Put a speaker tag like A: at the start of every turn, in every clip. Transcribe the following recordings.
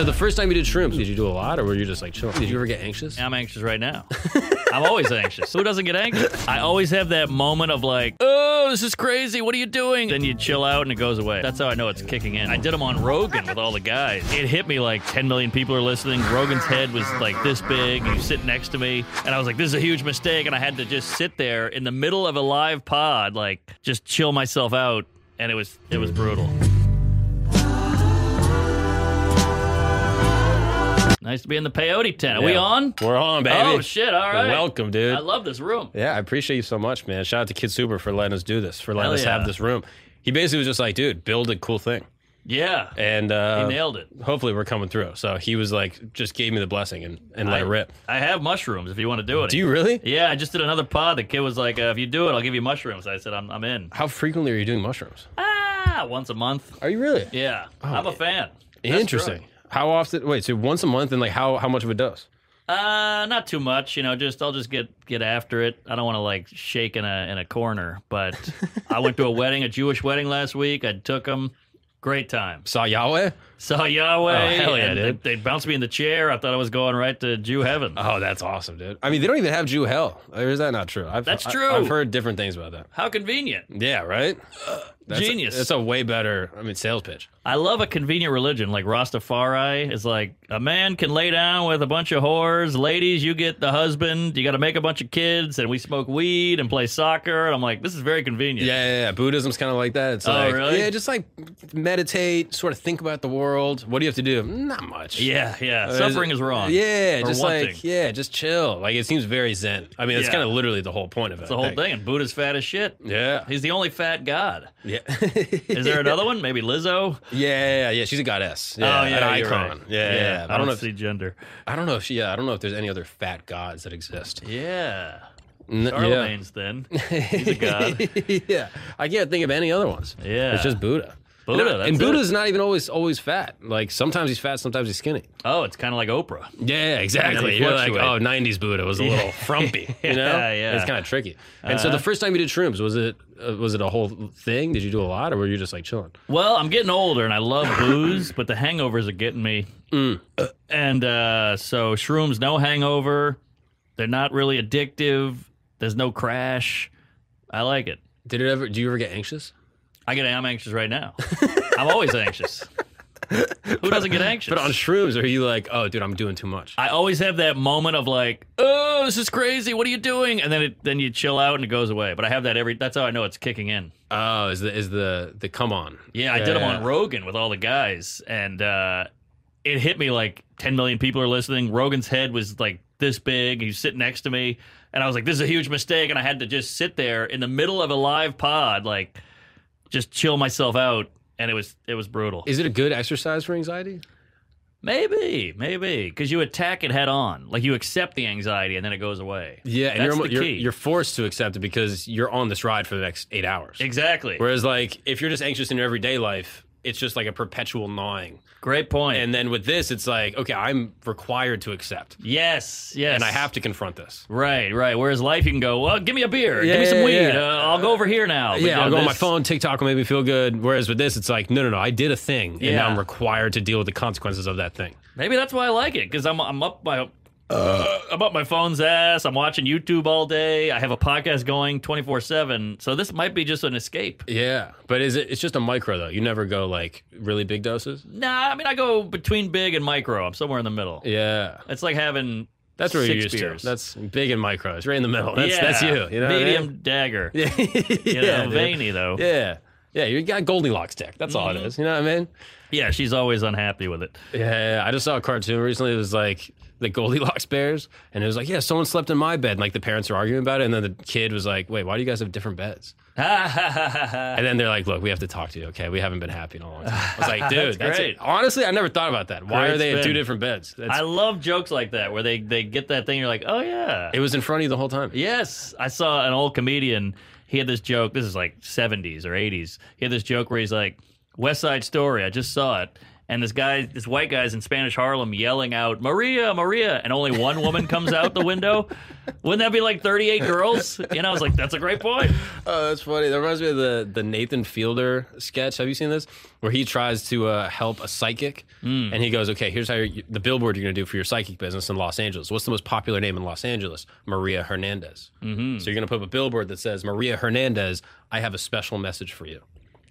A: So the first time you did shrooms, did you do a lot, or were you just like chilling? Did you ever get anxious?
B: I'm anxious right now. I'm always anxious. Who doesn't get anxious? I always have that moment of like, oh, this is crazy. What are you doing? Then you chill out and it goes away. That's how I know it's kicking in. I did them on Rogan with all the guys. It hit me like 10 million people are listening. Rogan's head was like this big. You sit next to me. And I was like, this is a huge mistake. And I had to just sit there in the middle of a live pod, like just chill myself out. And it was it was brutal. Nice to be in the peyote tent. Are we
A: Yeah.
B: on?
A: We're on, baby.
B: Oh shit! All right.
A: Welcome, dude.
B: I love this room.
A: yeah, I appreciate you so much, man. Shout out to Kid Super for letting us do this, for letting
B: Hell
A: us
B: yeah.
A: have this room. He basically was just like, dude, build a cool thing.
B: Yeah,
A: And uh,
B: he nailed it.
A: hopefully we're coming through. So he was like, just gave me the blessing and, and let
B: I-
A: it rip.
B: I have mushrooms if you want to do it.
A: Do you really?
B: Yeah, I just did another pod. The kid was like, uh, "If you do it, I'll give you mushrooms." I said, "I'm, I'm in."
A: How frequently are you doing mushrooms?
B: Ah, once a month.
A: Are you really?
B: Yeah,
A: Oh,
B: I'm a fan. Best
A: Interesting. How often? Wait, so once a month, and like how how much of a dose?
B: drug. Uh, not too much. You know, just I'll just get get after it. I don't want to like shake in a in a corner. But I went to a wedding, a Jewish wedding last week. I took them. Great time.
A: Saw Yahweh?
B: Saw Yahweh.
A: Oh, hell yeah,
B: and
A: dude.
B: They, they bounced me in the chair. I thought I was going right to Jew heaven.
A: Oh, that's awesome, dude. I mean, they don't even have Jew hell. Or is that not true? I've,
B: That's
A: I-
B: true.
A: I've heard different things about that.
B: How convenient.
A: Yeah, right. That's a-
B: Genius.
A: that's a way better. I mean, sales pitch.
B: I love a convenient religion like Rastafari. Is like a man can lay down with a bunch of whores, ladies. You get the husband. You got to make a bunch of kids, and we smoke weed and play soccer. And I'm like, this is very convenient.
A: Yeah, yeah, yeah. Buddhism's kind of like that. It's
B: Oh,
A: like,
B: really?
A: yeah, just like meditate, sort of think about the world. What do you have to do? Not much.
B: yeah, yeah.
A: Uh,
B: Suffering is wrong.
A: Yeah,
B: Or
A: just
B: wanting.
A: like yeah, just chill. Like it seems very zen. I mean, it's
B: Yeah.
A: kind of literally the whole point of it.
B: the whole thing. And Buddha's fat as shit.
A: Yeah,
B: He's the only fat god.
A: yeah.
B: Is there another one? Maybe Lizzo.
A: yeah, yeah, yeah. She's a goddess. Yeah,
B: oh yeah,
A: an
B: you're
A: icon.
B: right.
A: Yeah, yeah. yeah.
B: I don't, know if see gender.
A: I don't know if she. Yeah, I don't know if there's any other fat gods that exist.
B: Yeah.
A: N-
B: Charlemagne's thin. He's a god.
A: yeah, I can't think of any other ones.
B: Yeah.
A: it's just Buddha.
B: Buddha,
A: and,
B: that's
A: and
B: it.
A: Buddha's not even always always fat. Like sometimes he's fat, sometimes he's skinny.
B: Oh, it's kind of like Oprah.
A: Yeah, exactly.
B: they
A: You're like,
B: fluctuate.
A: oh, '90s Buddha was a little frumpy. You know,
B: Yeah, yeah.
A: It's kind of tricky. Uh-huh. And so the first time you did shrooms, was it uh, was it a whole thing? Did you do a lot, or were you just like chilling?
B: Well, I'm getting older and I love booze, but the hangovers are getting me.
A: Mm.
B: And uh, so shrooms, no hangover. They're not really addictive. There's no crash. I like it.
A: Did it ever? Do you ever get anxious?
B: I get I'm anxious right now. I'm always anxious. Who doesn't get anxious?
A: But on shrooms, are you like, oh, dude, I'm doing too much?
B: I always have that moment of like, oh, this is crazy. What are you doing? And then it, then you chill out and it goes away. But I have that every. That's how I know it's kicking in.
A: Oh, is the is the the come on?
B: Yeah, I did them on
A: Yeah.
B: Rogan with all the guys, and uh, it hit me like 10 million people are listening. Rogan's head was like this big. He's sitting next to me, and I was like, "This is a huge mistake," and I had to just sit there in the middle of a live pod, like just chill myself out, and it was it was brutal.
A: Is it a good exercise for anxiety?
B: maybe, maybe because you attack it head on, like you accept the anxiety, and then it goes away.
A: Yeah, and
B: That's
A: you're,
B: the
A: almo- you're
B: key.
A: you're forced to accept it because you're on this ride for the next eight hours.
B: exactly
A: Whereas, like, if you're just anxious in your everyday life, it's just like a perpetual gnawing.
B: great point.
A: And then with this, it's like, okay, I'm required to accept,
B: yes, yes,
A: and I have to confront this.
B: Right, right. Whereas life, you can go, well, give me a beer,
A: Yeah,
B: give me some
A: yeah,
B: weed.
A: yeah.
B: Uh, I'll go over here now. But,
A: yeah,
B: uh,
A: I'll go on my
B: this-
A: phone. TikTok will make me feel good. Whereas with this, it's like, no, no, no, I did a thing, and
B: Yeah.
A: now I'm required to deal with the consequences of that thing.
B: Maybe that's why I like it because I'm I'm up my I'm up my phone's ass. I'm watching YouTube all day. I have a podcast going twenty four seven. So this might be just an escape.
A: Yeah, but is it? It's just a micro though. You never go like really big doses.
B: Nah, I mean I go between big and micro. I'm somewhere in the middle.
A: Yeah,
B: It's like having
A: that's where
B: six
A: you're used
B: beers.
A: to. That's big and micro. It's right in the middle. That's
B: yeah,
A: that's you. you know what I
B: medium
A: mean?
B: dagger. Yeah,
A: Yeah,
B: you know,
A: yeah, dude.
B: veiny though. Yeah.
A: Yeah. Yeah, you got Goldilocks tech. That's all it is. You know what I mean?
B: she's always unhappy with it.
A: Yeah, I just saw a cartoon recently. It was like the Goldilocks bears, and it was like, yeah, someone slept in my bed. And like the parents are arguing about it, and then the kid was like, wait, why do you guys have different beds? And then they're like, look, we have to talk to you. Okay, we haven't been happy in a long time. I was like, dude, that's,
B: great.
A: It. Honestly, I never thought about that. Why
B: Great
A: are they in
B: spin.
A: two different beds? That's,
B: I love jokes like that where they they get that thing. You're like, oh yeah,
A: it was in front of you the whole time.
B: Yes, I saw an old comedian. He had this joke. This is like 70s or 80s. He had this joke where he's like, West Side Story. I just saw it. And this guy, this white guy's in Spanish Harlem yelling out, Maria, Maria. And only one woman comes out the window. Wouldn't that be like 38 girls? And I was like, that's a great point.
A: Oh, that's funny. That reminds me of the, the Nathan Fielder sketch. Have you seen this? Where he tries to uh, help a psychic,
B: Hmm.
A: and he goes, "Okay, here's how you're, the billboard you're going to do for your psychic business in Los Angeles. What's the most popular name in Los Angeles? Maria Hernandez.
B: Mm-hmm.
A: So you're going to put up a billboard that says, Maria Hernandez, I have a special message for you.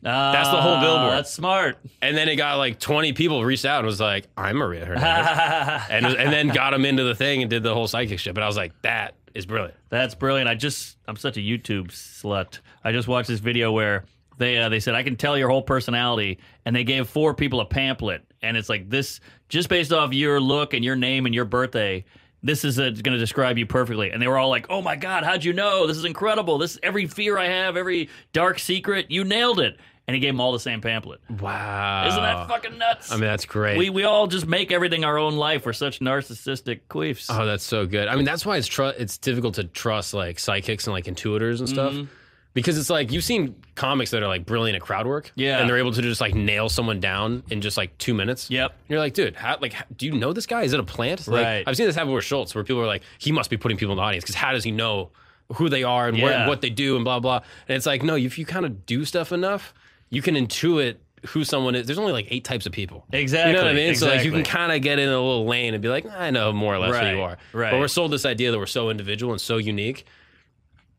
B: that's
A: the whole billboard.
B: Ah, Uh, That's smart.
A: And then it got like 20 people reached out and was like, I'm Maria Hernandez. and, and then got him into the thing and did the whole psychic shit. But I was like, that is brilliant.
B: That's brilliant. I just I'm such a YouTube slut. I just watched this video where they uh, they said I can tell your whole personality, and they gave four people a pamphlet, and it's like this just based off your look and your name and your birthday. This is going to describe you perfectly. And they were all like, "Oh my god, how'd you know? This is incredible. This every fear I have, every dark secret. You nailed it." And he gave them all the same pamphlet.
A: Wow.
B: Isn't that fucking nuts?
A: Ah. I mean, that's great.
B: we we all just make everything our own life. We're such narcissistic queefs.
A: Oh, that's so good. I mean, that's why it's tr- it's difficult to trust like psychics and like intuitors and stuff.
B: Mm-hmm.
A: Because it's like you've seen comics that are like brilliant at crowd work,
B: Yeah.
A: and they're able to just like nail someone down in just like two minutes.
B: Yep.
A: and you're like, dude, how, like, how, do you know this guy? Is it a plant? Like,
B: Right.
A: I've seen this happen with Schultz, where people are like, he must be putting people in the audience because how does he know who they are and what,
B: Yeah.
A: what they do and blah blah. And it's like, no, if you kind of do stuff enough, you can intuit who someone is. There's only like eight types of people.
B: Exactly,
A: You know what I mean? So like you
B: exactly.
A: can kind of get in a little lane and be like, I know more or less who you
B: Right,
A: are.
B: right.
A: But we're sold this idea that we're so individual and so unique,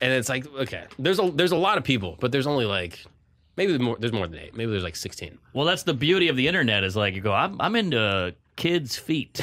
A: and it's like, okay, there's a there's a lot of people, but there's only like maybe more. There's more than eight. Maybe there's like sixteen.
B: Well, that's the beauty of the internet is like you go, I'm, I'm into kids' feet,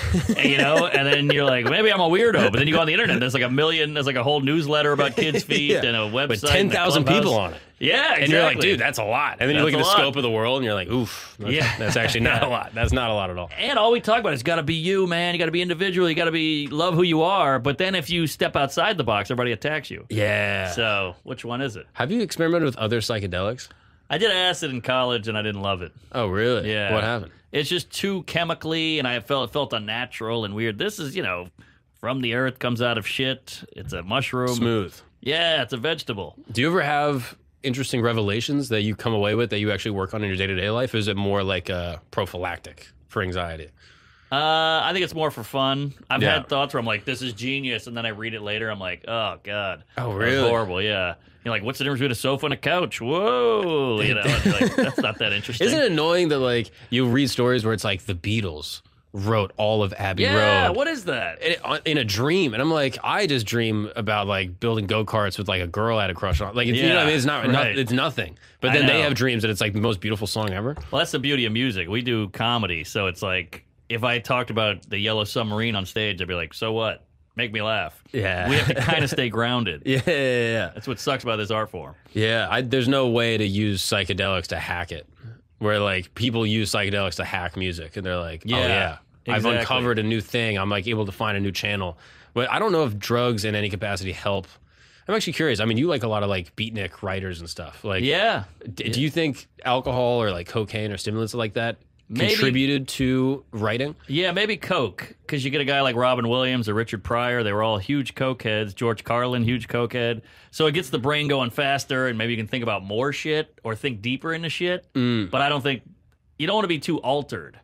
B: you know, and then you're like, maybe I'm a weirdo, but then you go on the internet, there's like a million, there's like a whole newsletter about kids' feet
A: Yeah.
B: and a website,
A: But
B: and
A: ten
B: a
A: thousand people
B: clubhouse.
A: on it.
B: Yeah, exactly.
A: And you're like, dude, that's a lot. And then you look
B: That's
A: at
B: a
A: the
B: lot.
A: scope of the world and you're like, oof, that's,
B: Yeah.
A: that's actually not a lot. That's not a lot at all.
B: and all we talk about is got to be you, man. You got to be individual. You got to be love who you are. But then if you step outside the box, everybody attacks you.
A: Yeah.
B: So which one is it?
A: Have you experimented with other psychedelics?
B: I did acid in college and I didn't love it.
A: Oh, really?
B: Yeah.
A: What happened?
B: It's just too chemically, and I felt it felt unnatural and weird. This is, you know, from the earth comes out of shit. It's a mushroom.
A: Smooth.
B: Yeah, it's a vegetable.
A: Do you ever have interesting revelations that you come away with that you actually work on in your day to day life? Or is it more like uh, prophylactic for anxiety?
B: Uh, I think it's more for fun. I've
A: Yeah.
B: had thoughts where I'm like, "This is genius," and then I read it later. I'm like, "Oh God,
A: Oh,
B: That was
A: really?
B: horrible." Yeah. You're like, "What's the difference between a sofa and a couch?" Whoa, you know, it's like, that's not that interesting.
A: Isn't it annoying that like you read stories where it's like the Beatles wrote all of Abbey
B: Yeah.
A: Road?
B: What is that?
A: in, on- in a dream, and I'm like, I just dream about like building go karts with like a girl I had a crush on. Like, it's, you know what I mean? It's not,
B: Yeah,
A: no-
B: right.
A: it's nothing. But
B: I
A: then they
B: know.
A: have dreams that it's like the most beautiful song ever.
B: Well, that's the beauty of music. We do comedy, so it's like if I talked about the Yellow Submarine on stage, I'd be like, "So what? Make me laugh."
A: Yeah.
B: We have to kind of stay grounded.
A: Yeah, yeah, yeah.
B: That's what sucks about this art form.
A: yeah I, there's no way to use psychedelics to hack it. Where like people use psychedelics to hack music, and they're like, oh
B: Yeah,
A: yeah, I've
B: exactly.
A: uncovered a new thing. I'm like able to find a new channel. But I don't know if drugs in any capacity help. I'm actually curious. I mean, you like a lot of like beatnik writers and stuff. Like,
B: Yeah.
A: D- Do you think alcohol or like cocaine or stimulants like that
B: Maybe.
A: contributed to writing?
B: Yeah, maybe Coke, because you get a guy like Robin Williams or Richard Pryor. They were all huge Coke heads. George Carlin, huge Coke head. So it gets the brain going faster, and maybe you can think about more shit or think deeper into shit.
A: Mm.
B: But I don't think you don't want to be too altered.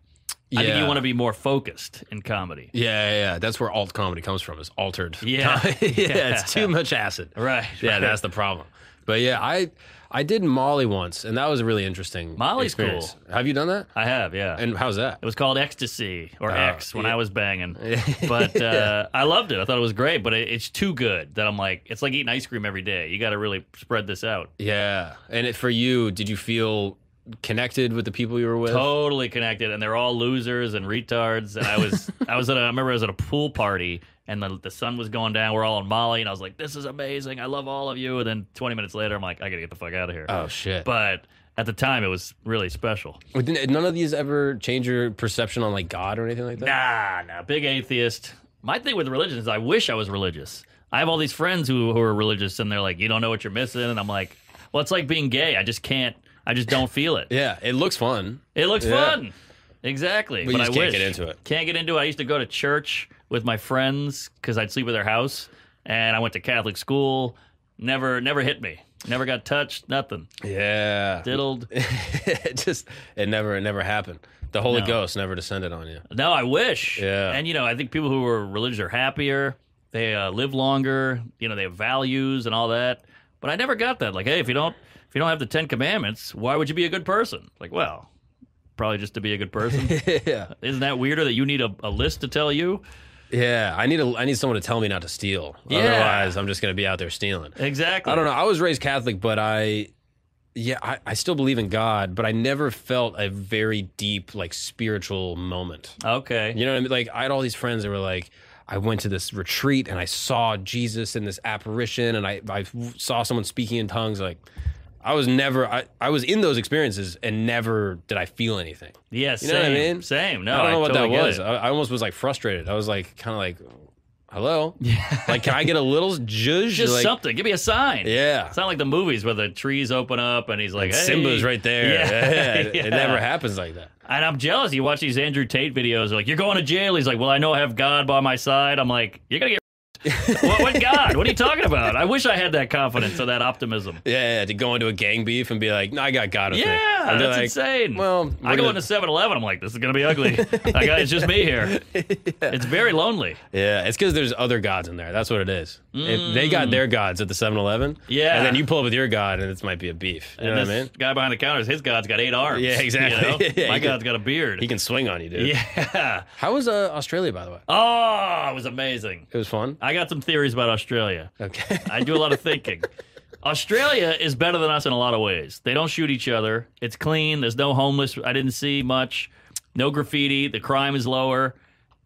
B: I think you want to be more focused in comedy.
A: Yeah, yeah, yeah. That's where alt comedy comes from. Is altered.
B: Yeah.
A: yeah, it's too much acid.
B: Right.
A: Yeah,
B: right.
A: that's the problem. But yeah, I I did Molly once, and that was a really interesting.
B: Molly's
A: experience. Have you done that?
B: I have. Yeah.
A: And how's that?
B: It was called Ecstasy or X when I was banging.
A: Ah, Yeah.
B: But uh, I loved it. I thought it was great, but it, it's too good that I'm like, it's like eating ice cream every day. You got to really spread this out.
A: Yeah. And it, for you, did you feel connected with the people you were with?
B: Totally connected, and they're all losers and retards. And I was, I was at, a, I remember I was at a pool party, and the, the sun was going down. We're all in Molly, and I was like, this is amazing. I love all of you. And then 20 minutes later, I'm like, I got to get the fuck out of here.
A: Oh shit! But
B: But at the time, it was really special.
A: didn't, none of these ever change your perception on like God or anything like that.
B: Nah, nah, big atheist. My thing with religion is I wish I was religious. I have all these friends who, who are religious and they're like, you don't know what you're missing. And I'm like, well, it's like being gay. I just can't, I just don't feel it.
A: Yeah, it looks fun.
B: It looks
A: Yeah.
B: fun. Exactly.
A: But
B: But,
A: you
B: I
A: just can't
B: wish.
A: get into it.
B: Can't get into it. I used to go to church with my friends because I'd sleep at their house and I went to Catholic school. Never, never hit me. Never got touched. Nothing.
A: Yeah.
B: Diddled.
A: it just it never it never happened. The Holy
B: No.
A: Ghost never descended on you.
B: No, I wish.
A: Yeah.
B: And you know, I think people who are religious are happier. They uh, live longer. You know, they have values and all that. But I never got that. Like, hey, if you don't, if you don't have the Ten Commandments, why would you be a good person? Like, well, probably just to be a good person.
A: yeah.
B: Isn't that weirder that you need a, a list to tell you?
A: Yeah. I need a, I need someone to tell me not to steal.
B: Yeah.
A: Otherwise, I'm just going to be out there stealing.
B: Exactly.
A: I don't know. I was raised Catholic, but I, yeah, I, I still believe in God, but I never felt a very deep, like, spiritual moment.
B: Okay.
A: You know what I mean? Like, I had all these friends that were like, I went to this retreat and I saw Jesus in this apparition and I, I saw someone speaking in tongues. Like, I was never, I, I was in those experiences and never did I feel anything.
B: Yes.
A: You know what I
B: same.
A: mean?
B: Same. No,
A: I don't know what
B: totally
A: that
B: get
A: was.
B: it.
A: I, I almost was like frustrated. I was like, kind of like, hello? Like, can I get a little judge?
B: Just
A: like,
B: something. Give me a sign.
A: Yeah.
B: It's not like the movies where the trees open up and he's like, hey.
A: Simba's right there.
B: Yeah.
A: Yeah, It,
B: Yeah.
A: it never happens like that.
B: And I'm jealous. You watch these Andrew Tate videos, like, you're going to jail. He's like, well, I know I have God by my side. I'm like, you're going to get. what, what God? What are you talking about? I wish I had that confidence or that optimism.
A: Yeah, yeah, to go into a gang beef and be like, no, I got God with me.
B: Yeah,
A: And they're
B: that's insane.
A: well,
B: I
A: we're
B: go
A: gonna-
B: into 7 Eleven. I'm like, this is going to be ugly. I got, it's just me here. It's very lonely.
A: Yeah, it's because there's other gods in there. That's what it is. If they got their gods at the 7 Eleven.
B: Mm. Yeah.
A: And then you pull up with your god, and this might be a beef. You
B: And
A: know
B: this
A: what I mean?
B: guy behind the counter, his God's got eight arms.
A: Yeah, exactly.
B: you know?
A: Yeah, he
B: My
A: could-
B: God's got a beard.
A: He can swing on you, dude.
B: yeah.
A: How was uh, Australia, by the way?
B: Oh, it was amazing.
A: It was fun.
B: I got some theories about Australia.
A: Okay.
B: I do a lot of thinking. Australia is better than us in a lot of ways. They don't shoot each other. It's clean. There's no homeless. I didn't see much. No graffiti. The crime is lower.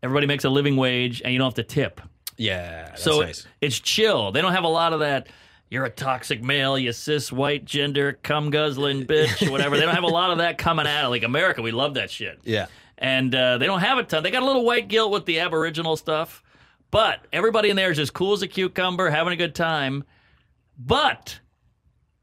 B: Everybody makes a living wage, and you don't have to tip.
A: yeah, that's
B: so
A: nice.
B: it's chill. They don't have a lot of that. You're a toxic male. You cis white gender cum guzzling bitch. Whatever. they don't have a lot of that coming out. Like America, we love that shit
A: Yeah.
B: and uh, they don't have a ton. They got a little white guilt with the Aboriginal stuff, but everybody in there is as cool as a cucumber, having a good time. But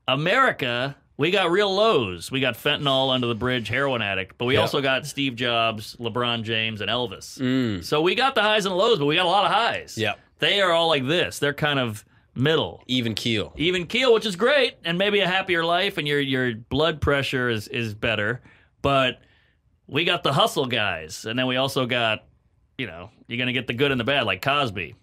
B: America, we got real lows. We got fentanyl under the bridge, heroin addict, but we
A: Yeah.
B: also got Steve Jobs, LeBron James, and Elvis.
A: Mm.
B: So we got the highs and lows, but we got a lot of highs.
A: Yeah.
B: They are all like this. They're kind of middle
A: Even keel.
B: even keel, which is great, and maybe a happier life, and your your blood pressure is is better. But we got the hustle guys, and then we also got, you know, you're gonna get the good and the bad, like Cosby,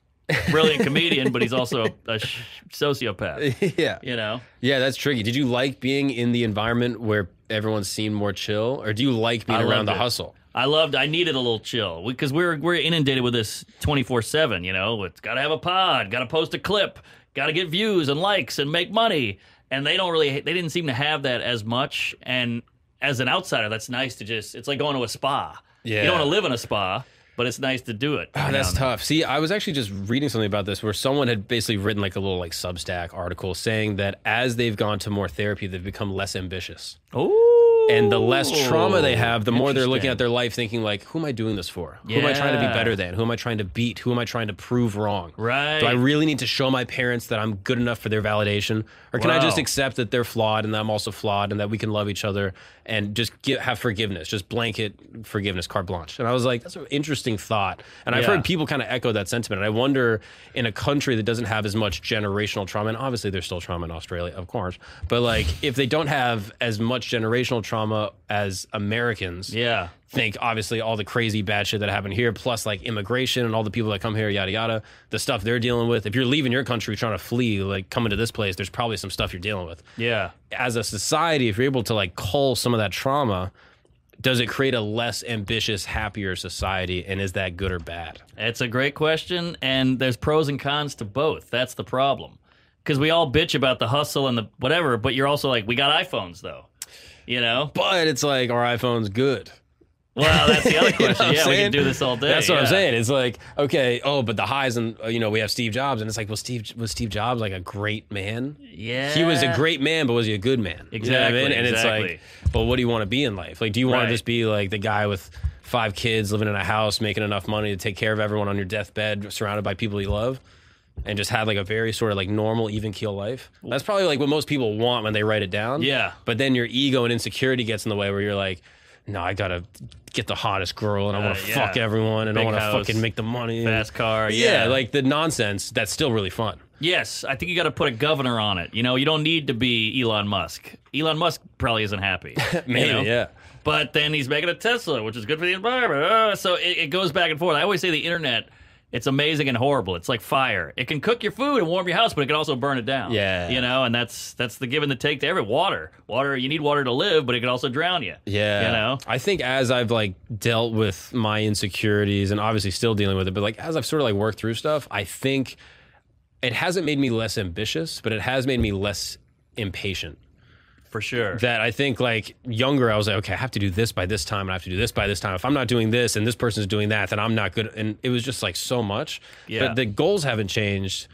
B: brilliant comedian, but he's also a, a sh- sociopath.
A: yeah.
B: You know,
A: Yeah, that's tricky. Did you like being in the environment where everyone seemed more chill, or do you like being
B: I
A: around
B: loved
A: the
B: it.
A: hustle?
B: I loved. I needed a little chill because we're we're inundated with this twenty four seven. You know, it's got to have a pod, got to post a clip, got to get views and likes and make money. And they don't really. They didn't seem to have that as much. And as an outsider, that's nice to just. It's like going to a spa.
A: Yeah.
B: you don't want to live in a spa, but it's nice to do it.
A: Oh,
B: every
A: that's
B: now and
A: tough. See, I was actually just reading something about this where someone had basically written like a little like Substack article saying that as they've gone to more therapy, they've become less ambitious.
B: then. Ooh,
A: And the less trauma they have, the more they're looking
B: Interesting.
A: at their life thinking like, who am I doing this for? Who am I trying to be
B: Yeah.
A: better than? Who am I trying to beat? Who am I trying to prove wrong?
B: Right.
A: Do I really need to show my parents that I'm good enough for their validation? Or can I just
B: Wow.
A: accept that they're flawed and that I'm also flawed and that we can love each other and just get, have forgiveness, just blanket forgiveness, carte blanche? And I was like, that's an interesting thought. And I've
B: Yeah.
A: heard people kind of echo that sentiment. And I wonder in a country that doesn't have as much generational trauma, and obviously there's still trauma in Australia, of course, but like if they don't have as much generational trauma as Americans,
B: Yeah.
A: think obviously all the crazy bad shit that happened here, plus like immigration and all the people that come here, yada yada, the stuff they're dealing with. If you're leaving your country trying to flee, like coming to this place, there's probably some stuff you're dealing with.
B: Yeah.
A: As a society, if you're able to like cull some of that trauma, does it create a less ambitious, happier society? And is that good or bad?
B: It's a great question, and there's pros and cons to both. That's the problem, because we all bitch about the hustle and the whatever, but you're also like, we got iPhones though, you know.
A: But it's like our iPhone's good.
B: Well, that's the other question.
A: I'm
B: yeah, we
A: saying?
B: can do this all day.
A: That's what I'm
B: yeah.
A: saying. It's like, okay, oh, but the highs and uh, you know, we have Steve Jobs and it's like, well, Steve was Steve Jobs like a great man?
B: Yeah,
A: he was a great man, but was he a good man? You know what
B: Exactly,
A: And
B: exactly.
A: it's like, but what do you want to be in life? Like, do you want
B: Right.
A: to just be like the guy with five kids living in a house, making enough money to take care of everyone on your deathbed, surrounded by people you love? And just have like a very sort of like normal, even keel life. That's probably like what most people want when they write it down.
B: Yeah.
A: But then your ego and insecurity gets in the way where you're like, no, I gotta get the hottest girl and I
B: Uh,
A: want to
B: yeah.
A: fuck everyone and I
B: Big
A: want to
B: house.
A: fucking make the money.
B: Fast car.
A: yeah, like the nonsense that's still really fun.
B: Yes, I think you got to put a governor on it. You know, you don't need to be Elon Musk. Elon Musk probably isn't happy.
A: Maybe,
B: you know?
A: yeah.
B: But then he's making a Tesla, which is good for the environment. Uh, so it, it goes back and forth. I always say the internet, it's amazing and horrible. It's like fire. It can cook your food and warm your house, but it can also burn it down.
A: Yeah.
B: You know, and that's that's the give and the take to every water. Water, you need water to live, but it can also drown you.
A: Yeah.
B: You know?
A: I think as I've like dealt with my insecurities and obviously still dealing with it, but like as I've sort of like worked through stuff, I think it hasn't made me less ambitious, but it has made me less impatient.
B: For sure.
A: That I think like younger, I was like, okay, I have to do this by this time, and I have to do this by this time. If I'm not doing this and this person's doing that, then I'm not good. And it was just like so much.
B: Yeah.
A: But the goals haven't changed,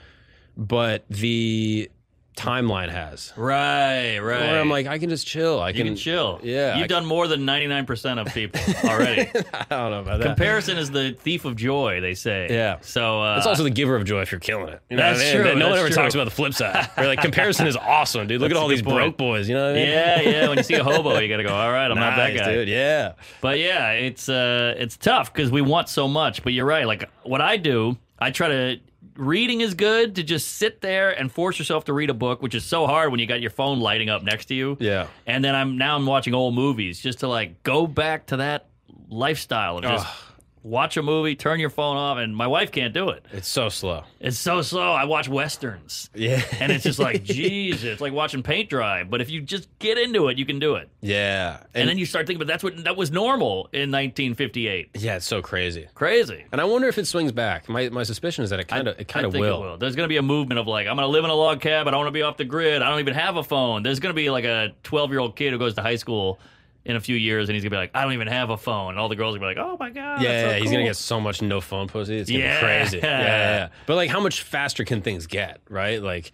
A: but the timeline has.
B: right, right.
A: Where I'm like, I can just chill. I
B: you can chill.
A: Yeah,
B: You've
A: I-
B: done more than 99% of people already.
A: I don't know about that.
B: Comparison is the thief of joy, they say.
A: Yeah.
B: So uh,
A: It's also the giver of joy if you're killing it. You know
B: That's
A: what I mean?
B: true,
A: no one
B: that's
A: ever
B: true.
A: talks about the flip side. Where like comparison is awesome, dude. Look
B: That's
A: at all
B: a good
A: these
B: point.
A: broke boys. You know what I mean?
B: yeah, yeah. When you see a hobo, you gotta go. All right, I'm not that
A: Nice,
B: guy.
A: dude. Yeah.
B: But yeah, it's uh, it's tough because we want so much. But you're right. Like what I do, I try to. Reading is good to just sit there and force yourself to read a book, which is so hard when you got your phone lighting up next to you.
A: Yeah.
B: And then I'm now I'm watching old movies just to like go back to that lifestyle of just
A: Ugh.
B: watch a movie, turn your phone off, and my wife can't do it.
A: It's so slow.
B: It's so slow. I watch westerns.
A: Yeah.
B: and it's just like Jesus, it's like watching paint dry. But if you just get into it, you can do it.
A: Yeah.
B: And, then you start thinking, but that's what that was normal in 1958.
A: yeah, it's so crazy.
B: Crazy.
A: And I wonder if it swings back. My my suspicion is that it kind of it kind
B: I
A: of
B: think
A: will.
B: It will. There's going to be a movement of like, I'm going to live in a log cab. I don't want to be off the grid. I don't even have a phone. There's going to be like a 12 year old kid who goes to high school in a few years, and he's going to be like, I don't even have a phone. And all the girls are going to be like, Oh my god.
A: Yeah,
B: that's so
A: yeah, he's gonna
B: cool."
A: get so much no phone pussy. It's gonna be
B: Yeah.
A: crazy. Yeah, yeah, yeah. But like, how much faster can things get? Right? Like,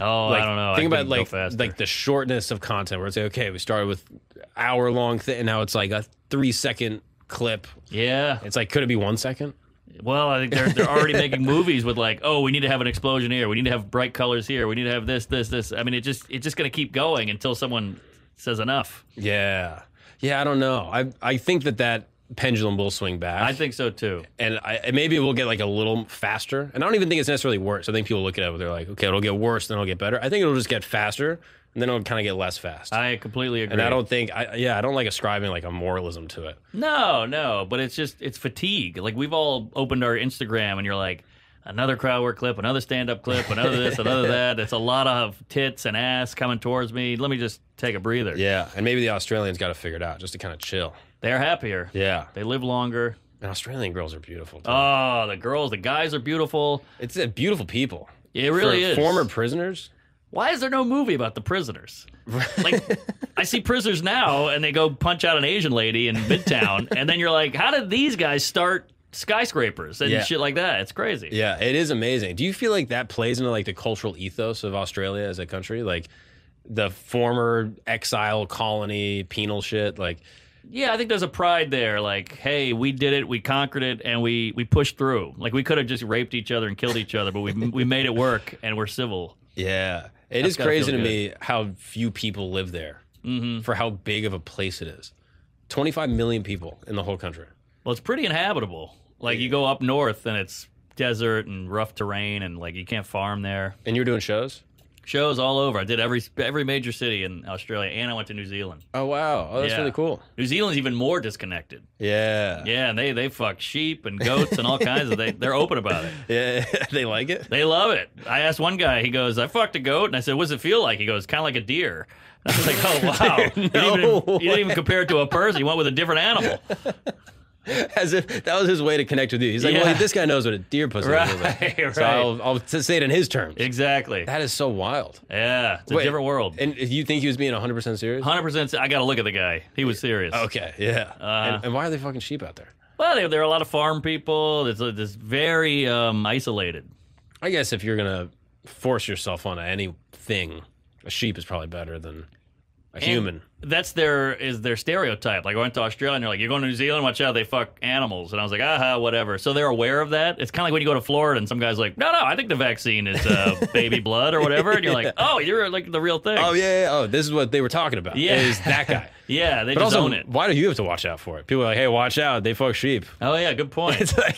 B: Oh,
A: like
B: I don't know. I
A: Think about
B: couldn't go
A: like
B: faster.
A: like the shortness of content. Where it's like, okay, we started with hour long thing, and now it's like a three second clip.
B: yeah.
A: It's like, could it be one second?
B: Well, I think they're they're already making movies with like, oh, we need to have an explosion here, we need to have bright colors here, we need to have this, this, this. I mean, it just it's just gonna keep going until someone says enough.
A: Yeah. Yeah, I don't know. I I think that that pendulum will swing back.
B: I think so too.
A: and I, and maybe it will get like a little faster. And I don't even think it's necessarily worse. I think people look at it, they're like, okay, it'll get worse, then it'll get better. I think it'll just get faster, and then it'll kind of get less fast.
B: I completely agree.
A: and I don't think, I yeah, I don't like ascribing like a moralism to it.
B: No, no, but it's just it's fatigue. Like we've all opened our Instagram, and you're like. Another crowd work clip, another stand up clip, another this, another that. It's a lot of tits and ass coming towards me. Let me just take a breather.
A: Yeah, and maybe the Australians got to figure it out just to kind of chill.
B: They're happier.
A: Yeah, Uh,
B: They live longer.
A: and Australian girls are beautiful. dude.
B: Oh, the girls, the guys are beautiful.
A: it's uh, beautiful people.
B: It really
A: For
B: is.
A: Former prisoners.
B: why is there no movie about the prisoners? Like, I see prisoners now, and they go punch out an Asian lady in Midtown, and then you're like, how did these guys start skyscrapers and
A: Yeah.
B: shit like that? It's crazy.
A: Yeah, it is amazing. Do you feel like that plays into like the cultural ethos of Australia as a country? Like the former exile colony penal shit? Like,
B: Yeah, I think there's a pride there. Like, hey, we did it, we conquered it, and we we pushed through. Like, we could have just raped each other and killed each other, but we we made it work, and we're civil.
A: yeah. it
B: That's
A: is
B: gotta
A: crazy to
B: feel
A: me how few people live there
B: Mm-hmm.
A: for how big of a place it is. 25 million people in the whole country.
B: Well, it's pretty inhabitable. Like, you go up north, and it's desert and rough terrain, and like you can't farm there.
A: And you were doing shows?
B: shows all over. I did every every major city in Australia, and I went to New Zealand.
A: Oh, wow. Oh, that's
B: Yeah.
A: really cool.
B: New Zealand's even more disconnected.
A: Yeah.
B: Yeah, and they they fuck sheep and goats and all kinds of. They they're open about it.
A: Yeah. they like it?
B: They love it. I asked one guy. He goes, "I fucked a goat," and I said, "What does it feel like?" He goes, "Kind of like a deer." And I was like, "Oh wow!" You
A: No
B: didn't even, you
A: way.
B: didn't even compare it to a person. You went with a different animal,
A: As if that was his way to connect with you. He's like,
B: Yeah.
A: well, this guy knows what a deer pussy is.
B: Right, right.
A: So I'll, I'll say it in his terms.
B: exactly.
A: that is so wild.
B: Yeah, it's a
A: Wait,
B: different world.
A: And you think he was being 100% serious?
B: Hundred percent. I got to look at the guy. He was serious.
A: Okay, yeah.
B: Uh,
A: and, and why are they fucking sheep out there?
B: Well, there, there are a lot of farm people. It's, it's very um, isolated.
A: I guess if you're going to force yourself onto anything, a sheep is probably better than a human.
B: That's their is their stereotype. Like I went to Australia and they're like, You're going to New Zealand, watch out, they fuck animals. And I was like, aha, whatever. So they're aware of that. It's kinda like when you go to Florida and some guy's like, No, no, I think the vaccine is uh, baby blood or whatever and you're like, Oh, you're like the real thing.
A: Oh yeah, yeah, Oh, this is what they were talking about.
B: Yeah.
A: is that guy.
B: Yeah, they
A: But
B: just
A: also,
B: own it.
A: why do you have to watch out for it? People are like, hey, watch out. They fuck sheep.
B: Oh yeah, good point.
A: It's like,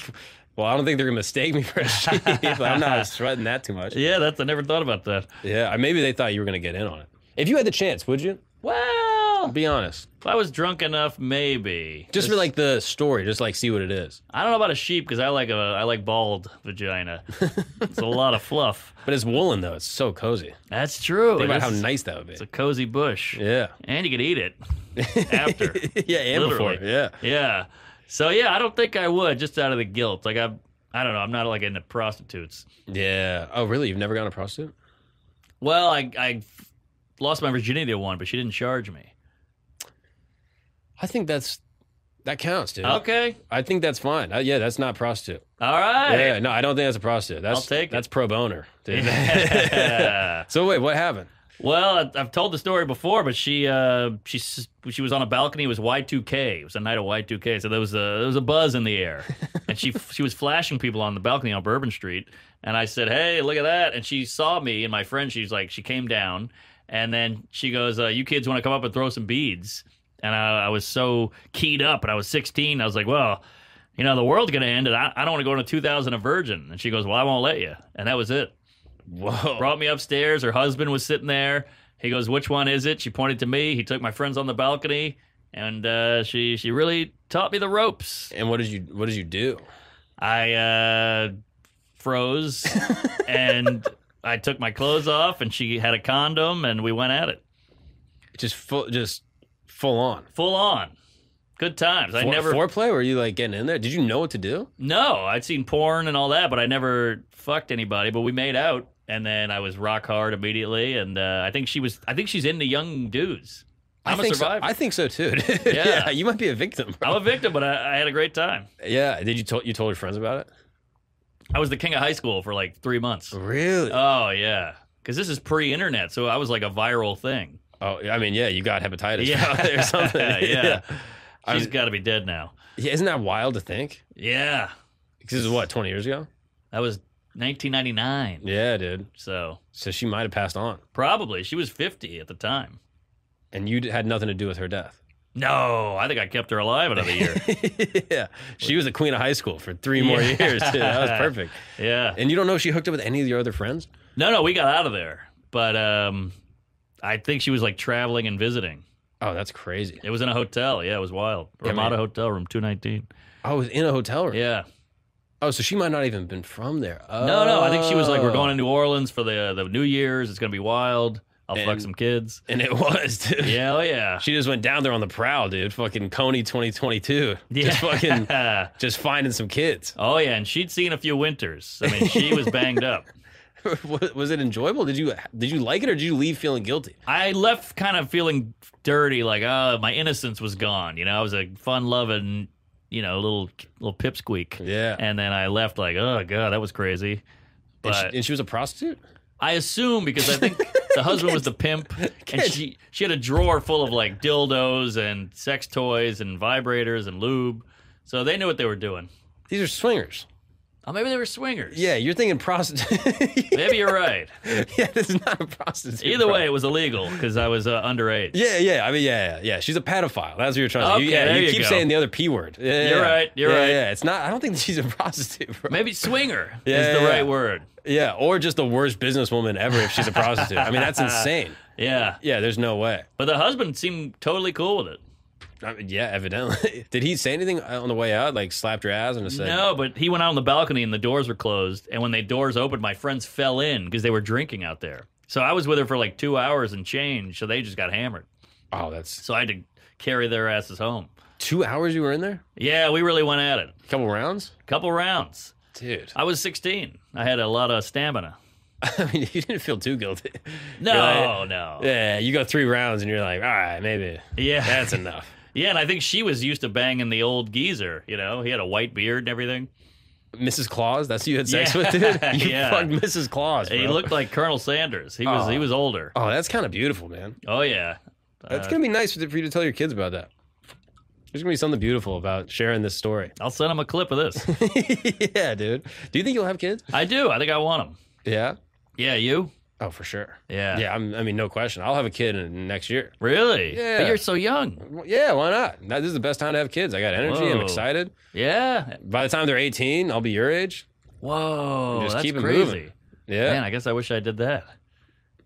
A: well, I don't think they're gonna mistake me for a sheep. I'm not sweating that too much.
B: yeah, that's I never thought about that.
A: Yeah, maybe they thought you were gonna get in on it. If you had the chance, would you?
B: Well
A: Be honest.
B: if I was drunk enough, maybe.
A: Just for like the story, just like see what it is.
B: I don't know about a sheep because I like a I like bald vagina. it's a lot of fluff.
A: But it's woolen though. It's so cozy.
B: That's true.
A: Think
B: It
A: about how
B: is-
A: nice that would be.
B: It's a cozy bush.
A: yeah.
B: And you could eat it after.
A: yeah, and
B: Literally.
A: before. Yeah.
B: yeah. So yeah, I don't think I would just out of the guilt. Like I I don't know, I'm not like into prostitutes.
A: Yeah. Oh, really? You've never gone to prostitute?
B: Well, I I lost my virginity to one, but she didn't charge me.
A: I think that's that counts, dude.
B: Okay.
A: I think that's fine. Uh, yeah, that's not prostitute.
B: All right.
A: Yeah, no, I don't think that's a prostitute. That's
B: I'll take it.
A: that's pro boner, dude. so wait, what happened?
B: Well, I- I've told the story before, but she uh, she s- she was on a balcony. It was Y2K. It was a night of Y2K, so there was a there was a buzz in the air, and she she was flashing people on the balcony on Bourbon Street. And I said, "Hey, look at that!" And she saw me and my friend. She's like, she came down, and then she goes, uh, "You kids want to come up and throw some beads?" And I, I was so keyed up, and I was 16. I was like, "Well." You know, the world's going to end, and I, I don't want to go into 2000 a virgin. And she goes, Well, I won't let you. And that was it.
A: Whoa.
B: Brought me upstairs. Her husband was sitting there. He goes, "Which one is it?" She pointed to me. He took my friends on the balcony, and uh, she she really taught me the ropes.
A: And what did you what did you do?
B: I uh, froze, and I took my clothes off, and she had a condom, and we went at it
A: Just full just full on.
B: full on. Good times. I
A: Fore-
B: never
A: foreplay? Were you like getting in there? Did you know what to do?
B: no. I'd seen porn and all that, but I never fucked anybody. But we made out, and then I was rock hard immediately. And uh, I think she was. I think she's into young dudes. I'm a
A: think so.
B: survivor.
A: I think so too. dude.
B: Yeah.
A: you might be a victim.
B: I'm a victim, but I, I had a great time.
A: Yeah, did you told you told your friends about it?
B: I was the king of high school for like three months.
A: Really?
B: Oh yeah, because this is pre-internet, so I was like a viral thing.
A: oh, I mean, yeah, you got hepatitis
B: Yeah.
A: or something.
B: Yeah.
A: I
B: She's
A: was-
B: got to be dead now.
A: Yeah, isn't that wild to think?
B: Yeah,
A: Because this is what twenty years ago.
B: that was 1999.
A: Yeah, dude.
B: So
A: So she might have passed on,
B: probably she was 50 at the time.
A: and you d- had nothing to do with her death.
B: No, I think I kept her alive another year.
A: yeah, she was the queen of high school for three more
B: Yeah.
A: years. Too. That was perfect.
B: yeah.
A: And you don't know if she hooked up with any of your other friends?
B: No, no, we got out of there, but um, I think she was like traveling and visiting.
A: Oh, that's crazy.
B: It was in a hotel. Yeah, it was wild.
A: Yeah,
B: Ramada
A: man.
B: Hotel, room 219.
A: I was in a hotel room.
B: Yeah.
A: Oh, so she might not even been from there.
B: No, no. I think she was like, "We're
A: Oh.
B: going to New Orleans for the the New Year's. It's gonna be wild. I'll fuck
A: And-
B: some kids."
A: and it was. Dude.
B: Yeah, oh yeah,
A: She just went down there on the prowl, dude. Fucking Coney 2022.
B: yeah.
A: Just fucking just finding some kids.
B: oh yeah, and she'd seen a few winters. I mean, she was banged up.
A: was was it enjoyable? Did you did you like it or did you leave feeling guilty?
B: I left kind of feeling dirty, like oh, my innocence was gone. You know, I was a fun loving, you know, little little pipsqueak.
A: Yeah.
B: And then I left like, oh god, that was crazy.
A: And
B: But-
A: she, and she was a prostitute?
B: I assume because I think the husband was the pimp, and
A: Kids.
B: she she had a drawer full of like dildos and sex toys and vibrators and lube, so they knew what they were doing.
A: These are swingers.
B: Oh, maybe they were swingers.
A: Yeah, you're thinking prostitute.
B: maybe you're right.
A: yeah, this is not a prostitute.
B: Either
A: bro.
B: way, it was illegal because I was uh, underage.
A: Yeah, yeah. I mean, yeah, yeah, yeah. She's a pedophile. That's what you're trying to
B: Okay,
A: say. Yeah,
B: there
A: you
B: you
A: keep
B: go.
A: saying the other P word. Yeah,
B: You're
A: yeah.
B: right, you're
A: yeah,
B: right.
A: Yeah, it's not, I don't think she's a prostitute, bro.
B: Maybe swinger
A: Yeah,
B: is the
A: yeah, yeah.
B: right word.
A: Yeah, or just the worst businesswoman ever if she's a prostitute. I mean, that's insane.
B: Yeah,
A: Yeah, there's no way.
B: but the husband seemed totally cool with it.
A: I mean, yeah, evidently. Did he say anything on the way out? Like slapped your ass and just said,
B: No, but he went out on the balcony and the doors were closed. And when the doors opened, my friends fell in because they were drinking out there. So I was with her for like two hours and change. So they just got hammered.
A: "Oh, that's
B: So I had to carry their asses home.
A: two hours you were in there,
B: Yeah, we really went at it.
A: a couple rounds,
B: Couple rounds.
A: dude."
B: I was 16. I had a lot of stamina.
A: I mean, you didn't feel too guilty.
B: No,
A: Right.
B: "Oh, no. Yeah.
A: Yeah, you go three rounds and you're like, "All right, maybe
B: yeah.
A: that's enough."
B: and I think she was used to banging the old geezer, you know? He had a white beard and everything.
A: Mrs. Claus, that's who you had sex
B: Yeah,
A: with, dude. You
B: yeah.
A: fucked Mrs. Claus.
B: He
A: bro.
B: looked like Colonel Sanders. He was
A: Aw.
B: he was older.
A: Oh, that's kind of beautiful, man.
B: Oh yeah.
A: It's
B: Uh,
A: gonna be nice for you to tell your kids about that. There's gonna be something beautiful about sharing this story.
B: I'll send him a clip of this.
A: yeah, dude. Do you think you'll have kids?
B: I do. I think I want him.
A: Yeah.
B: Yeah, you?
A: Oh, for sure.
B: Yeah.
A: Yeah. I'm, I mean, no question. I'll have a kid in, next year.
B: Really?
A: Yeah.
B: But you're so young.
A: Well, yeah. Why not? Now, This is the best time to have kids. I got energy. I'm
B: Whoa.
A: excited.
B: Yeah.
A: By the time they're 18, I'll be your age.
B: Whoa.
A: Just
B: that's
A: keep it
B: crazy.
A: moving. Yeah.
B: Man, I guess I wish I did that.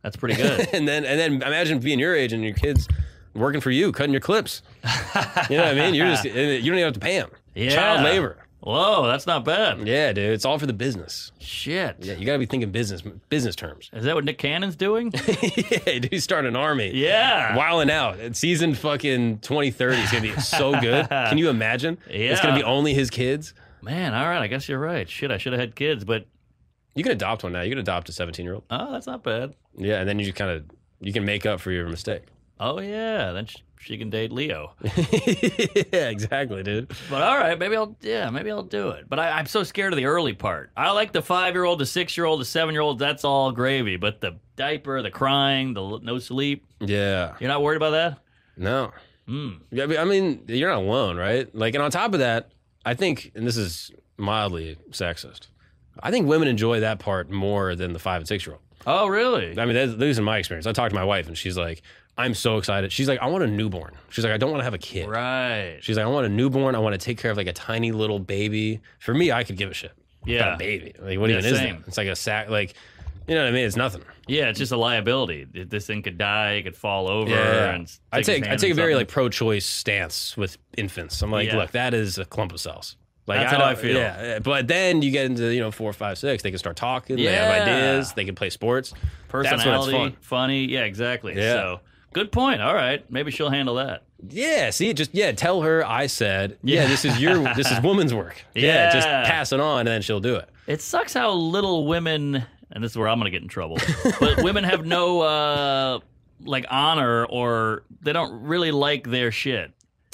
B: That's pretty good.
A: and then and then imagine being your age and your kids working for you, cutting your clips. You know what I mean? You're just you don't even have to pay them.
B: Yeah.
A: Child labor.
B: Whoa, that's not bad.
A: Yeah, dude. It's all for the business.
B: Shit.
A: Yeah, you got to be thinking business business terms.
B: Is that what Nick Cannon's doing?
A: yeah, dude, you start an army.
B: yeah.
A: Wilding out. It's Season fucking 2030 is going to be so good. Can you imagine? It's going to be
B: Yeah.
A: only his kids.
B: Man, all right. I guess you're right. Shit, I should have had kids, but
A: You can adopt one now. You can adopt a 17 year old.
B: oh, that's not bad.
A: Yeah, and then you just kind of you can make up for your mistake.
B: Oh, yeah. Then she, she can date Leo.
A: yeah, exactly, dude.
B: But all right, maybe I'll yeah, maybe I'll do it. But I, I'm so scared of the early part. I like the five year old, the six year old, the seven year old. That's all gravy. But the diaper, the crying, the l- no sleep.
A: Yeah.
B: You're not worried about that?
A: No.
B: Mm.
A: Yeah, I mean- I mean, you're not alone, right? Like, and on top of that, I think, and this is mildly sexist, I think women enjoy that part more than the five and six year old.
B: Oh, really?
A: I mean, that's, at least in my experience. I talked to my wife, and she's like, "I'm so excited." She's like, "I want a newborn." She's like, "I don't want to have a kid."
B: Right.
A: She's like, "I want a newborn. I want to take care of like a tiny little baby." For me, I could give a shit. About
B: Yeah.
A: a baby. Like, what
B: Yeah,
A: even is
B: same.
A: that? It's like a sack. Like, you know what I mean? It's nothing.
B: Yeah, it's just a liability. Th- This thing could die. It could fall over.
A: Yeah.
B: And s-
A: I
B: his
A: take I
B: hand
A: take a
B: and
A: very
B: something.
A: like pro choice stance with infants. I'm like,
B: Yeah.
A: look, that is a clump of cells. Like
B: That's how I
A: don't-
B: feel.
A: Yeah, yeah. but then you get into you know four, five, six. They can start talking. They
B: Yeah.
A: have ideas. They can play sports.
B: personality,
A: That's when it's fun.
B: funny. Yeah, exactly.
A: Yeah.
B: So good point. All right, maybe she'll handle that.
A: Yeah. See, just yeah. Tell her I said. Yeah. this is your. This is woman's work. Yeah. Just
B: Yeah.
A: pass it on, and then she'll do it.
B: It sucks how little women, and this is where I'm going to get in trouble, but women have no uh, like honor or they don't really like their shit.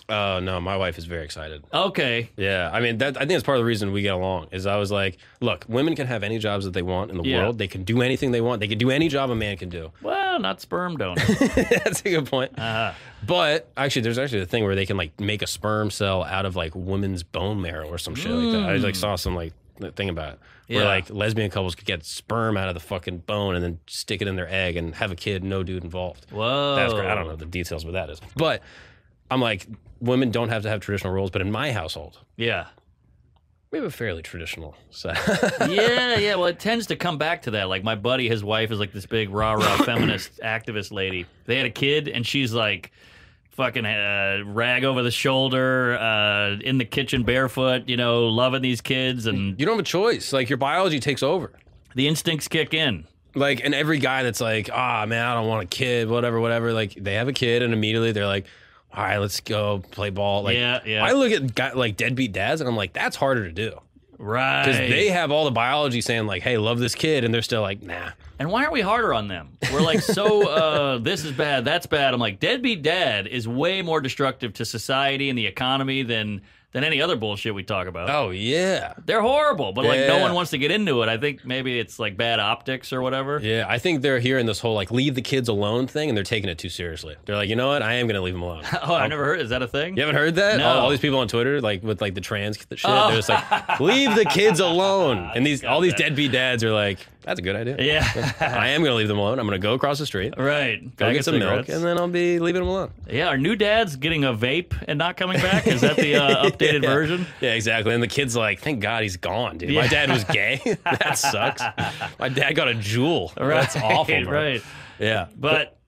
A: Oh no, my wife is very excited.
B: Okay.
A: Yeah, I mean, that, I think that's part of the reason we get along. Is I was like, look, women can have any jobs that they want in the
B: Yeah.
A: world. They can do anything they want. They can do any job a man can do.
B: Well, not sperm donor.
A: that's a good point.
B: Uh,
A: But actually, there's actually a thing where they can like make a sperm cell out of like women's bone marrow or some shit like that. I like saw some like thing about it where
B: Yeah.
A: like lesbian couples could get sperm out of the fucking bone and then stick it in their egg and have a kid, no dude involved.
B: whoa.
A: That's great. I don't know the details of what that is, but I'm like, women don't have to have traditional roles. But in my household,
B: Yeah.
A: we have a fairly traditional set.
B: yeah, yeah. Well, it tends to come back to that. Like my buddy, his wife is like this big rah rah feminist activist lady. They had a kid, and she's like fucking uh, rag over the shoulder, uh, in the kitchen barefoot, you know, loving these kids, and
A: you don't have a choice. Like your biology takes over.
B: the instincts kick in.
A: like and every guy that's like ah man i don't want a kid whatever whatever like they have a kid and immediately they're like all right let's go play ball like
B: Yeah, yeah.
A: i look at guy, like deadbeat dads and i'm like that's harder to do
B: Right.
A: because they have all the biology saying like hey love this kid and they're still like nah
B: and why aren't we harder on them? We're like, so uh, this is bad, that's bad. I'm like, deadbeat dad is way more destructive to society and the economy than than any other bullshit we talk about.
A: oh yeah
B: They're horrible, but like no
A: Yeah.
B: one wants to get into it. I think maybe it's like bad optics or whatever.
A: yeah i think they're hearing this whole like leave the kids alone thing and they're taking it too seriously they're like you know what i am gonna leave them alone
B: Oh, I never heard. Is that a thing?
A: you haven't heard that
B: No.
A: all, all these people on twitter like with like the trans shit they're just like leave the kids alone and these all these deadbeat dads are like that's a good idea
B: Yeah.
A: I am going to leave them alone. I'm going to go across the street,
B: right.
A: go get some milk, and then I'll be leaving them alone.
B: yeah, are new dads getting a vape and not coming back? Is that the uh, updated
A: Yeah.
B: version?
A: Yeah, exactly. And the kid's like, thank God he's gone, dude.
B: Yeah.
A: My dad was gay. that sucks. My dad got a jewel. That's awful, bro.
B: Right.
A: Yeah.
B: But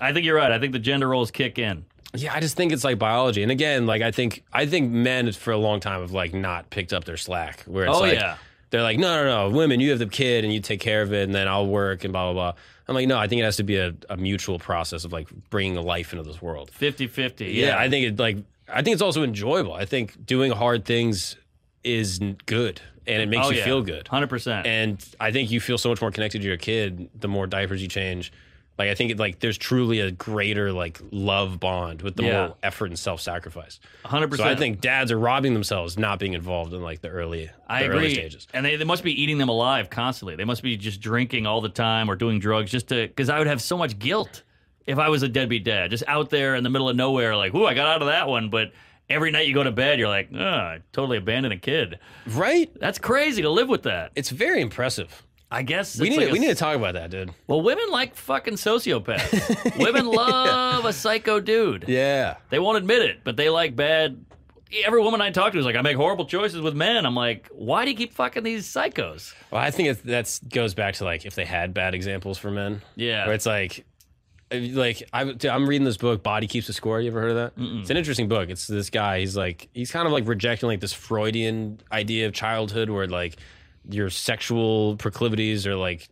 B: I think you're right. I think the gender roles kick in.
A: Yeah, I just think it's like biology. And again, like I think I think men for a long time have like not picked up their slack where it's
B: Oh,
A: like
B: yeah.
A: they're like, No, no, no, women, you have the kid and you take care of it and then I'll work and blah blah blah. I'm like, no, I think it has to be a, a mutual process of like bringing a life into this world.
B: 50 50.
A: yeah. I think it like I think it's also enjoyable. I think doing hard things is n- good and it makes
B: Oh,
A: you
B: yeah.
A: feel good.
B: 100%.
A: And I think you feel so much more connected to your kid the more diapers you change. Like I think it, like there's truly a greater like love bond with the
B: Yeah.
A: more effort and self sacrifice.
B: 100%.
A: So I think dads are robbing themselves not being involved in like the early
B: I
A: the
B: agree.
A: early stages.
B: And they, they must be eating them alive constantly. They must be just drinking all the time or doing drugs just to, because I would have so much guilt if I was a deadbeat dad, just out there in the middle of nowhere, like, ooh, I got out of that one, but every night you go to bed, you're like, oh, I totally abandoned a kid.
A: Right?
B: That's crazy to live with that.
A: It's very impressive.
B: I guess
A: We
B: it's
A: need,
B: like a
A: we need to
B: s-
A: talk about that, dude.
B: well, women like fucking sociopaths. women love a psycho dude.
A: Yeah.
B: They won't admit it, but they like bad. Every woman I talk to is like, I make horrible choices with men. I'm like, why do you keep fucking these psychos?
A: Well, I think that goes back to like if they had bad examples for men.
B: Yeah.
A: Where it's like, like I'm, dude, I'm reading this book, Body Keeps the Score. You ever heard of that? It's an interesting book. It's this guy. He's like he's kind of like rejecting like this Freudian idea of childhood, where like your sexual proclivities are like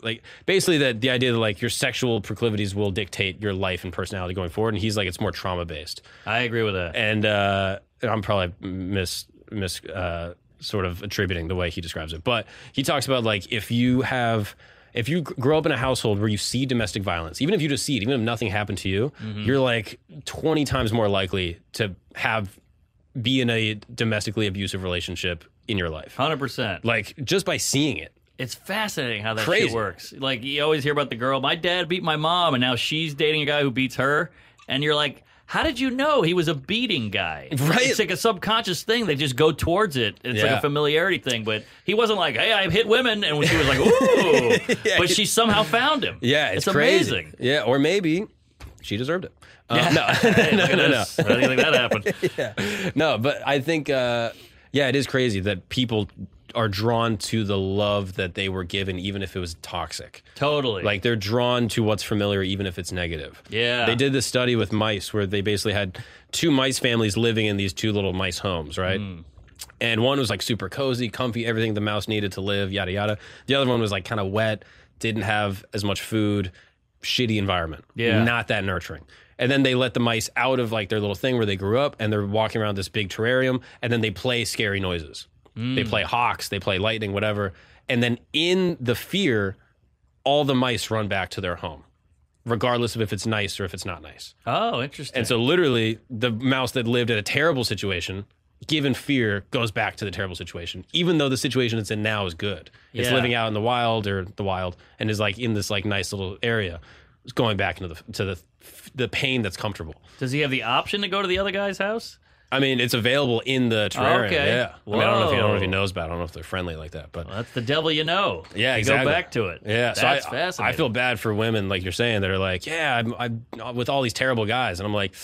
A: like basically that the idea that like your sexual proclivities will dictate your life and personality going forward. And he's like it's more trauma based
B: I agree with that.
A: and uh, and I'm probably mis mis uh, sort of attributing the way he describes it, but he talks about like if you have if you gr- grow up in a household where you see domestic violence, even if you just see it, even if nothing happened to you, you're like 20 times more likely to have be in a domestically abusive relationship in your life,
B: 100%.
A: like just by seeing it.
B: It's fascinating how that shit
A: Crazy.
B: works. Like you always hear about the girl, my dad beat my mom, and now she's dating a guy who beats her, and you're like, how did you know he was a beating guy?
A: Right.
B: It's like a subconscious thing. They just go towards it. It's like
A: Yeah.
B: a familiarity thing. But he wasn't like, hey, I hit women, and she was like, ooh. but she somehow found him. it's, amazing.
A: Yeah, or maybe she deserved it. Uh,
B: Hey,
A: No,
B: look
A: no,
B: at
A: no, no.
B: this. How do you think that happened?
A: no, but I think, uh, yeah, it is crazy that people are drawn to the love that they were given, even if it was toxic.
B: Totally.
A: Like they're drawn to what's familiar, even if it's negative.
B: Yeah.
A: They did this study with mice where they basically had two mice families living in these two little mice homes, right? And one was like super cozy, comfy, everything the mouse needed to live, yada, yada. The other one was like kind of wet, didn't have as much food, shitty environment.
B: Yeah.
A: Not that nurturing. And then they let the mice out of like their little thing where they grew up and they're walking around this big terrarium and then they play scary noises. They play hawks, they play lightning, whatever. And then in the fear, all the mice run back to their home, regardless of if it's nice or if it's not nice.
B: oh, interesting.
A: And so, literally, the mouse that lived in a terrible situation, given fear, goes back to the terrible situation, even though the situation it's in now is good. It's
B: Yeah.
A: living out in the wild or the wild, and is like in this like nice little area. It's going back into the to the the pain that's comfortable.
B: Does he have the option to go to the other guy's house?
A: I mean, it's available in the terrarium.
B: Okay.
A: Yeah. I, mean, I don't know if he, I don't know if he
B: Whoa.
A: knows about. It. I don't know if they're friendly like that, but.
B: Well, that's the devil you know.
A: Yeah,
B: You
A: exactly.
B: Go back to it.
A: Yeah,
B: that's
A: so I,
B: fascinating.
A: I feel bad for women, like you're saying, that are like, yeah, I'm, I'm with all these terrible guys, and I'm like,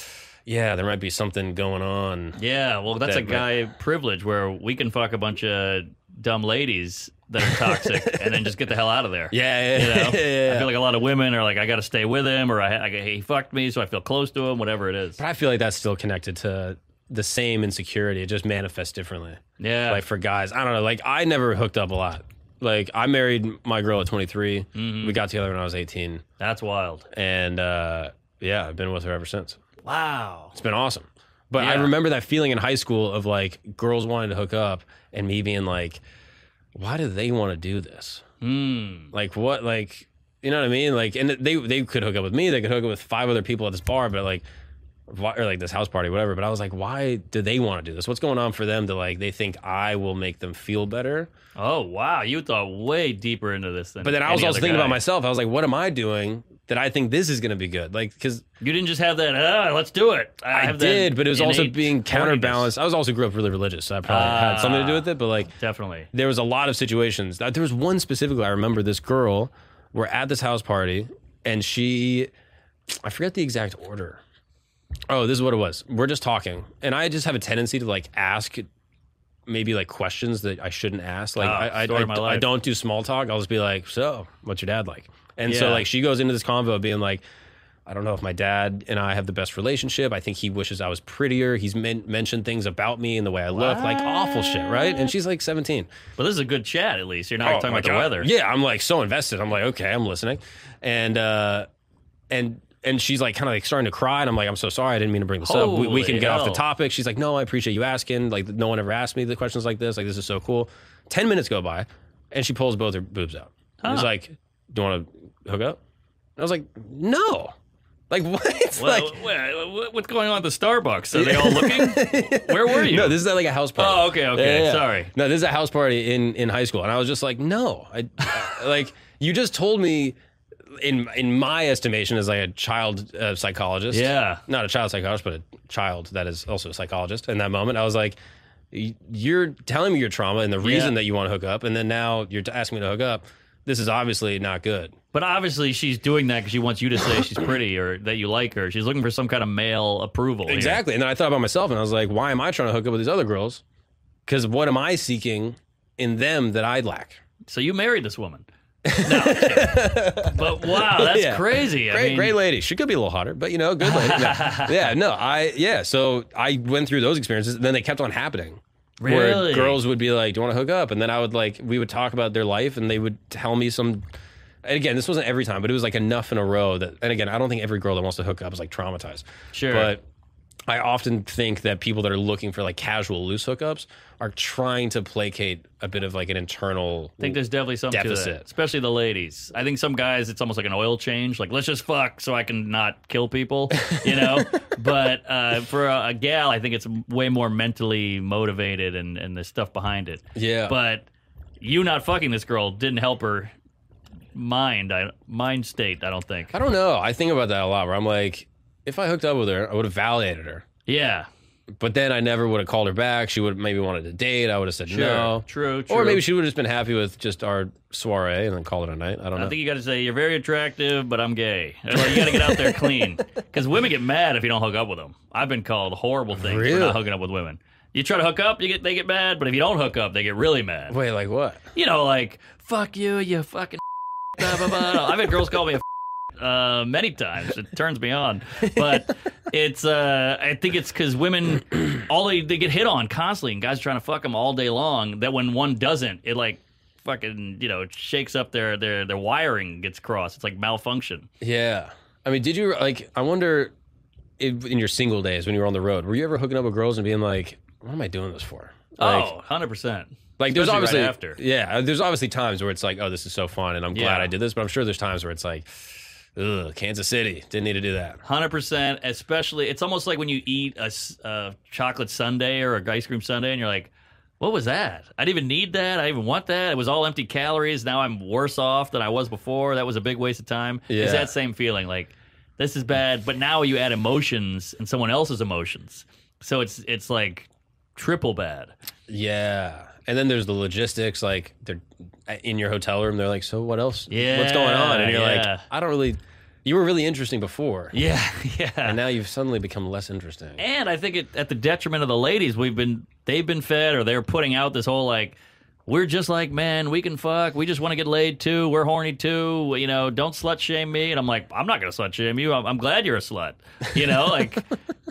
A: yeah, there might be something going on.
B: Yeah, well, that's a
A: That
B: guy privilege where we can fuck a bunch of dumb ladies that are toxic and then just get the hell out of there.
A: Yeah, yeah,
B: You know?
A: yeah, yeah,
B: I
A: yeah.
B: feel like a lot of women are like, I got to stay with him, or I, I, he fucked me, so I feel close to him, whatever it is.
A: But I feel like that's still connected to the same insecurity. It just manifests differently.
B: Yeah,
A: Like for guys, I don't know. Like I never hooked up a lot. Like I married my girl at 23.
B: Mm-hmm.
A: We got together when I was 18,
B: that's wild.
A: and uh, yeah, I've been with her ever since.
B: Wow.
A: It's been awesome. But I
B: Yeah.
A: remember that feeling in high school of like girls wanting to hook up and me being like, why do they want to do this?
B: Hmm.
A: Like what like you know what I mean? Like and they they could hook up with me, they could hook up with five other people at this bar, but like why, or like this house party, whatever. But I was like, why do they want to do this? What's going on for them to like they think I will make them feel better?
B: Oh wow, you thought way deeper into this than.
A: But then I was
B: any
A: also
B: other
A: thinking
B: guy.
A: about myself. I was like, what am I doing that I think this is gonna be good? Like because
B: You didn't just have that. Ah, let's do it. I,
A: I
B: have that
A: did, but it was also
B: innate
A: being
B: horniness. Ah.
A: counterbalanced. I was also grew up really religious, so I probably had something to do with it. But like
B: Definitely.
A: there was a lot of situations. There was one specifically I remember. This girl, we're at this house party, and she, I forget the exact order. Oh, this is what it was. We're just talking, and I just have a tendency to like ask, maybe like questions that I shouldn't ask. Like
B: Oh,
A: I, I,
B: story of my
A: I, I
B: life.
A: don't do small talk. I'll just be like, "So, what's your dad like?" And so
B: Yeah.
A: like she goes into this convo being like. I don't know if my dad and I have the best relationship. I think he wishes I was prettier. He's men- mentioned things about me and the way I look, like awful shit, right? And she's like 17.
B: But this is a good chat, at least. You're not talking
A: Oh, my
B: about
A: God.
B: the weather.
A: Yeah, I'm like so invested. I'm like, okay, I'm listening, and uh, and and she's like, kind of like starting to cry, and I'm like, I'm so sorry, I didn't mean to bring this up. We, we can
B: Holy
A: get off the
B: hell.
A: topic. She's like, no, I appreciate you asking. Like, no one ever asked me the questions like this. Like, this is so cool. Ten minutes go by, and she pulls both her boobs out. And It's like, do you want to hook up? And I was like, no. Like what?
B: Well,
A: like
B: wha- wha- what's going on at the Starbucks? Are they all looking? Where were you?
A: No, this is at like a house party.
B: Oh, okay, okay. Sorry.
A: No, this is a house party in in high school, and I was just like, no, I like you just told me in in my estimation is like a child uh, psychologist.
B: Yeah.
A: not a child psychologist, but a child that is also a psychologist. In that moment, I was like, "Y- "You're telling me your trauma and the reason
B: Yeah.
A: that you want to hook up, and then now you're t- asking me to hook up. This is obviously not good."
B: But obviously, she's doing that because she wants you to say she's pretty or that you like her. She's looking for some kind of male approval. here.
A: Exactly. And then I thought about myself, and I was like, "Why am I trying to hook up with these other girls? Because what am I seeking in them that I lack?"
B: So you married this woman. No, I'm kidding. but wow, that's
A: Yeah.
B: crazy. I
A: Great,
B: mean,
A: great lady. She could be a little hotter, but you know, good lady. No. yeah, no, I yeah. So I went through those experiences, and then they kept on happening.
B: Really?
A: Where girls would be like, "Do you want to hook up?" And then I would like, we would talk about their life, and they would tell me some. And again, this wasn't every time, but it was like enough in a row that. And again, I don't think every girl that wants to hook up is like traumatized.
B: Sure.
A: But I often think that people that are looking for like casual loose hookups are trying to placate a bit of like an internal.
B: I think there's definitely something to that,
A: Deficit.
B: especially the ladies. I think some guys, it's almost like an oil change. Like, let's just fuck so I can not kill people, you know? but uh, for a, a gal, I think it's way more mentally motivated and, and the stuff behind it.
A: yeah.
B: But you not fucking this girl didn't help her mind, I, mind state, I don't think.
A: I don't know. I think about that a lot where I'm like, if I hooked up with her, I would have validated her.
B: Yeah.
A: But then I never would have called her back. She would have maybe wanted to date. I would have said no.
B: True, true.
A: Or maybe she would have just been happy with just our soiree and then call it a night. I don't know.
B: I think you got to say you're very attractive, but I'm gay. Like, you got to get out there clean because women get mad if you don't hook up with them. I've been called horrible things for
A: Really?
B: not hooking up with women. You try to hook up, you get they get mad, but if you don't hook up, they get really mad.
A: Wait, like what?
B: You know, like fuck you, you fucking. blah, blah, blah. I've had girls call me a. Uh, many times it turns me on, but it's uh, I think it's because women all they, they get hit on constantly, and guys are trying to fuck them all day long. That when one doesn't, it like fucking you know it shakes up their their their wiring gets crossed. It's like malfunction.
A: Yeah. I mean, did you like, I wonder if, in your single days when you were on the road, were you ever hooking up with girls and being like, what am I doing this for? Like,
B: oh, 100 percent.
A: like there's obviously,
B: especially right after.
A: yeah, there's obviously times where it's like, oh, this is so fun and I'm glad
B: Yeah.
A: I did this. But I'm sure there's times where it's like, ugh, Kansas City, didn't need to do that.
B: Hundred percent. Especially, it's almost like when you eat a, s- a chocolate sundae or a ice cream sundae, and you're like, "What was that? I didn't even need that. I didn't even want that. It was all empty calories. Now I'm worse off than I was before. That was a big waste of time." It's
A: Yeah.
B: that same feeling, like this is bad, but now you add emotions and someone else's emotions, so it's it's like triple bad.
A: Yeah. And then there's the logistics, like they're uh, in your hotel room. They're like, so what else?
B: Yeah,
A: What's going on? And you're
B: yeah.
A: like, I don't really, you were really interesting before.
B: Yeah, yeah.
A: And now you've suddenly become less interesting.
B: And I think it, at the detriment of the ladies, we've been they've been fed or they're putting out this whole like we're just like men, we can fuck, we just want to get laid too, we're horny too, you know, don't slut shame me. And I'm like, I'm not gonna slut shame you. I'm, I'm glad you're a slut, you know, like,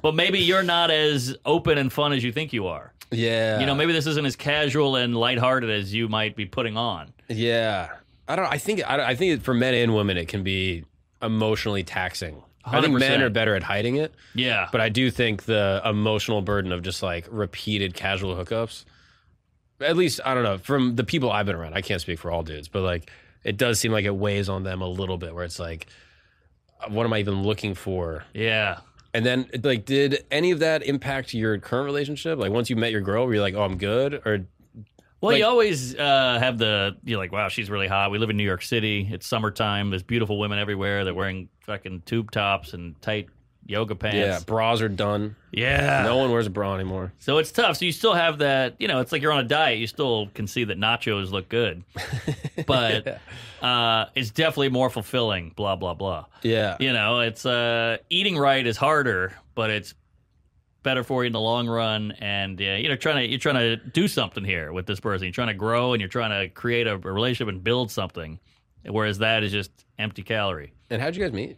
B: but maybe you're not as open and fun as you think you are.
A: Yeah.
B: You know, maybe this isn't as casual and lighthearted as you might be putting on.
A: yeah. I don't, I think, I, I think for men and women, it can be emotionally taxing. I think men
B: 100%.
A: are better at hiding it,
B: Yeah,
A: but I do think the emotional burden of just like repeated casual hookups, at least, I don't know, from the people I've been around, I can't speak for all dudes, but like it does seem like it weighs on them a little bit where it's like, uh, what am I even looking for?
B: yeah.
A: And then, like, did any of that impact your current relationship? Like, once you met your girl, were you like, oh, I'm good? Or
B: Well, you
A: Like-
B: always uh, have the you're like, wow, she's really hot. We live in New York City. It's summertime. There's beautiful women everywhere. They're wearing fucking tube tops and tight yoga
A: yeah,
B: pants.
A: bras are done.
B: Yeah.
A: No one wears a bra anymore.
B: So it's tough. So you still have that. You know, it's like you're on a diet. You still can see that nachos look good, but uh, it's definitely more fulfilling. Blah blah blah.
A: Yeah.
B: You know, it's uh, eating right is harder, but it's better for you in the long run. And uh, you know, trying to you're trying to do something here with this person. You're trying to grow, and you're trying to create a, a relationship and build something. Whereas that is just empty calorie
A: And how'd you guys meet?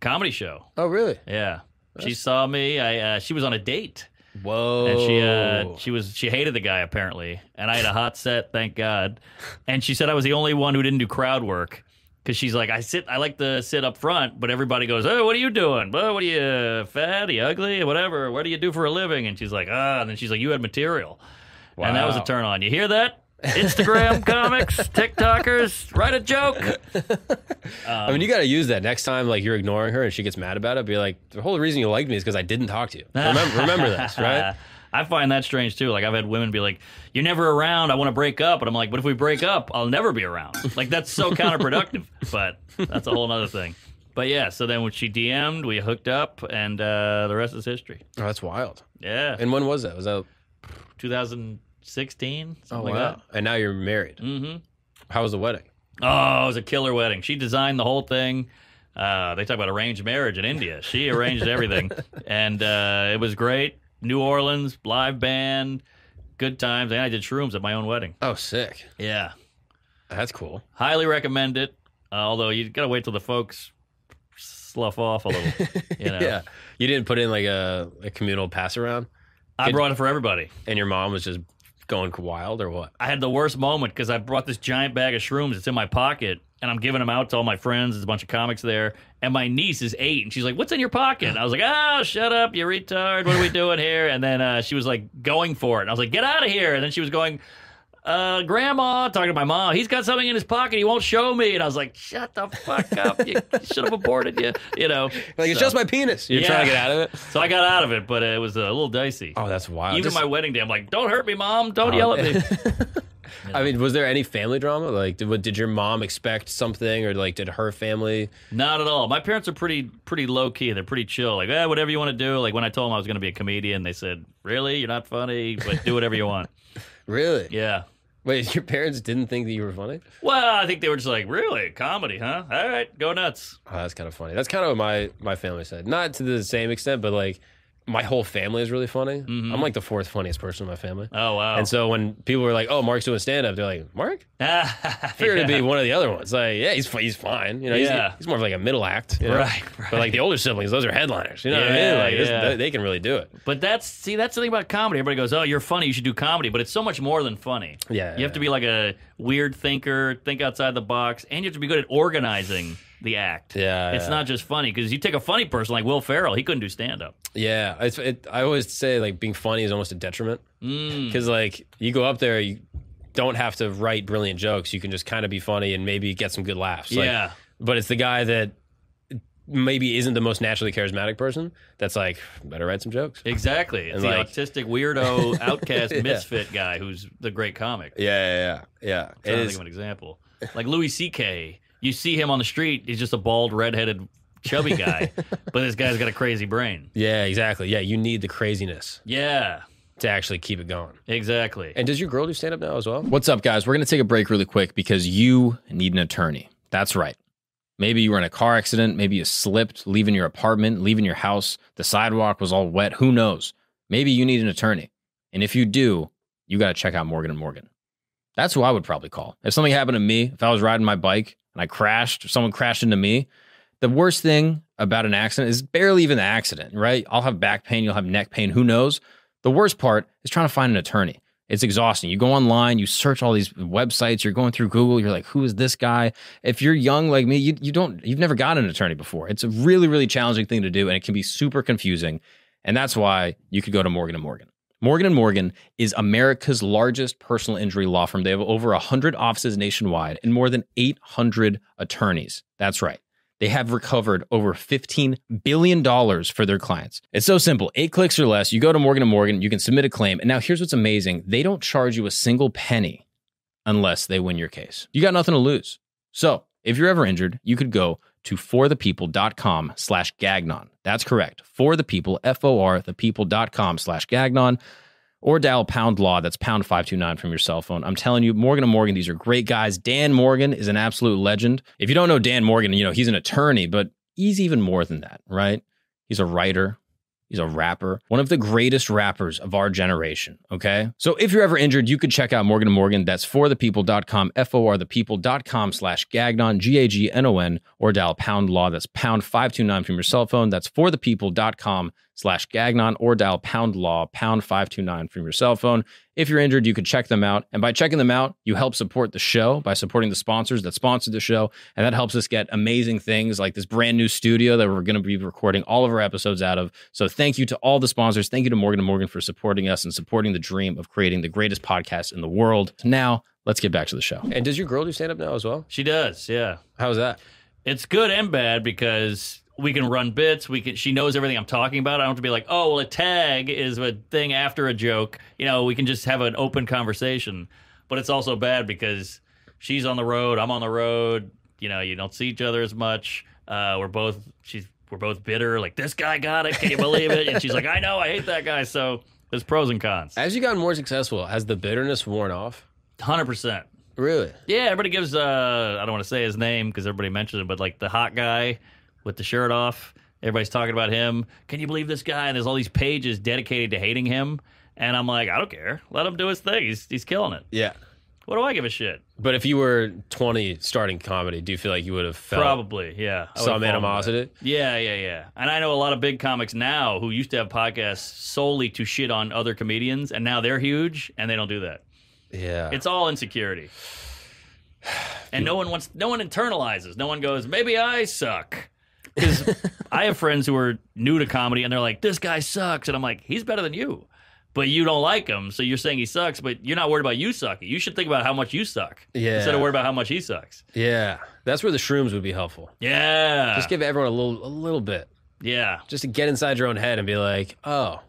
B: comedy show.
A: Oh, really?
B: Yeah, she saw me. I uh, she was on a date,
A: Whoa.
B: and she
A: Oh.
B: uh, she was she hated the guy apparently. And I had a hot set, thank God. And she said I was the only one who didn't do crowd work. Cause she's like, I sit, I like to sit up front, but everybody goes, "Oh, what are you doing? Well, what are you fat? Are you ugly? Whatever. What do you do for a living?" And she's like, "Ah." And then she's like, "You had material," and that was a
A: Wow.
B: turn on. You hear that? Instagram comics, TikTokers, write a joke. Um,
A: I mean, you got to use that next time. Like you're ignoring her and she gets mad about it. Be like, the whole reason you liked me is because I didn't talk to you. Remember, remember this, right?
B: I find that strange too. Like I've had women be like, "You're never around. I want to break up," and I'm like, "But if we break up, I'll never be around." Like that's so counterproductive. But that's a whole other thing. But yeah, so then when she DM'd, we hooked up, and uh, the rest is history.
A: Oh, that's wild.
B: Yeah,
A: And when was that? Was that?
B: 2016.
A: Oh
B: Something
A: wow!
B: Like
A: And now you're married.
B: that. Mm-hmm.
A: How was the wedding?
B: Oh, it was a killer wedding. She designed the whole thing. Uh, they talk about arranged marriage in India. She arranged everything, and uh, it was great. New Orleans live band, good times, and I did shrooms at my own wedding.
A: Oh, sick.
B: Yeah,
A: That's cool.
B: highly recommend it. Uh, although you gotta wait till the folks slough off a little. You know,
A: Yeah. You didn't put in like a, a communal pass around,
B: I
A: Did-
B: brought it for everybody.
A: and your mom was just going wild, or what?
B: I had the worst moment because I brought this giant bag of shrooms. It's in my pocket, and I'm giving them out to all my friends. There's a bunch of comics there, and my niece is eight, and she's like, "What's in your pocket?" And I was like, "Ah, shut up, you retard! What are we doing here?" And then uh, she was like going for it, and I was like, "Get out of here!" And then she was going. Uh, grandma talking to my mom. He's got something in his pocket. He won't show me. And I was like, "Shut the fuck up! You should have aborted you." You know,
A: Like it's
B: So-
A: just my penis. You're
B: Yeah.
A: trying to get out of it.
B: So I got out of it, but it was a little dicey.
A: Oh, that's wild.
B: Even
A: Just- Oh,
B: my wedding day, I'm like, "Don't hurt me, mom! Don't yell at me!"
A: I mean, was there any family drama? Like, did, what, did your mom expect something, or like, did her family?
B: Not at all. My parents are pretty pretty low key. They're pretty chill. Like, eh, whatever you want to do. Like when I told them I was going to be a comedian, they said, "Really? You're not funny, but do whatever you want."
A: Really?
B: Yeah.
A: Wait, your parents didn't think that you were funny?
B: Well, I think they were just like, "Really? Comedy, huh? All right, go nuts."
A: Oh, that's kind of funny. That's kind of what my my family said. Not to the same extent, but like, my whole family is really funny. I'm like the fourth funniest person in my family.
B: Mm-hmm. Oh wow.
A: And so when people were like, "Oh, Mark's doing stand up," they're like, "Mark, figured
B: to
A: it'd be one of the other ones." Like, yeah, he's fu- he's fine. You know, he's-
B: Yeah.
A: he's, more of like a middle act, you know?
B: Right,
A: But like the older siblings, those are headliners. You know what I mean?
B: Yeah,
A: Like, this-
B: yeah.
A: they, they can really do it.
B: But that's see, that's the thing about comedy. Everybody goes, "Oh, you're funny. You should do comedy." But it's so much more than funny.
A: Yeah.
B: You have to be like a weird thinker, think outside the box, and you have to be good at organizing the act.
A: Yeah,
B: It's
A: yeah.
B: not just funny because you take a funny person like Will Ferrell, he couldn't do stand up.
A: Yeah, it's, it, I always say like being funny is almost a detriment
B: Mm.
A: because like you go up there, you don't have to write brilliant jokes. You can just kind of be funny and maybe get some good laughs. Like,
B: Yeah.
A: but it's the guy that maybe isn't the most naturally charismatic person that's like better write some jokes.
B: Exactly. It's
A: And,
B: the
A: like-
B: autistic weirdo outcast
A: Yeah.
B: misfit guy who's the great comic. I'm
A: Yeah, yeah, yeah. yeah. It
B: trying to
A: is-
B: think of an example. Like Louis C.K. You see him on the street, he's just a bald, redheaded, chubby guy. but this guy's got a crazy brain.
A: yeah, exactly. Yeah, you need the craziness
B: Yeah.
A: to actually keep it going.
B: Exactly.
A: And does your girl do stand up now as well?
C: What's up, guys? We're going to take a break really quick because you need an attorney. That's right. Maybe you were in a car accident. Maybe you slipped, leaving your apartment, leaving your house. The sidewalk was all wet. Who knows? Maybe you need an attorney. And if you do, you got to check out Morgan and Morgan. That's who I would probably call. If something happened to me, if I was riding my bike and I crashed, or someone crashed into me, the worst thing about an accident is barely even the accident, right? I'll have back pain, you'll have neck pain, who knows? The worst part is trying to find an attorney. It's exhausting. You go online, you search all these websites, you're going through Google, you're like, who is this guy? If you're young like me, you, you don't you've never got an attorney before. It's a really, really challenging thing to do, and it can be super confusing. And that's why you could go to Morgan and Morgan. Morgan and Morgan is America's largest personal injury law firm. They have over 100 offices nationwide and more than 800 attorneys. That's right. They have recovered over $15 billion for their clients. It's so simple. Eight clicks or less, you go to Morgan & Morgan, you can submit a claim. And now here's what's amazing. They don't charge you a single penny unless they win your case. You got nothing to lose. So if you're ever injured, you could go to forthepeople.com slash gagnon. That's correct. For the people, F-O-R, thepeople.com slash gagnon or dial pound law that's pound 529 from your cell phone i'm telling you morgan and morgan these are great guys dan morgan is an absolute legend if you don't know dan morgan you know he's an attorney but he's even more than that right he's a writer he's a rapper one of the greatest rappers of our generation okay so if you're ever injured you could check out morgan and morgan that's for the people.com for the people.com slash gagnon g-a-g-n-o-n or dial pound law that's pound 529 from your cell phone that's for the people.com slash gagnon or dial pound law pound 529 from your cell phone if you're injured you can check them out and by checking them out you help support the show by supporting the sponsors that sponsored the show and that helps us get amazing things like this brand new studio that we're going to be recording all of our episodes out of so thank you to all the sponsors thank you to morgan and morgan for supporting us and supporting the dream of creating the greatest podcast in the world now let's get back to the show
A: And does your girl do stand up now as well?
B: she does, yeah.
A: How's that?
B: It's good and bad because we can run bits. We can. She knows everything I'm talking about. I don't have to be like, oh, well, a tag is a thing after a joke. You know, we can just have an open conversation. But it's also bad because she's on the road. I'm on the road. You know, you don't see each other as much. Uh, we're both. She's. We're both bitter. Like this guy got it. Can you believe it? And she's like, I know. I hate that guy. So there's pros and cons.
A: As you gotten more successful, has the bitterness worn off?
B: Hundred percent.
A: Really?
B: Yeah, everybody gives. uh I don't want to say his name because everybody mentioned him, but like the hot guy with the shirt off, everybody's talking about him. Can you believe this guy? And there's all these pages dedicated to hating him, and I'm like, I don't care. Let him do his thing. He's he's killing it.
A: Yeah.
B: What do I give a shit?
A: But if you were 20 starting comedy, do you feel like you would have felt
B: Probably, yeah. I would've
A: Oh. some
B: fallen away.
A: animosity?
B: Yeah, yeah, yeah. And I know a lot of big comics now who used to have podcasts solely to shit on other comedians, and now they're huge and they don't do that.
A: Yeah.
B: It's all insecurity. And no one wants no one internalizes. No one goes, "Maybe I suck." Cuz I have friends who are new to comedy and they're like, "This guy sucks." And I'm like, "He's better than you." But you don't like him, so you're saying he sucks, but you're not worried about you sucking. You should think about how much you suck
A: Yeah.
B: instead of worried about how much he sucks.
A: yeah. That's where the shrooms would be helpful.
B: Yeah.
A: Just give everyone a little a little bit.
B: yeah.
A: Just to get inside your own head and be like, "Oh,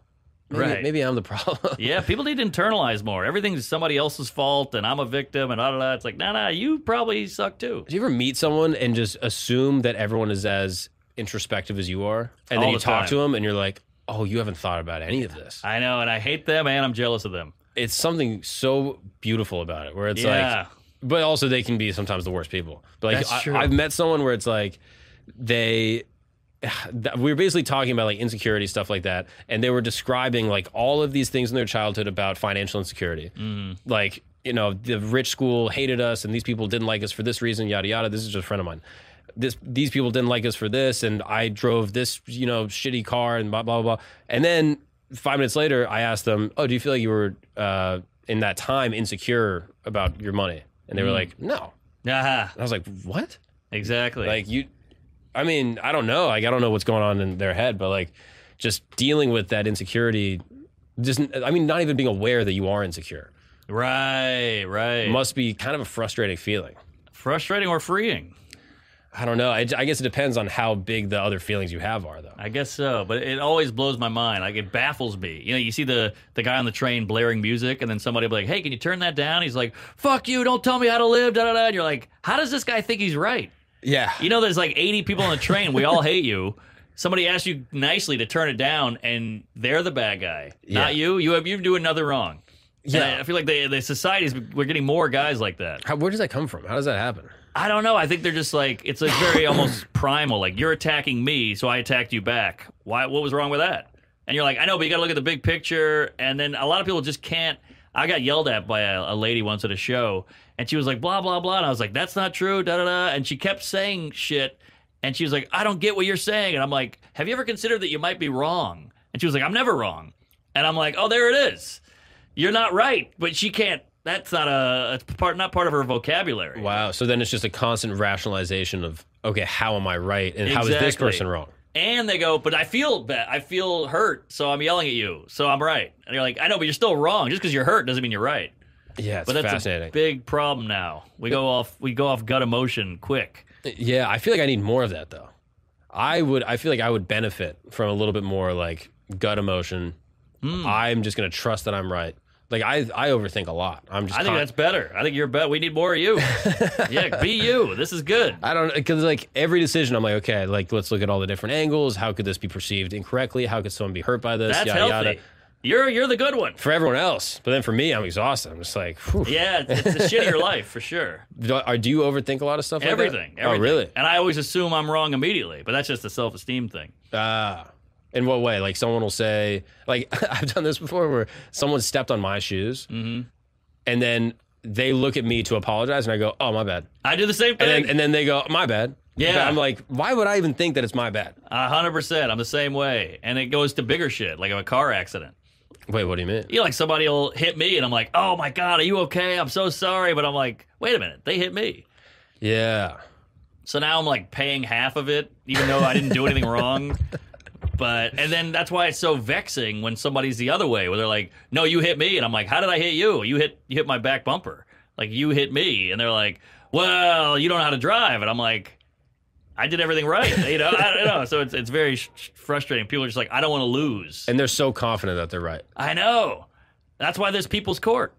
A: maybe,
B: Right.
A: maybe I'm the problem."
B: Yeah, people need to internalize more. Everything's somebody else's fault and I'm a victim and da da da. It's like, "Nah, nah, you probably suck too."
A: Do you ever meet someone and just assume that everyone is as introspective as you are? And
B: All
A: then you
B: the
A: talk
B: time.
A: to them and you're like, oh, you haven't thought about any of this.
B: I know, and I hate them and I'm jealous of them.
A: It's something so beautiful about it where it's
B: yeah.
A: like, but also they can be sometimes the worst people. But like,
C: That's
A: I,
C: true.
A: I've met someone where it's like, they, that- we were basically talking about like insecurity, stuff like that. And they were describing like all of these things in their childhood about financial insecurity. like you know the rich school hated us and these people didn't like us for this reason yada yada this is just a friend of mine this these people didn't like us for this and i drove this you know shitty car and blah blah blah and then five minutes later i asked them oh do you feel like you were uh, in that time insecure about your money and they were like no
B: Yeah,
A: and i was like what
B: exactly.
A: like you i mean i don't know like i don't know what's going on in their head but like just dealing with that insecurity just i mean not even being aware that you are insecure
B: right, right.
A: must be kind of a frustrating feeling.
B: Frustrating or freeing?
A: I don't know. I, I guess it depends on how big the other feelings you have are, though.
B: I guess so, but it always blows my mind. Like it baffles me. You know, you see the the guy on the train blaring music, and then somebody will be like, "Hey, can you turn that down?" He's like, "Fuck you! Don't tell me how to live." Da da da. And you're like, "How does this guy think he's right?"
A: Yeah.
B: You know, there's like 80 people on the train. We all hate you. Somebody asks you nicely to turn it down, and they're the bad guy,
A: Yeah.
B: not you. You have you doing nothing wrong. And
A: Yeah.
B: I- I feel like the the society's we're getting more guys like that.
A: How, where does that come from? How does that happen?
B: I don't know. I think they're just like it's like very almost primal. Like you're attacking me, so I attacked you back. Why? What was wrong with that? And you're like, I know, but you got to look at the big picture. And then a lot of people just can't. I got yelled at by a, a lady once at a show, and she was like, blah blah blah. And I was like, that's not true. Da da da. And she kept saying shit. And she was like, I don't get what you're saying. And I'm like, have you ever considered that you might be wrong? And she was like, I'm never wrong. And I'm like, oh, there it is. You're not right, but she can't. That's not a it's part not part of her vocabulary.
A: Wow. So then it's just a constant rationalization of, okay, how am I right? And how is this
B: Exactly.
A: person wrong?
B: And they go, but I feel bad. I feel hurt, so I'm yelling at you. So I'm right. And you're like, I know, but you're still wrong. Just because you're hurt doesn't mean you're right.
A: Yeah, it's
B: But that's a
A: fascinating.
B: big problem now. We go off. We go off gut emotion quick.
A: yeah, I feel like I need more of that, though. I would, I feel like I would benefit from a little bit more like gut emotion.
B: Hmm.
A: I'm just going to trust that I'm right. Like I, I overthink a lot. I'm just.
B: I think
A: con-
B: that's better. I think you're better. We need more of you. yeah, be you. This is good.
A: I don't because like every decision, I'm like, okay, like let's look at all the different angles. How could this be perceived incorrectly? How could someone be hurt by this?
B: That's
A: yada
B: healthy.
A: yada.
B: You're you're the good one.
A: For everyone else, but then for me, I'm exhausted. I'm just like, whew.
B: Yeah, it's, it's the shit of your life for sure.
A: Do, are, do you overthink a lot of stuff? like that?
B: Everything, everything.
A: Oh, really?
B: And I always assume I'm wrong immediately, but that's just a self esteem thing.
A: Ah. In what way? Like someone will say, like I've done this before, where someone stepped on my shoes,
B: Mm-hmm.
A: and then they look at me to apologize, and I go, "Oh, my bad,"
B: I do the same
A: and
B: thing.
A: then, and then they go, "My bad."
B: Yeah.
A: But I'm like, why would I even think that it's my bad?
B: A hundred percent. I'm the same way, and it goes to bigger shit, like a car accident.
A: Wait, what do you mean?
B: You know, like somebody will hit me, and I'm like, "Oh my god, are you okay? I'm so sorry," but I'm like, "Wait a minute, they hit me."
A: Yeah.
B: So now I'm like paying half of it, even though I didn't do anything wrong. But and then that's why it's so vexing when somebody's the other way, where they're like, "No, you hit me," and I'm like, "How did I hit you? You hit you hit my back bumper. Like you hit me," and they're like, "Well, you don't know how to drive," and I'm like, I did everything right. You know, I don't know. So it's it's very sh- sh- frustrating. People are just like, I don't want to lose.
A: And they're so confident that they're right.
B: I know. That's why there's people's court.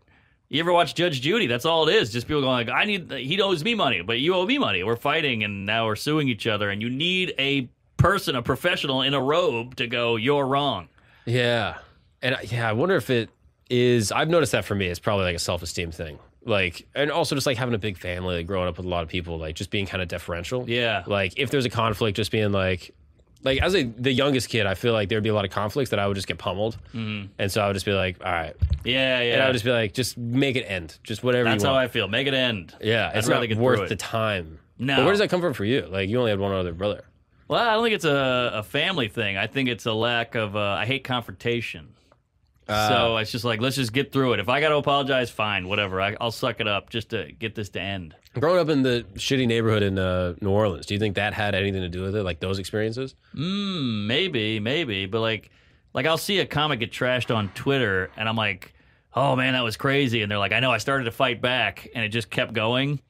B: You ever watch Judge Judy? That's all it is. Just people going like, I need. He owes me money, but you owe me money. We're fighting, and now we're suing each other. And you need a person, a professional in a robe, to go. You're wrong.
A: Yeah. And I- yeah, I wonder if it is. I've noticed that for me, it's probably like a self esteem thing. Like, and also just like having a big family, like growing up with a lot of people, like just being kind of deferential.
B: Yeah.
A: Like, if there's a conflict, just being like, like as a, the youngest kid, I feel like there'd be a lot of conflicts that I would just get pummeled, and so I would just be like, "All right,"
B: Yeah,
A: and I
B: Mm-hmm. yeah.
A: would just be like, "Just make it end, just whatever
B: That's
A: you
B: how
A: want."
B: I feel. Make it end.
A: yeah, it's
B: rather
A: not
B: get through
A: worth
B: it.
A: the time.
B: No.
A: but where does that come from for you? Like, you only had one other brother.
B: Well, I don't think it's a, a family thing. I think it's a lack of. Uh, I hate confrontation.
A: Ah.
B: so it's just like let's just get through it. If I got to apologize, fine, whatever. I, I'll suck it up just to get this to end.
A: Growing up in the shitty neighborhood in uh, New Orleans, do you think that had anything to do with it? Like those experiences?
B: Mm, maybe, maybe, but like, like I'll see a comic get trashed on Twitter, and I'm like, oh man, that was crazy. And they're like, I know, I started to fight back, and it just kept going,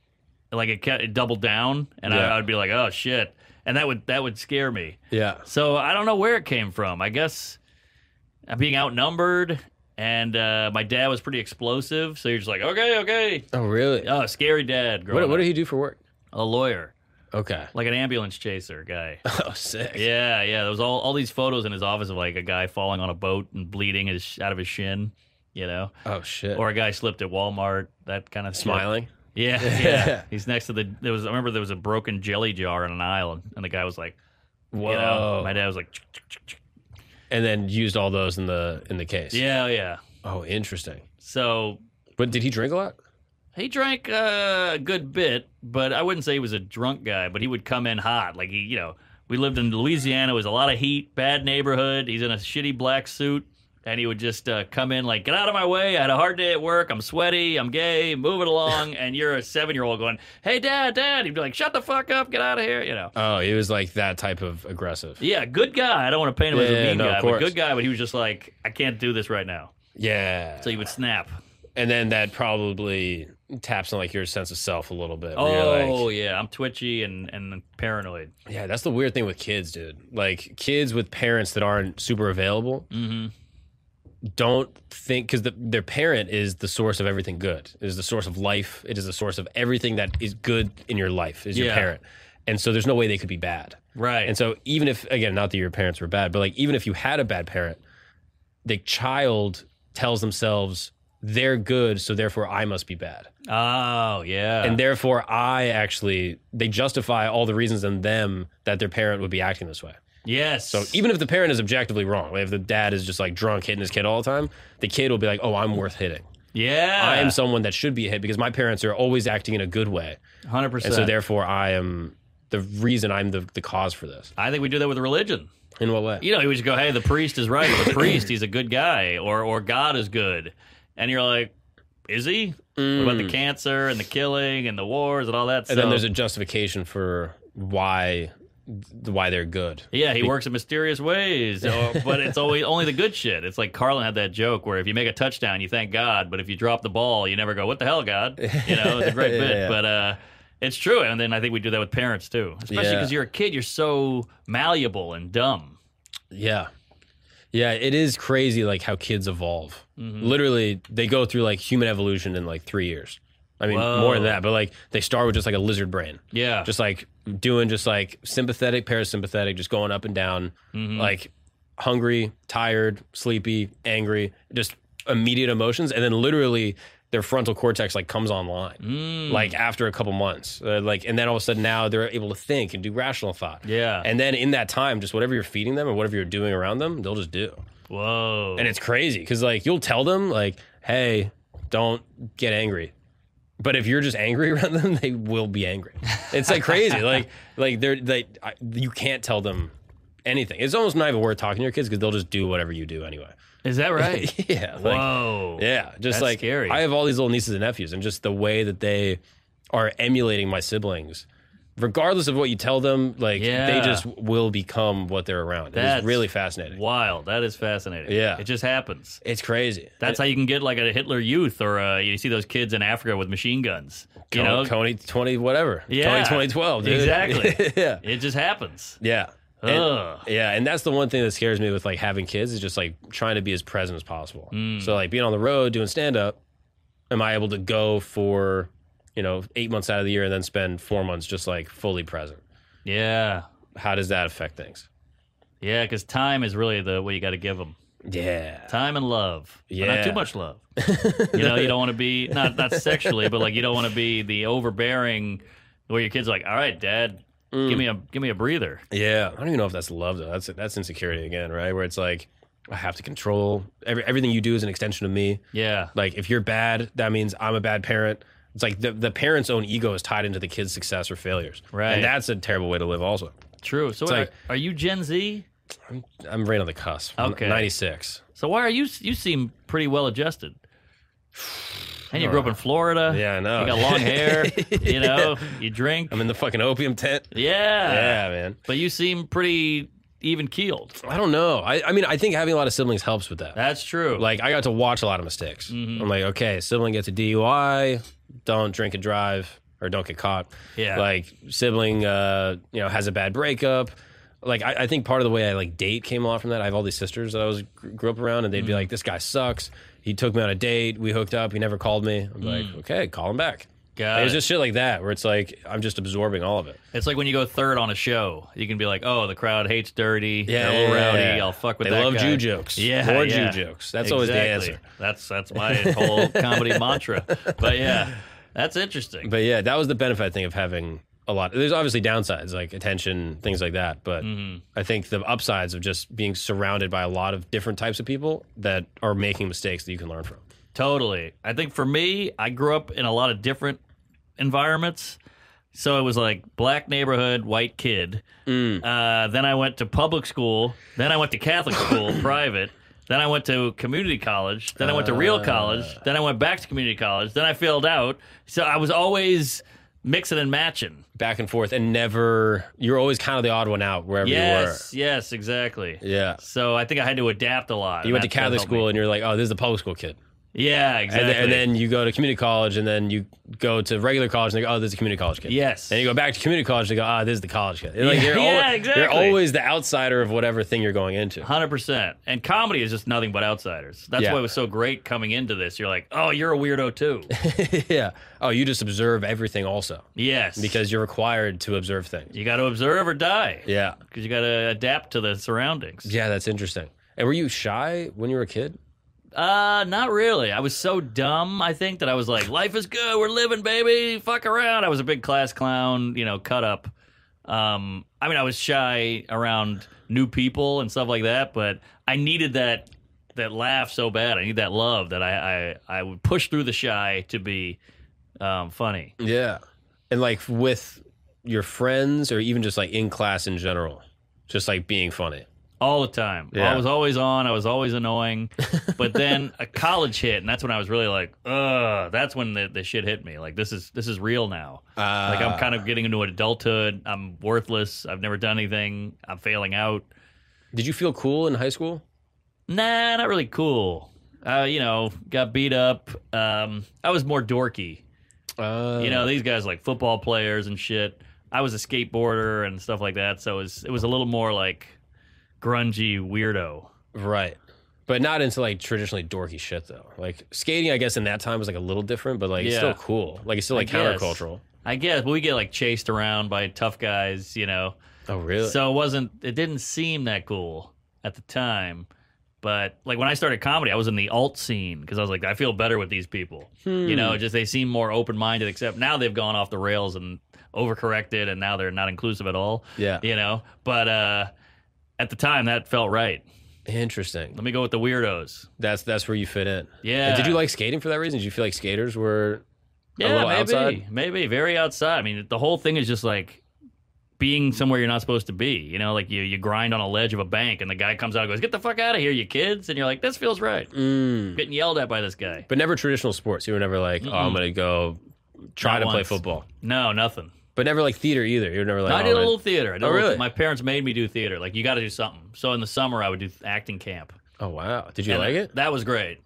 B: like it kept it doubled down, and I,
A: Yeah.
B: I would be like, oh shit, and that would that would scare me.
A: Yeah.
B: So I don't know where it came from. I guess I'm being outnumbered, and uh, my dad was pretty explosive, so you're just like, okay, okay,
A: Oh, really?
B: oh, scary dad. Growing
A: What, what
B: up.
A: did he do for work?
B: a lawyer,
A: Okay.
B: like an ambulance chaser guy.
A: Oh, sick.
B: Yeah, yeah. There was all, all these photos in his office of like a guy falling on a boat and bleeding his, out of his shin, you know,
A: Oh, shit.
B: or a guy slipped at Walmart, that kind of shit.
A: Smiling.
B: Yeah, yeah. He's next to the. There was. I remember there was a broken jelly jar in an aisle, and, and the guy was like,
A: Whoa.
B: you know, my dad was like, "Ch- ch- ch- ch-"
A: and then used all those in the in the case.
B: yeah, yeah.
A: Oh, interesting.
B: So
A: But did he drink a lot?
B: he drank uh, a good bit, but I wouldn't say he was a drunk guy. But he would come in hot, like he, you know, we lived in Louisiana. It was a lot of heat, bad neighborhood. He's in a shitty black suit, and he would just uh, come in like, "Get out of my way! I had a hard day at work. I'm sweaty. I'm gay. Move it along." and you're a seven year old going, "Hey, dad, dad!" He'd be like, "Shut the fuck up! Get out of here!" You know.
A: Oh, he was like that type of aggressive.
B: Yeah, good guy. I don't want to paint him as a
A: Yeah,
B: mean
A: no, of
B: guy, but
A: course.
B: good guy. But he was just like, "I can't do this right now."
A: Yeah.
B: So he would snap.
A: and then that probably taps on like your sense of self a little bit. where you're like-
B: Oh yeah, I'm twitchy and and paranoid.
A: Yeah, that's the weird thing with kids, dude. Like kids with parents that aren't super available
B: Mm-hmm.
A: don't think because the, their parent is the source of everything good. It is the source of life. It is the source of everything that is good in your life is
B: Yeah.
A: your parent, and so there's no way they could be bad.
B: Right.
A: And so even if again, not that your parents were bad, but like even if you had a bad parent, the child tells themselves they're good, so therefore I must be bad.
B: Oh yeah.
A: and therefore I actually they justify all the reasons in them that their parent would be acting this way.
B: yes.
A: So even if the parent is objectively wrong, if the dad is just like drunk hitting his kid all the time, the kid will be like, "Oh, I'm worth hitting.
B: yeah,
A: I am someone that should be hit because my parents are always acting in a good way,
B: hundred
A: and
B: percent.
A: so therefore I am the reason I'm the the cause for this."
B: I think we do that with religion.
A: In what way?
B: You know, you just go, "Hey, the priest is right. The priest, he's a good guy," or or God is good, and you're like, "Is he?" What about the cancer and the killing and the wars and all that?
A: Mm. And then there's a justification for why why they're good.
B: yeah, he works in mysterious ways, or, but it's always only the good shit. It's like Carlin had that joke where if you make a touchdown, you thank God, but if you drop the ball, you never go, "What the hell, God?" You know, it's a great
A: Yeah,
B: bit,
A: yeah.
B: but uh, it's true. And then I think we do that with parents too, especially
A: Yeah.
B: because you're a kid, you're so malleable and dumb.
A: Yeah. Yeah, it is crazy like how kids evolve. Literally, they go through like human evolution in like 3 years. I mean,
B: Whoa.
A: more than that, but like they start with just like a lizard brain.
B: Yeah.
A: Just like doing just like sympathetic, parasympathetic, just going up and down, like hungry, tired, sleepy, angry, just immediate emotions and then literally their frontal cortex like comes online.
B: Mm,
A: Like after a couple months. Uh, like and then all of a sudden now they're able to think and do rational thought.
B: Yeah.
A: And then in that time, just whatever you're feeding them or whatever you're doing around them, they'll just do.
B: Whoa.
A: And it's crazy because like you'll tell them like, "Hey, don't get angry," but if you're just angry around them, they will be angry. It's like crazy. like like they're they I, you can't tell them anything. It's almost not even worth talking to your kids because they'll just do whatever you do anyway.
B: Is that right?
A: yeah. Like,
B: Whoa.
A: yeah, just
B: That's
A: like
B: scary.
A: I have all these little nieces and nephews, and just the way that they are emulating my siblings, regardless of what you tell them, like
B: Yeah.
A: they just will become what they're around.
B: That's
A: it's really fascinating.
B: Wild. That is fascinating.
A: Yeah.
B: It just happens.
A: it's crazy.
B: That's how you can get like a Hitler Youth or uh, you see those kids in Africa with machine guns. You know,
A: Coney twenty whatever.
B: Yeah.
A: Tony twenty twelve. Dude.
B: Exactly.
A: yeah.
B: it just happens.
A: Yeah. And-
B: Ugh.
A: yeah, and that's the one thing that scares me with like having kids is just like trying to be as present as possible.
B: Mm.
A: So like being on the road doing stand up, am I able to go for, you know, 8 months out of the year and then spend 4 months just like fully present?
B: Yeah.
A: How does that affect things?
B: Yeah, because time is really the what you got to give them.
A: Yeah.
B: Time and love. But not
A: Yeah.
B: too much love. you know, you don't want to be not not sexually, but like you don't want to be the overbearing where your kids are like, all right, dad, give
A: Mm.
B: me a give me a breather.
A: Yeah, I don't even know if that's love though. That's that's insecurity again, right? Where it's like I have to control every, everything you do is an extension of me.
B: Yeah.
A: Like if you're bad, that means I'm a bad parent. It's like the the parent's own ego is tied into the kid's success or failures.
B: Right.
A: and that's a terrible way to live. Also,
B: True. So
A: It's
B: are,
A: like-
B: are you Gen Z?
A: I'm I'm right on the cusp. I'm
B: Okay.
A: 96.
B: So why are you you seem pretty well adjusted? And you grew up in Florida.
A: Yeah, I know.
B: You got long hair, you know, you drink.
A: I'm in the fucking opium tent.
B: yeah.
A: Yeah, man.
B: But you seem pretty even keeled.
A: I don't know. I I mean, I think having a lot of siblings helps with that.
B: That's true.
A: like I got to watch a lot of mistakes.
B: Mm-hmm.
A: I'm like, okay, sibling gets a DUI, don't drink and drive or don't get caught.
B: Yeah.
A: Like sibling, uh, you know, has a bad breakup. Like I, I think part of the way I like date came off from that. I have all these sisters that I was grew up around, and
B: Mm-hmm.
A: they'd be like, "This guy sucks. He took me on a date. We hooked up. He never called me." I'm like, "Okay, call him back."
B: Mm. Got
A: It was
B: it.
A: just shit like that where it's like I'm just absorbing all of it.
B: It's like when you go third on a show, you can be like, "Oh, the crowd hates dirty.
A: Yeah,
B: they're a little
A: yeah,
B: rowdy.
A: yeah.
B: I'll fuck with
A: They
B: that
A: love
B: guy."
A: Jew jokes.
B: Yeah,
A: More
B: yeah.
A: Jew jokes. That's always the
B: Exactly.
A: answer.
B: That's that's my whole comedy mantra. But yeah, that's interesting.
A: But yeah, that was the benefit I think of having a lot. There's obviously downsides like attention, things like that. But
B: Mm-hmm.
A: I think the upsides of just being surrounded by a lot of different types of people that are making mistakes that you can learn from.
B: Totally. I think for me, I grew up in a lot of different environments. So it was like black neighborhood, white kid.
A: Mm.
B: Uh, then I went to public school. Then I went to Catholic school, private. Then I went to community college. Then I went to
A: Uh.
B: real college. Then I went back to community college. Then I failed out. So I was always mixing and matching.
A: Back and forth, and never you're always kind of the odd one out wherever
B: Yes, yes, exactly.
A: you were. Yeah.
B: So I think I had to adapt a lot.
A: You went to
B: and that- that
A: Catholic
B: helped me.
A: school and you're like, oh, this is the public school kid.
B: Yeah,
A: And,
B: exactly.
A: then, and then you go to community college and then you go to regular college and they go, oh, this is a community college kid.
B: Yes.
A: And you go back to community college and they go, ah, this is the college kid. Like, you're
B: Yeah,
A: al-
B: exactly.
A: You're always the outsider of whatever thing you're going into.
B: Hundred percent. And comedy is just nothing but outsiders. That's
A: Yeah.
B: why it was so great coming into this. You're like, oh, you're a weirdo too.
A: yeah. Oh, you just observe everything also
B: yes,
A: because you're required to observe things.
B: you got to observe or die.
A: Yeah.
B: because you got to adapt to the surroundings.
A: Yeah, that's interesting. And were you shy when you were a kid?
B: Uh, not really. I was so dumb. I think that I was like, life is good. We're living, baby. Fuck around. I was a big class clown. You know, cut up. Um, I mean, I was shy around new people and stuff like that, but I needed that that laugh so bad. I need that love that I I, I would push through the shy to be um, funny.
A: Yeah. And like with your friends or even just like in class in general, just like being funny.
B: all the time.
A: Yeah.
B: I was always on. I was always annoying. But then a college hit, and that's when I was really like, ugh. That's when the, the shit hit me. Like this is this is real now.
A: Ah.
B: like I'm kind of getting into adulthood. I'm worthless. I've never done anything. I'm failing out.
A: Did you feel cool in high school?
B: Nah, not really cool. Uh, you know, got beat up. Um, I was more dorky.
A: Uh,
B: You know, these guys like football players and shit. I was a skateboarder and stuff like that, so it was it was a little more like grungy weirdo.
A: Right. But not into like traditionally dorky shit though. Like skating, I guess in that time was like a little different, but like it's
B: Yeah.
A: still cool. Like it's still like
B: guess.
A: countercultural.
B: I guess, but we get like chased around by tough guys, you know.
A: Oh really?
B: So it wasn't it didn't seem that cool at the time. But like when I started comedy, I was in the alt scene because I was like, I feel better with these people.
A: Hmm.
B: You know, just they seem more open minded, except now they've gone off the rails and overcorrected and now they're not inclusive at all.
A: Yeah.
B: You know? But uh at the time that felt right.
A: Interesting.
B: Let me go with the weirdos.
A: That's that's where you fit in.
B: Yeah.
A: And did you like skating for that reason? Did you feel like skaters were a
B: Yeah,
A: little
B: maybe,
A: outside?
B: maybe very outside. I mean, the whole thing is just like being somewhere you're not supposed to be. You know, like you you grind on a ledge of a bank, and the guy comes out and goes, "Get the fuck out of here, you kids!" And you're like, "This feels right."
A: Mm.
B: Getting yelled at by this guy.
A: But never traditional sports. You were never like, oh, I'm going to go try
B: Not
A: to play
B: once.
A: football.
B: No, nothing.
A: But never like theater either. You were never like.
B: No, I
A: "Oh,
B: did a
A: man."
B: little theater. I did
A: Oh,
B: a little-
A: really?
B: My parents made me do theater. Like, you got to do something. So in the summer, I would do acting camp.
A: Oh wow! Did you
B: And
A: like it?
B: That was great.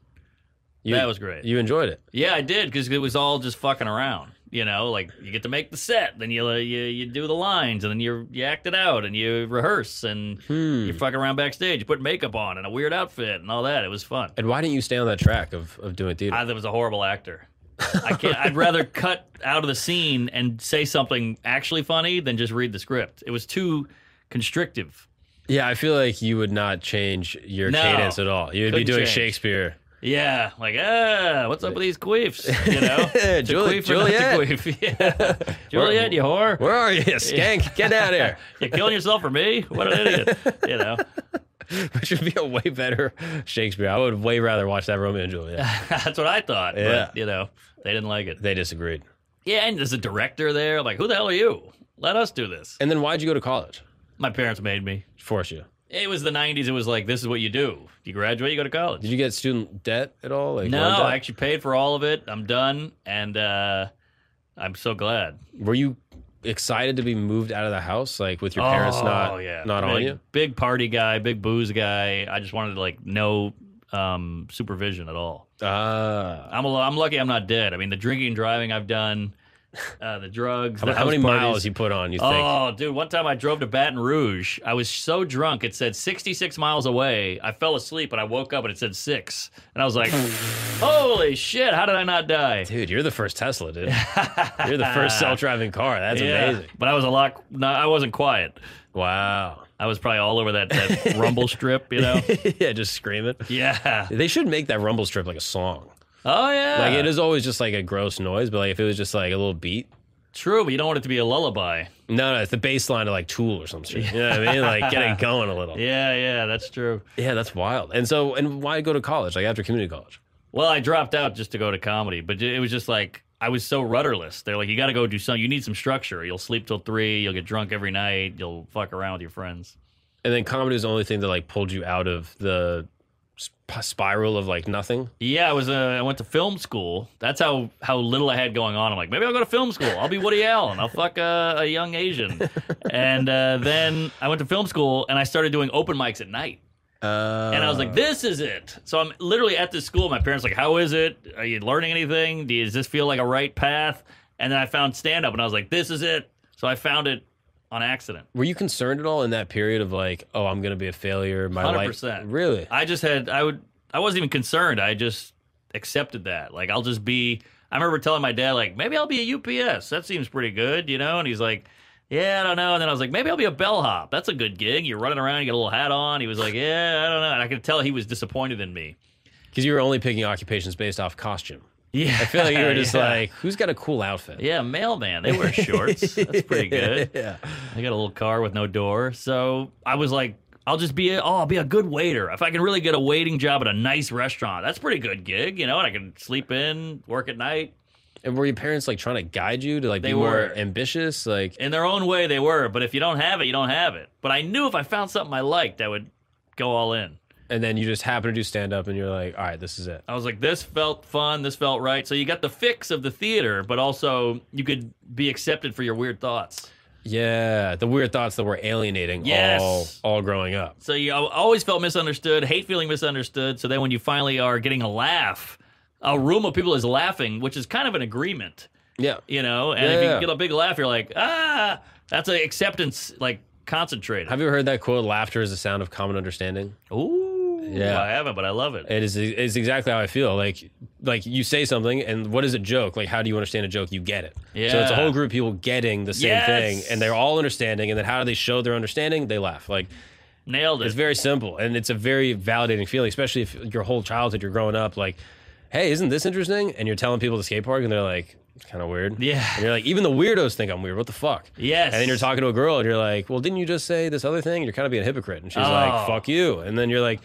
A: You,
B: that was great.
A: You enjoyed it.
B: yeah, I did because it was all just fucking around. You know, like you get to make the set, then you uh, you, you do the lines, and then you you act it out, and you rehearse, and
A: Hmm.
B: you fuck around backstage. You put makeup on and a weird outfit and all that. It was fun.
A: And why didn't you stay on that track of, of doing theater?
B: I was a horrible actor. I can't. I'd rather cut out of the scene and say something actually funny than just read the script. It was too constrictive.
A: yeah, I feel like you would not change your
B: No.
A: cadence at all. You would be
B: Couldn't
A: doing
B: change.
A: Shakespeare.
B: Yeah, like ah, what's up with these queefs? You know, To
A: Julie-
B: queef or not to
A: Juliet.
B: queef? Yeah. Juliet, you whore,
A: Where are you, skank? Get out of here!
B: you killing yourself for me? What an idiot! You know,
A: Which would be a way better Shakespeare. I would way rather watch that Romeo and Juliet.
B: that's what I thought.
A: Yeah.
B: But, you know, they didn't like it.
A: They disagreed.
B: Yeah, and there's a director there. I'm like, who the hell are you? Let us do this.
A: And then why'd you go to college?
B: My parents made me.
A: Force you.
B: It was the '90s. It was like, this is what you do. You graduate, you go to college.
A: Did you get student debt at all? Like
B: no,
A: loan debt?
B: I actually paid for all of it. I'm done, and uh, I'm so glad.
A: Were you excited to be moved out of the house, like with your parents not not
B: Oh, big,
A: on you?
B: Big party guy, big booze guy. I just wanted like no um, supervision at all.
A: Ah.
B: I'm a, I'm lucky I'm not dead. I mean, the drinking and driving I've done, uh, the drugs,
A: How,
B: the
A: mu- how
B: house
A: many
B: parties.
A: miles you put on? You think?
B: Oh, dude! One time I drove to Baton Rouge. I was so drunk. It said 66 miles away. I fell asleep and I woke up and it said six. And I was like, "Holy shit! How did I not die?"
A: Dude, you're the first Tesla, dude. you're the first self-driving car. That's
B: Yeah.
A: amazing.
B: But I was a lot. No, I wasn't quiet.
A: Wow.
B: I was probably all over that, that rumble strip, you know.
A: yeah, just screaming.
B: Yeah.
A: They should make that rumble strip like a song.
B: Oh yeah.
A: Like it is always just like a gross noise, but like if it was just like a little beat.
B: true, but you don't want it to be a lullaby.
A: No, no, it's the bass line of like Tool or some shit. You know what I mean? Like get it going a little. Yeah.
B: Yeah, yeah, that's true.
A: that's wild. And so, and why go to college? Like after community college?
B: Well, I dropped out just to go to comedy, but it was just like I was so rudderless. They're like, you got to go do something. You need some structure. You'll sleep till three. You'll get drunk every night. You'll fuck around with your friends.
A: And then comedy is the only thing that like pulled you out of the sp- spiral of like nothing.
B: Yeah, I was. Uh, I went to film school. That's how how little I had going on. I'm like, maybe I'll go to film school. I'll be Woody Allen. I'll fuck a, a young Asian. And uh, then I went to film school and I started doing open mics at night.
A: Uh,
B: And I was like, "This is it." So I'm literally at this school. My parents are like, "How is it? Are you learning anything? Do you, does this feel like a right path?" And then I found stand up, and I was like, "This is it." So I found it on accident.
A: were you concerned at all in that period of like, oh, I'm gonna be a failure? My life,
B: 100%.
A: really?
B: I just had I would I wasn't even concerned. I just accepted that. Like I'll just be. I remember telling my dad like, "Maybe I'll be a UPS. That seems pretty good," you know. And he's like. Yeah, I don't know. And then I was like, maybe I'll be a bellhop. That's a good gig. You're running around, you get a little hat on. He was like, yeah, I don't know. And I could tell he was disappointed in me.
A: Because you were only picking occupations based off costume.
B: Yeah,
A: I feel like you were just
B: yeah.
A: like, who's got a cool outfit?
B: Yeah, mailman. They wear shorts. That's pretty good.
A: yeah.
B: I got a little car with no door. So I was like, I'll just be a, oh, I'll be a good waiter. If I can really get a waiting job at a nice restaurant, that's a pretty good gig, you know, and I can sleep in, work at night.
A: And were your parents like trying to guide you to like be
B: They
A: more
B: were.
A: ambitious? Like,
B: In their own way they were, but if you don't have it, you don't have it. But I knew if I found something I liked, I would go all in.
A: and then you just happen to do stand up, and you're like, all right, this is it.
B: I was like, this felt fun, this felt right. So you got the fix of the theater, but also you could be accepted for your weird thoughts.
A: Yeah, the weird thoughts that were alienating
B: Yes.
A: all all growing up.
B: So you al- always felt misunderstood, hate feeling misunderstood. So then when you finally are getting a laugh, a room of people is laughing, which is kind of an agreement,
A: Yeah,
B: you know? And if
A: Yeah.
B: you get a big laugh, you're like, ah, that's an acceptance, like concentrated.
A: have you heard that quote? Laughter is the sound of common understanding.
B: Ooh.
A: Yeah.
B: I haven't, but I love it.
A: It is is exactly how I feel. Like like you say something, and what is a joke? Like how do you understand a joke? You get it. So it's a
B: Yeah.
A: whole group of people getting the same
B: Yes.
A: thing, and they're all understanding. And then how do they show their understanding? They laugh. Like
B: Nailed it.
A: it's very simple, and it's a very validating feeling, especially if your whole childhood you're growing up like, hey, isn't this interesting? And you're telling people the skate park, and they're like, it's kind of weird.
B: Yeah.
A: And you're like, even the weirdos think I'm weird. What the fuck?
B: Yes.
A: And then you're talking to a girl and you're like, well, didn't you just say this other thing? And you're kind of being a hypocrite. And she's
B: Oh.
A: like, fuck you. And then you're like,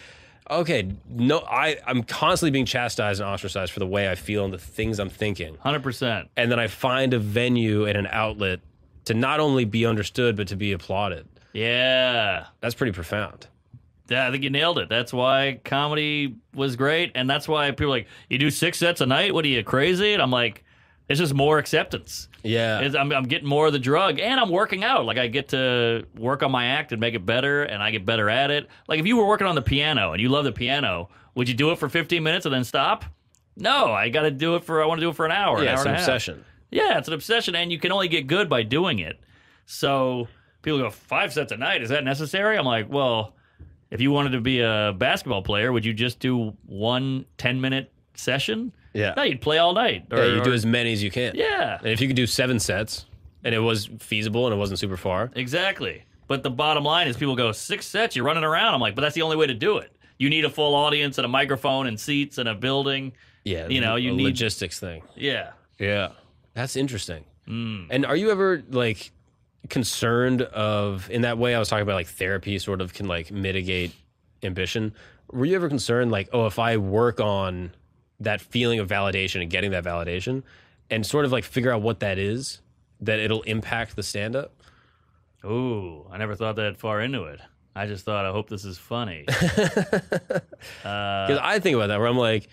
A: okay, no, I, I'm constantly being chastised and ostracized for the way I feel and the things I'm thinking.
B: 100%.
A: And then I find a venue and an outlet to not only be understood, but to be applauded.
B: Yeah.
A: That's pretty profound.
B: Yeah, I think you nailed it. That's why comedy was great, and that's why people are like you do six sets a night. What are you crazy? And I'm like, It's just more acceptance.
A: Yeah.
B: It's- I'm, I'm getting more of the drug, and I'm working out. Like I get to work on my act and make it better, and I get better at it. Like if you were working on the piano and you love the piano, would you do it for 15 minutes and then stop? No, I got to do it for. I want to do it for an hour.
A: yeah,
B: an hour
A: it's an
B: and a half.
A: obsession.
B: Yeah, it's an obsession, and you can only get good by doing it. So people go, five sets a night, is that necessary? I'm like, well, if you wanted to be a basketball player, would you just do one 10 minute session?
A: Yeah.
B: No, you'd play all night. Or,
A: yeah, you do
B: or-
A: as many as you can.
B: Yeah,
A: And if you could do seven sets, and it was feasible and it wasn't super far,
B: exactly. But the bottom line is people go, six sets, you're running around. I'm like, but that's the only way to do it. You need a full audience and a microphone and seats and a building.
A: yeah,
B: You know,
A: a
B: you need-
A: logistics thing.
B: Yeah.
A: Yeah, that's interesting.
B: Mm.
A: And are you ever like concerned of in that way? I was talking about like therapy sort of can like mitigate ambition. Were you ever concerned like, oh, if I work on that feeling of validation and getting that validation and sort of like figure out what that is, that it'll impact the stand up?
B: Ooh, I never thought that far into it. I just thought, I hope this is funny. uh,
A: Because I think about that where I'm like,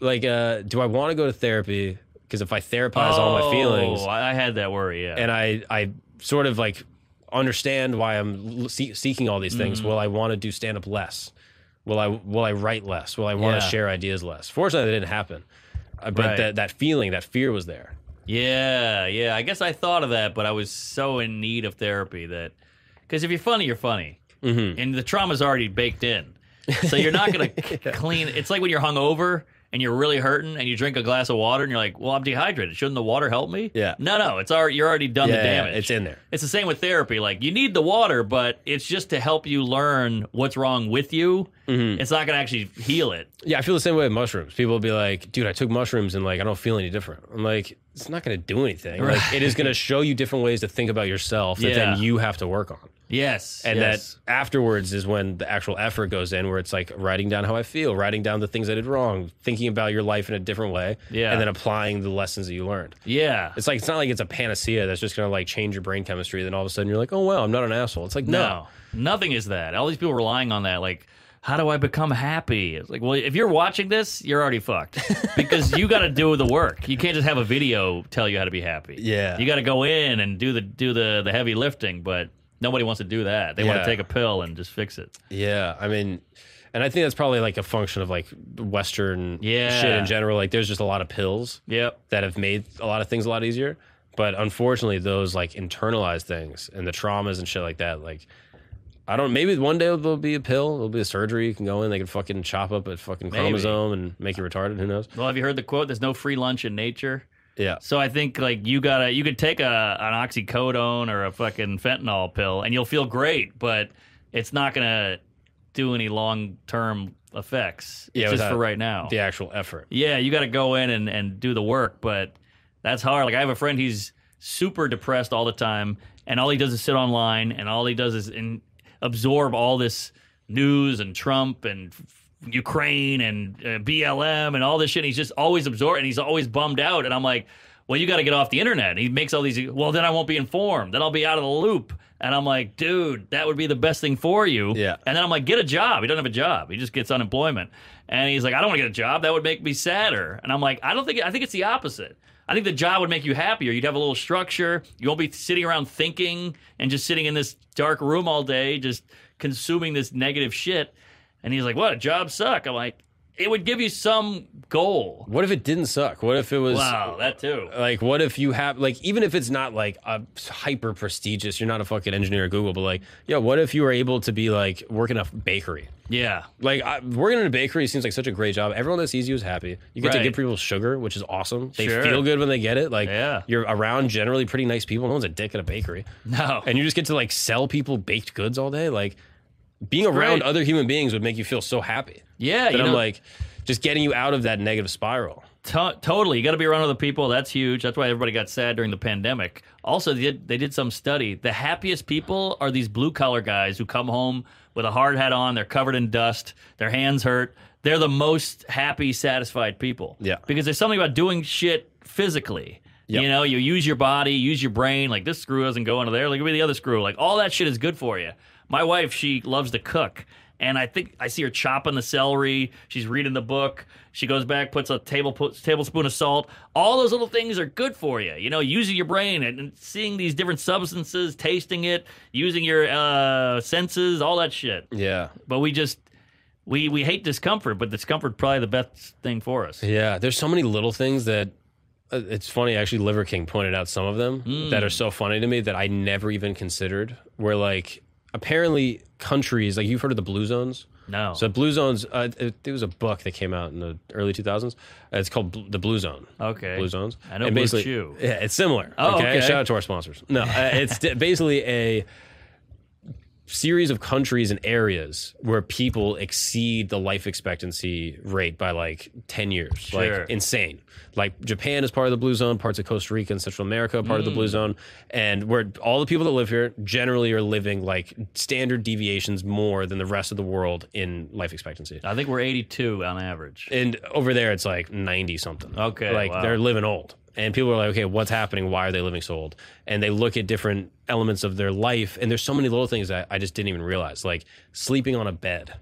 A: like, uh, do I want to go to therapy? Because if I therapize all my feelings,
B: Oh, I I had that worry. Yeah.
A: and I I sort of like understand why I'm l- see- seeking all these things.
B: Mm-hmm.
A: Will I want to do stand up less? Will I will I write less? Will I want to
B: Yeah.
A: share ideas less? Fortunately, that didn't happen. Uh, But
B: Right.
A: that that feeling, that fear was there.
B: yeah, yeah. I guess I thought of that, but I was so in need of therapy that because if you're funny, you're funny,
A: Mhm.
B: and the trauma's already baked in, so you're not gonna c- clean. It's like when you're hungover and you're really hurting, and you drink a glass of water, and you're like, "Well, I'm dehydrated. Shouldn't the water help me?"
A: Yeah.
B: No, no. It's already you're already done
A: yeah,
B: the
A: yeah,
B: damage.
A: it's in there.
B: It's the same with therapy. Like you need the water, but it's just to help you learn what's wrong with you.
A: Mm-hmm.
B: It's not gonna actually heal it.
A: Yeah, I feel the same way with mushrooms. People will be like, "Dude, I took mushrooms and like I don't feel any different." I'm like, "It's not going to do anything. Like it is going to show you different ways to think about yourself that
B: Yeah.
A: then you have to work on."
B: Yes.
A: And
B: yes.
A: that afterwards is when the actual effort goes in, where it's like writing down how I feel, writing down the things I did wrong, thinking about your life in a different way,
B: Yeah.
A: and then applying the lessons that you learned.
B: Yeah.
A: It's like it's not like it's a panacea that's just gonna like change your brain chemistry. Then all of a sudden you're like, oh wow, I'm not an asshole. It's like no,
B: No, nothing is that. All these people relying on that. Like, how do I become happy? It's like, well, if you're watching this, you're already fucked because you got to do the work. You can't just have a video tell you how to be happy.
A: Yeah.
B: you got to go in and do the do the the heavy lifting, but. Nobody wants to do that. They want
A: Yeah.
B: to take a pill and just fix it.
A: yeah. I mean, and I think that's probably like a function of like Western
B: Yeah.
A: shit in general. Like there's just a lot of pills
B: Yep.
A: that have made a lot of things a lot easier. But unfortunately, those like internalized things and the traumas and shit like that, like I don't. Maybe one day there'll be a pill, there'll be a surgery. You can go in, they can fucking chop up a fucking
B: Maybe.
A: chromosome and make you retarded. Who knows?
B: Well, have you heard the quote? There's no free lunch in nature.
A: Yeah,
B: So I think like you gotta you could take a an oxycodone or a fucking fentanyl pill and you'll feel great, but it's not gonna do any long term effects. It's
A: Yeah,
B: just
A: without-
B: for right now.
A: the actual effort.
B: Yeah, you gotta go in and, and do the work, but that's hard. Like I have a friend he's super depressed all the time and all he does is sit online and all he does is in, absorb all this news and Trump and Ukraine and uh, BLM and all this shit. And he's just always absorbed and he's always bummed out. And I'm like, well, you got to get off the internet. And he makes all these, well, then I won't be informed. Then I'll be out of the loop. And I'm like, dude, that would be the best thing for you.
A: Yeah.
B: And then I'm like, get a job. He doesn't have a job. He just gets unemployment. And he's like, I don't want to get a job. That would make me sadder. And I'm like, I don't think, I think it's the opposite. I think the job would make you happier. You'd have a little structure. You won't be sitting around thinking and just sitting in this dark room all day, just consuming this negative shit. And he's like, "What? Jobs suck." I'm like, "It would give you some goal."
A: What if it didn't suck? What if it was?
B: Wow, that too.
A: Like, what if you have like even if it's not like a hyper prestigious, you're not a fucking engineer at Google, but like, yeah, what if you were able to be like working a bakery?
B: Yeah,
A: Like I, working in a bakery seems like such a great job. Everyone that sees you is happy. You get to
B: Right.
A: give people sugar, which is awesome. They
B: Sure.
A: feel good when they get it. Like
B: Yeah.
A: you're around generally pretty nice people. No one's a dick at a bakery,
B: no,
A: and you just get to like sell people baked goods all day. Like being around
B: great.
A: other human beings would make you feel so happy.
B: yeah.
A: That
B: You
A: I'm
B: know,
A: like just getting you out of that negative spiral.
B: to- totally. You got to be around other people. That's huge. That's why everybody got sad during the pandemic. Also, they did, they did some study. The happiest people are these blue collar guys who come home with a hard hat on. They're covered in dust. Their hands hurt. They're the most happy, satisfied people.
A: Yeah.
B: because there's something about doing shit physically.
A: Yep.
B: You know, you use your body, use your brain. Like this screw doesn't go into there. Like maybe the other screw. Like all that shit is good for you. My wife, she loves to cook, And I think I see her chopping the celery. She's reading the book. She goes back, puts a table, tablespoon of salt. All those little things are good for you. You know, using your brain and, and seeing these different substances, tasting it, using your uh, senses, all that shit.
A: Yeah.
B: But we just we we hate discomfort, but discomfort probably the best thing for us.
A: Yeah, there's so many little things that uh, it's funny. Actually, Liver King pointed out some of them that are so funny to me that I never even considered. Where like apparently countries like you've heard of the blue zones.
B: No.
A: So blue zones, uh, it, it was a book that came out in the early 2000s. Uh, it's called Bl- the Blue Zone.
B: okay.
A: Blue zones.
B: I know
A: And
B: Blue
A: basically-
B: Chew.
A: Yeah, it's similar.
B: Oh, okay.
A: Shout out to our sponsors. No, uh, it's d- basically a series of countries and areas where people exceed the life expectancy rate by like 10 years.
B: Sure.
A: Like insane. Like Japan is part of the blue zone, parts of Costa Rica and Central America are part of the
B: Mm.
A: blue zone. And where all the people that live here generally are living like standard deviations more than the rest of the world in life expectancy.
B: I think we're 82 on average.
A: And over there, it's like 90 something.
B: Okay,
A: Like
B: wow.
A: they're living old. And people are like, okay, what's happening? Why are they living so old? And they look at different elements of their life. And there's so many little things that I just didn't even realize. Like sleeping on a bed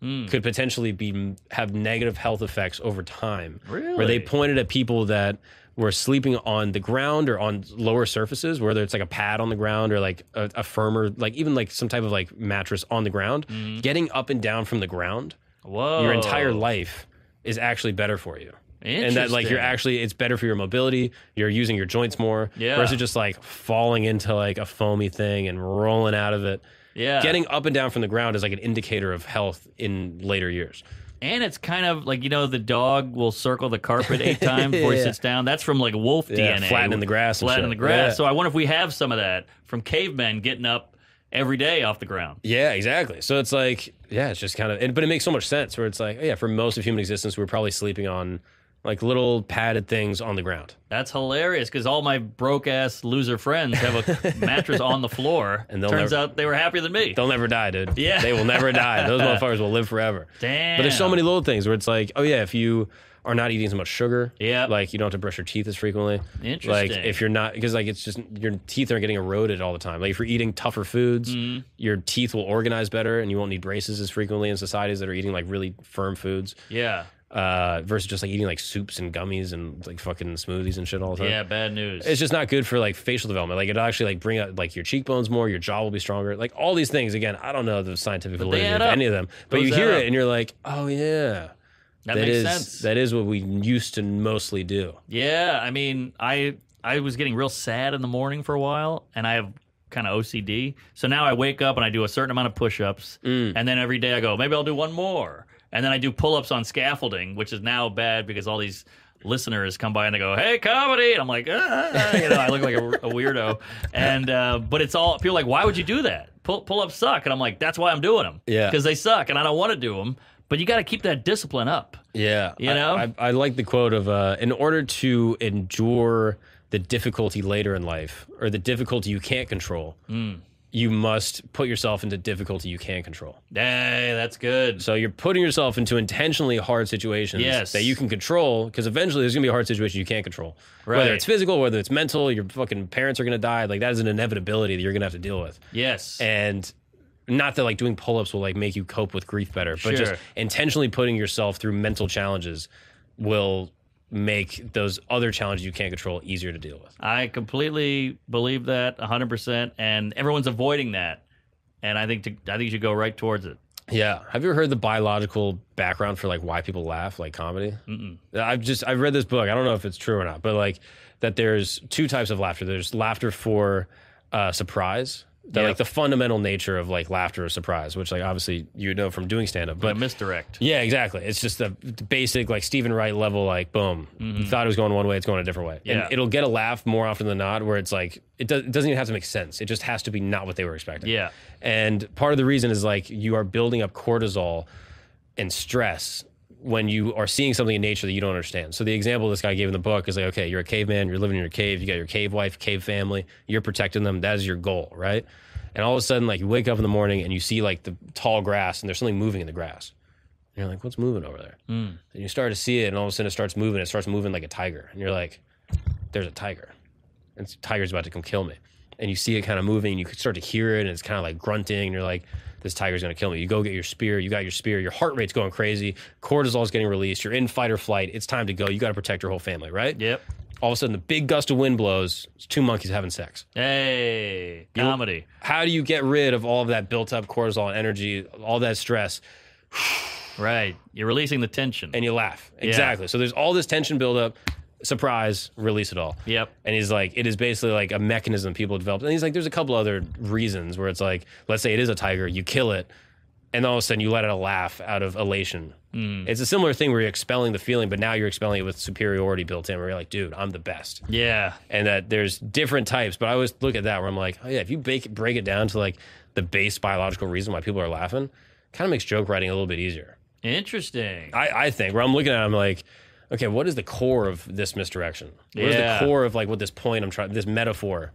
B: Hmm.
A: could potentially be have negative health effects over time. Where
B: Really?
A: they pointed at people that were sleeping on the ground or on lower surfaces, whether it's like a pad on the ground or like a, a firmer, like even like some type of like mattress on the ground,
B: Hmm.
A: getting up and down from the ground
B: Whoa.
A: your entire life is actually better for you. And that like you're
B: Interesting.
A: actually it's better for your mobility, you're using your joints more
B: Yeah.
A: versus just like falling into like a foamy thing and rolling out of it.
B: Yeah.
A: Getting up and down from the ground is like an indicator of health in later years.
B: And it's kind of like you know the dog will circle the carpet eight times before he sits down. That's from like wolf
A: Yeah,
B: DNA,
A: flatten in the grass and
B: flatten
A: shit.
B: in the grass.
A: Yeah.
B: So I wonder if we have some of that from cavemen getting up every day off the ground.
A: Yeah, exactly. So it's like, yeah, it's just kind of, and, but it makes so much sense where it's like, yeah, for most of human existence, we're probably sleeping on like little padded things on the ground.
B: That's hilarious because all my broke ass loser friends have a mattress on the floor.
A: And
B: And
A: they'll
B: turns
A: never-
B: out they were happier than me.
A: They'll never die, dude.
B: Yeah.
A: They will never die. Those motherfuckers will live forever.
B: Damn.
A: But there's so many little things where it's like, oh yeah, if you are not eating so much sugar,
B: Yep.
A: like you don't have to brush your teeth as frequently. Like
B: Interesting.
A: if you're not, because like it's just your teeth aren't getting eroded all the time. Like if you're eating tougher foods,
B: Mm-hmm.
A: your teeth will organize better, and you won't need braces as frequently in societies that are eating like really firm foods
B: Yeah.
A: uh, versus just like eating like soups and gummies and like fucking smoothies and shit all the time.
B: Yeah. Bad news.
A: It's just not good for like facial development. Like it'll actually like bring out like your cheekbones more, your jaw will be stronger. Like all these things. Again, I don't know the scientific validity
B: add
A: of
B: up.
A: any of them, but
B: Those
A: you hear
B: add up.
A: it and you're like, oh yeah,
B: that,
A: that
B: makes
A: is
B: sense.
A: that is what we used to mostly do.
B: Yeah, I mean, I I was getting real sad in the morning for a while, and I have kind of OCD. So now I wake up and I do a certain amount of push-ups, and then every day I go, maybe I'll do one more, and then I do pull-ups on scaffolding, which is now bad because all these listeners come by and they go, "Hey, comedy," and I'm like, ah, you know, I look like a, a weirdo. And uh, but it's all people are like, why would you do that? Pull pull-ups suck, and I'm like, that's why I'm doing them,
A: Yeah.
B: because they suck, and I don't want to do them. But you got to keep that discipline up.
A: Yeah,
B: You
A: I-
B: know?
A: I, I like the quote of uh, in order to endure the difficulty later in life or the difficulty you can't control,
B: Hmm.
A: you must put yourself into difficulty you can control.
B: Hey, that's good.
A: So you're putting yourself into intentionally hard situations
B: Yes.
A: that you can control because eventually there's gonna be a hard situation you can't control.
B: Right.
A: Whether it's physical, whether it's mental, your fucking parents are gonna die. Like that is an inevitability that you're gonna have to deal with.
B: Yes.
A: And not that like doing pull ups will like make you cope with grief better, but just
B: Sure.
A: intentionally putting yourself through mental challenges will make those other challenges you can't control easier to deal with.
B: I completely believe that 100% and everyone's avoiding that. And I think to, I think you should go right towards it.
A: Yeah. Have you ever heard the biological background for like why people laugh, like comedy? Mm-mm. I've just I've read this book. I don't know if it's true or not, but like that there's two types of laughter. There's laughter for uh, surprise. That
B: Yeah.
A: like the fundamental nature of like laughter or surprise, which like obviously you would know from doing stand up,
B: But
A: but.
B: misdirect.
A: Yeah, exactly. It's just the the basic, like Stephen Wright level, like boom. You thought it was going one way, it's going a different way.
B: Mm-hmm. Yeah.
A: And it'll get a laugh more often than not, where it's like it, do- it doesn't even have to make sense. It just has to be not what they were expecting.
B: Yeah.
A: And part of the reason is like you are building up cortisol and stress when you are seeing something in nature that you don't understand. So the example this guy gave in the book is like, okay, you're a caveman, you're living in your cave, you got your cave wife, cave family, you're protecting them. That is your goal, right? And all of a sudden, like you wake up in the morning and you see like the tall grass and there's something moving in the grass. And you're like, what's moving over there? And you start to see it, and all of a sudden it starts moving. It starts moving like a tiger. And you're like, there's a tiger. And this tiger's about to come kill me. And you see it kind of moving, and you can start to hear it, and it's kind of like grunting. And you're like, this tiger's going to kill me. You go get your spear. You got your spear. Your heart rate's going crazy. Cortisol's getting released. You're in fight or flight. It's time to go. You got to protect your whole family, right?
B: Yep.
A: All of a sudden, the big gust of wind blows. It's two monkeys having sex.
B: Hey,
A: You-
B: comedy.
A: How do you get rid of all of that built up cortisol and energy, all that stress?
B: Right. You're releasing the tension.
A: And you laugh. Exactly. So there's all this tension buildup. Surprise, release it all.
B: yep.
A: And he's like, it is basically like a mechanism people developed. And he's like, there's a couple other reasons where it's like, let's say it is a tiger, you kill it, and all of a sudden you let out a laugh out of elation. It's a similar thing where you're expelling the feeling, but now you're expelling it with superiority built in, where you're like, dude, I'm the best.
B: Yeah.
A: And that there's different types, but I always look at that where I'm like, oh yeah, if you bake, break it down to like the base biological reason why people are laughing, kind of makes joke writing a little bit easier.
B: Interesting.
A: I, I think where I'm looking at, it, I'm like, okay, what is the core of this misdirection? What is
B: Yeah.
A: the core of like what this point I'm trying, this metaphor?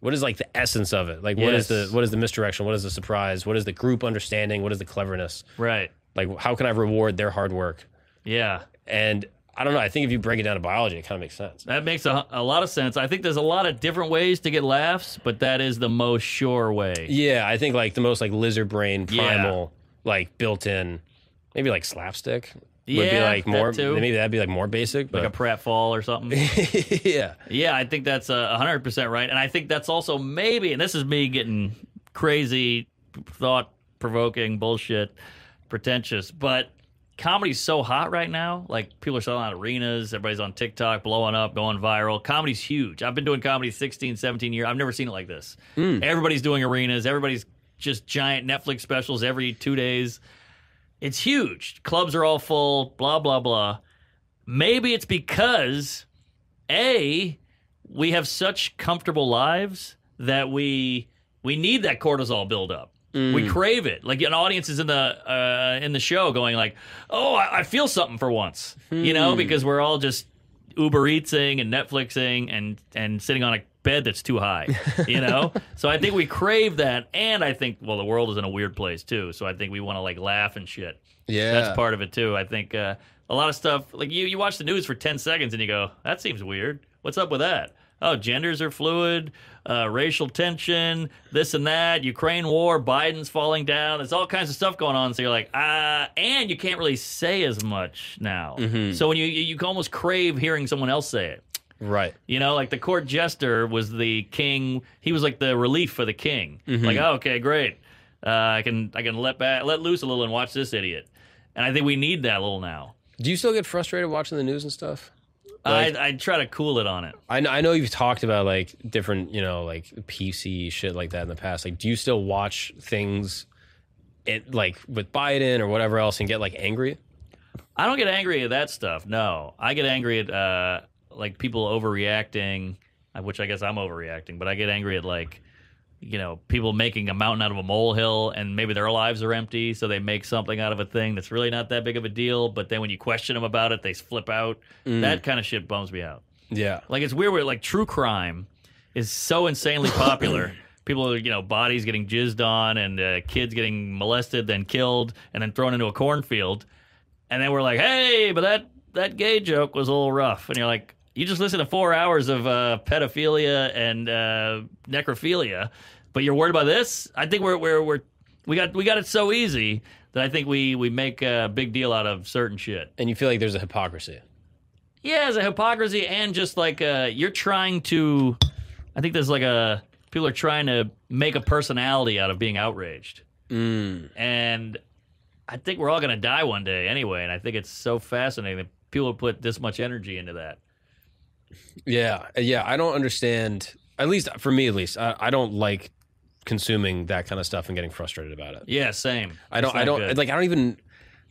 A: What is like the essence of it? Like what is
B: Yes.
A: the what is the misdirection? What is the surprise? What is the group understanding? What is the cleverness?
B: Right.
A: Like how can I reward their hard work?
B: Yeah.
A: And I don't know. I think if you break it down to biology, it kind of makes sense.
B: That makes a, a lot of sense. I think there's a lot of different ways to get laughs, but that is the most sure way.
A: Yeah, I think like the most like lizard brain
B: Yeah.
A: primal like built in, maybe like slapstick would be
B: Yeah,
A: like
B: that
A: more.
B: too.
A: Maybe that'd be like more basic,
B: Like a
A: but
B: pratfall or something.
A: yeah,
B: yeah, I think that's uh, 100% right. And I think that's also maybe, and this is me getting crazy, thought provoking bullshit, pretentious, but comedy's so hot right now. Like people are selling out arenas, everybody's on TikTok, blowing up, going viral. Comedy's huge. I've been doing comedy 16, 17 years. I've never seen it like this. Everybody's doing arenas, everybody's just giant Netflix specials every two days. It's huge. Clubs are all full, blah, blah, blah. Maybe it's because a we have such comfortable lives that we we need that cortisol buildup we crave it like an audience is in the uh, in the show going like oh i, I feel something for once you know because we're all just uber eatsing and netflixing and and sitting on a bed that's too high you know so i think we crave that and i think well the world is in a weird place too so i think we want to like laugh and shit
A: yeah.
B: that's part of it too. I think uh, a lot of stuff like you you watch the news for ten seconds and you go, that seems weird. What's up with that? Oh, genders are fluid, uh, racial tension, this and that, Ukraine war, Biden's falling down. There's all kinds of stuff going on. So you're like, ah, and you can't really say as much now. So when you you you almost crave hearing someone else say it.
A: right.
B: You know, like the court jester was the king. He was like the relief for the king. Like, oh, okay, great. Uh, I can I can let back, let loose a little and watch this idiot. And I think we need that a little now.
A: Do you still get frustrated watching the news and stuff? Like-
B: I I try to cool it on it.
A: I know, I know you've talked about like different, you know, like PC shit like that in the past. Like, do you still watch things, it like with Biden or whatever else, and get like angry?
B: I don't get angry at that stuff. No, I get angry at uh, like people overreacting, uh, which I guess I'm overreacting. But I get angry at like you know people making a mountain out of a molehill, and maybe their lives are empty, so they make something out of a thing that's really not that big of a deal. But then when you question them about it, they flip out. That kind of shit bums me out.
A: Yeah,
B: Like it's weird where like true crime is so insanely popular. People are, you know, bodies getting jizzed on and uh, kids getting molested, then killed, and then thrown into a cornfield. And then we're like, hey, but that, that gay joke was a little rough. And you're like, you just listen to four hours of uh, pedophilia and uh, necrophilia, but you're worried about this? I think we're, we're, we're, we got, we got it so easy that I think we, we make a big deal out of certain shit.
A: and you feel like there's a hypocrisy.
B: Yeah, it's a hypocrisy and just like uh, you're trying to. I think there's like a people are trying to make a personality out of being outraged,
A: Mm.
B: and I think we're all gonna die one day anyway. And I think it's so fascinating that people put this much energy into that.
A: Yeah, Uh, yeah. I don't understand. At least uh, for me, at least I, I don't like consuming that kind of stuff and getting frustrated about it.
B: Yeah, same.
A: I don't.
B: It's not
A: I don't
B: good.
A: like. I don't even.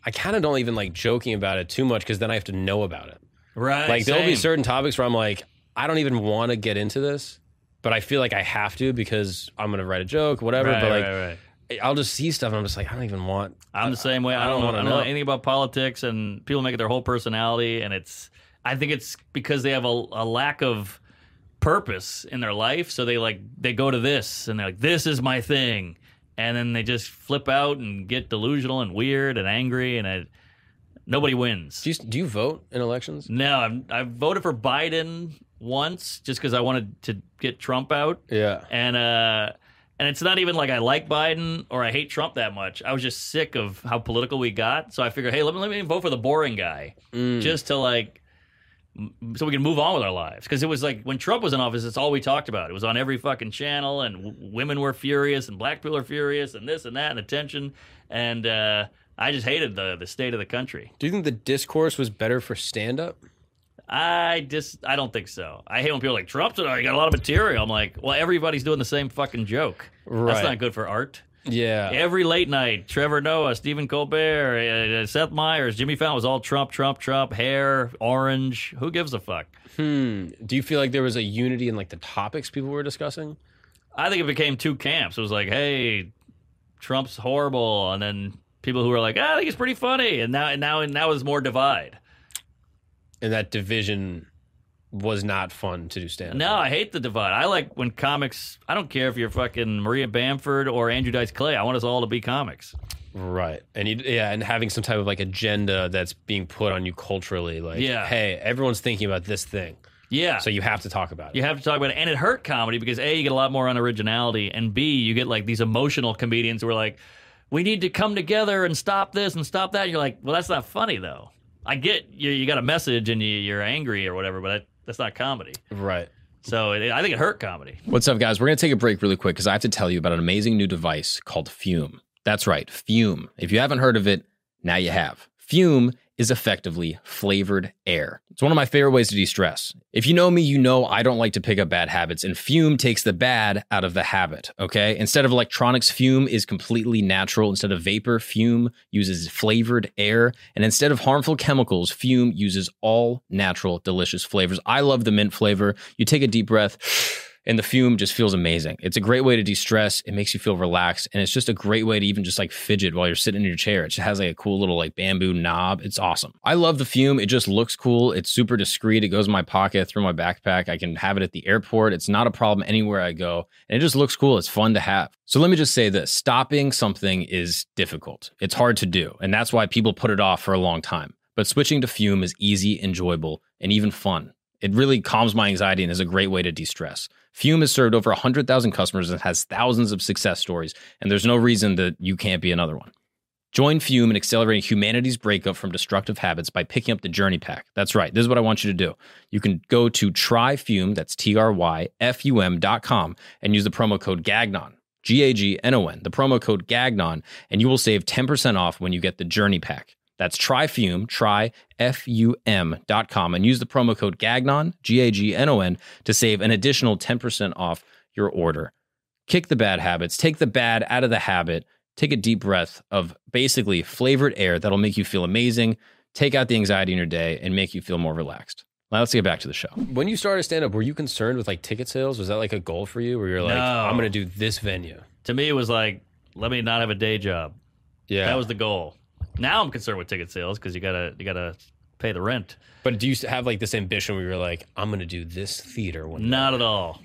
A: I kind of don't even like joking about it too much because then I have to know about it.
B: right.
A: like there'll be
B: same.
A: certain topics where I'm like, I don't even want to get into this, but I feel like I have to because I'm gonna write a joke, whatever.
B: Right,
A: but like,
B: right, right.
A: I'll just see stuff and I'm just like, I don't even want.
B: I'm the same way. I,
A: I don't
B: don't, know, I
A: wanna
B: don't know
A: know.
B: anything about politics, and people make it their whole personality, and it's. I think it's because they have a, a lack of purpose in their life, so they like they go to this, and they're like, "This is my thing," and then they just flip out and get delusional and weird and angry, and I, nobody wins.
A: Do you, do you vote in elections?
B: No, I'm, I voted for Biden once just because I wanted to get Trump out
A: Yeah.
B: and uh And it's not even like I like Biden or I hate Trump that much. I was just sick of how political we got. So I figured, hey, let me, let me vote for the boring guy
A: Mm.
B: just to like, m- so we can move on with our lives. Because it was like when Trump was in office, it's all we talked about. It was on every fucking channel, and w- women were furious, and black people are furious, and this and that, and attention. And uh, I just hated the the state of the country.
A: Do you think the discourse was better for stand up?
B: I just I don't think so. I hate when people are like Trump's oh, you got a lot of material. I'm like, well, everybody's doing the same fucking joke.
A: Right.
B: That's not good for art.
A: Yeah.
B: Every late night, Trevor Noah, Stephen Colbert, uh, Seth Meyers, Jimmy Fallon was all Trump, Trump, Trump, hair, orange. Who gives a fuck?
A: Hmm. Do you feel like there was a unity in like the topics people were discussing?
B: I think it became two camps. It was like, hey, Trump's horrible, and then people who were like, ah, I think he's pretty funny, and now and now and now is more divide.
A: And that division was not fun to do stand up.
B: No, I hate the divide. I like when comics. I don't care if you're fucking Maria Bamford or Andrew Dice Clay. I want us all to be comics.
A: Right. And you, yeah, and having some type of like agenda that's being put on you culturally, like,
B: Yeah.
A: hey, everyone's thinking about this thing,
B: Yeah.
A: so you have to talk about it.
B: you have to talk about it, and it hurt comedy because a you get a lot more unoriginality, and b you get like these emotional comedians who are like, we need to come together and stop this and stop that. And you're like, well, that's not funny though. I get you. You got a message and you, you're angry or whatever, but that, that's not comedy.
A: Right.
B: So it, I think it hurt comedy.
C: What's up, guys? We're going to take a break really quick because I have to tell you about an amazing new device called Fume. That's right, Fume. If you haven't heard of it, now you have. Fume is effectively flavored air. It's one of my favorite ways to de stress. If you know me, you know I don't like to pick up bad habits, and Fume takes the bad out of the habit, okay? Instead of electronics, Fume is completely natural. Instead of vapor, Fume uses flavored air. And instead of harmful chemicals, Fume uses all natural, delicious flavors. I love the mint flavor. You take a deep breath. and the fume just feels amazing. It's a great way to de-stress. It makes you feel relaxed, and it's just a great way to even just like fidget while you're sitting in your chair. It just has like a cool little like bamboo knob. It's awesome. I love the fume. It just looks cool. It's super discreet. It goes in my pocket through my backpack. I can have it at the airport. It's not a problem anywhere I go, and it just looks cool. It's fun to have. So let me just say this: stopping something is difficult. It's hard to do, and that's why people put it off for a long time. But switching to fume is easy, enjoyable, and even fun. It really calms my anxiety and is a great way to de stress. Fume has served over 100,000 customers and has thousands of success stories, and there's no reason that you can't be another one. Join Fume in accelerating humanity's breakup from destructive habits by picking up the Journey Pack. That's right. This is what I want you to do. You can go to tryfume, that's T R Y F U M dot com, and use the promo code GAGNON, G A G N O N, the promo code GAGNON, and you will save 10% off when you get the Journey Pack. That's tryfume, try F-U-M dot com, and use the promo code GAGNON, G-A-G-N-O-N, to save an additional 10% off your order. Kick the bad habits, take the bad out of the habit, take a deep breath of basically flavored air that'll make you feel amazing, take out the anxiety in your day, and make you feel more relaxed. Now let's get back to the show.
A: When you started stand up, were you concerned with like ticket sales? Was that like a goal for you where you're like,
B: No.
A: I'm going to do this venue?
B: To me, it was like, let me not have a day job.
A: Yeah.
B: That was the goal. Now I'm concerned with ticket sales because you gotta you gotta pay the rent.
A: but do you have like this ambition where you're like, I'm going to do this theater one day?
B: Not at all.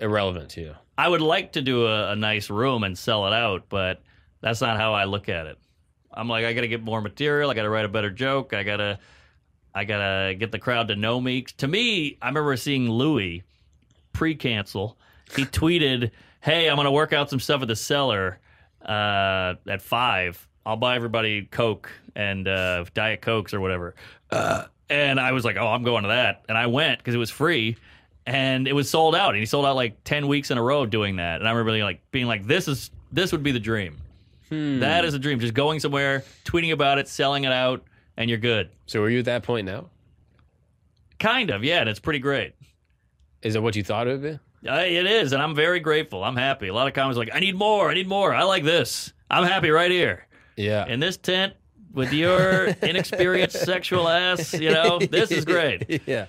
A: Irrelevant to you.
B: I would like to do a, a nice room and sell it out, but that's not how I look at it. I'm like, I got to get more material. I got to write a better joke. I gotta, I gotta get the crowd to know me. To me, I remember seeing Louis pre-cancel. He tweeted, "Hey, I'm gonna work out some stuff at the cellar uh, at five. I'll buy everybody Coke and uh, Diet Cokes or whatever." Uh, and I was like, "Oh, I'm going to that," and I went because it was free and it was sold out and he sold out like 10 weeks in a row doing that and i remember being like being like this is this would be the dream
A: Hmm.
B: that is a dream just going somewhere tweeting about it selling it out and you're good
A: So are you at that point now?
B: kind of yeah and it's pretty great
A: Is that what you thought it would be?
B: Uh, it is and i'm very grateful i'm happy a lot of comments are like i need more i need more i like this i'm happy right here
A: Yeah.
B: in this tent with your inexperienced sexual ass you know this is great
A: yeah.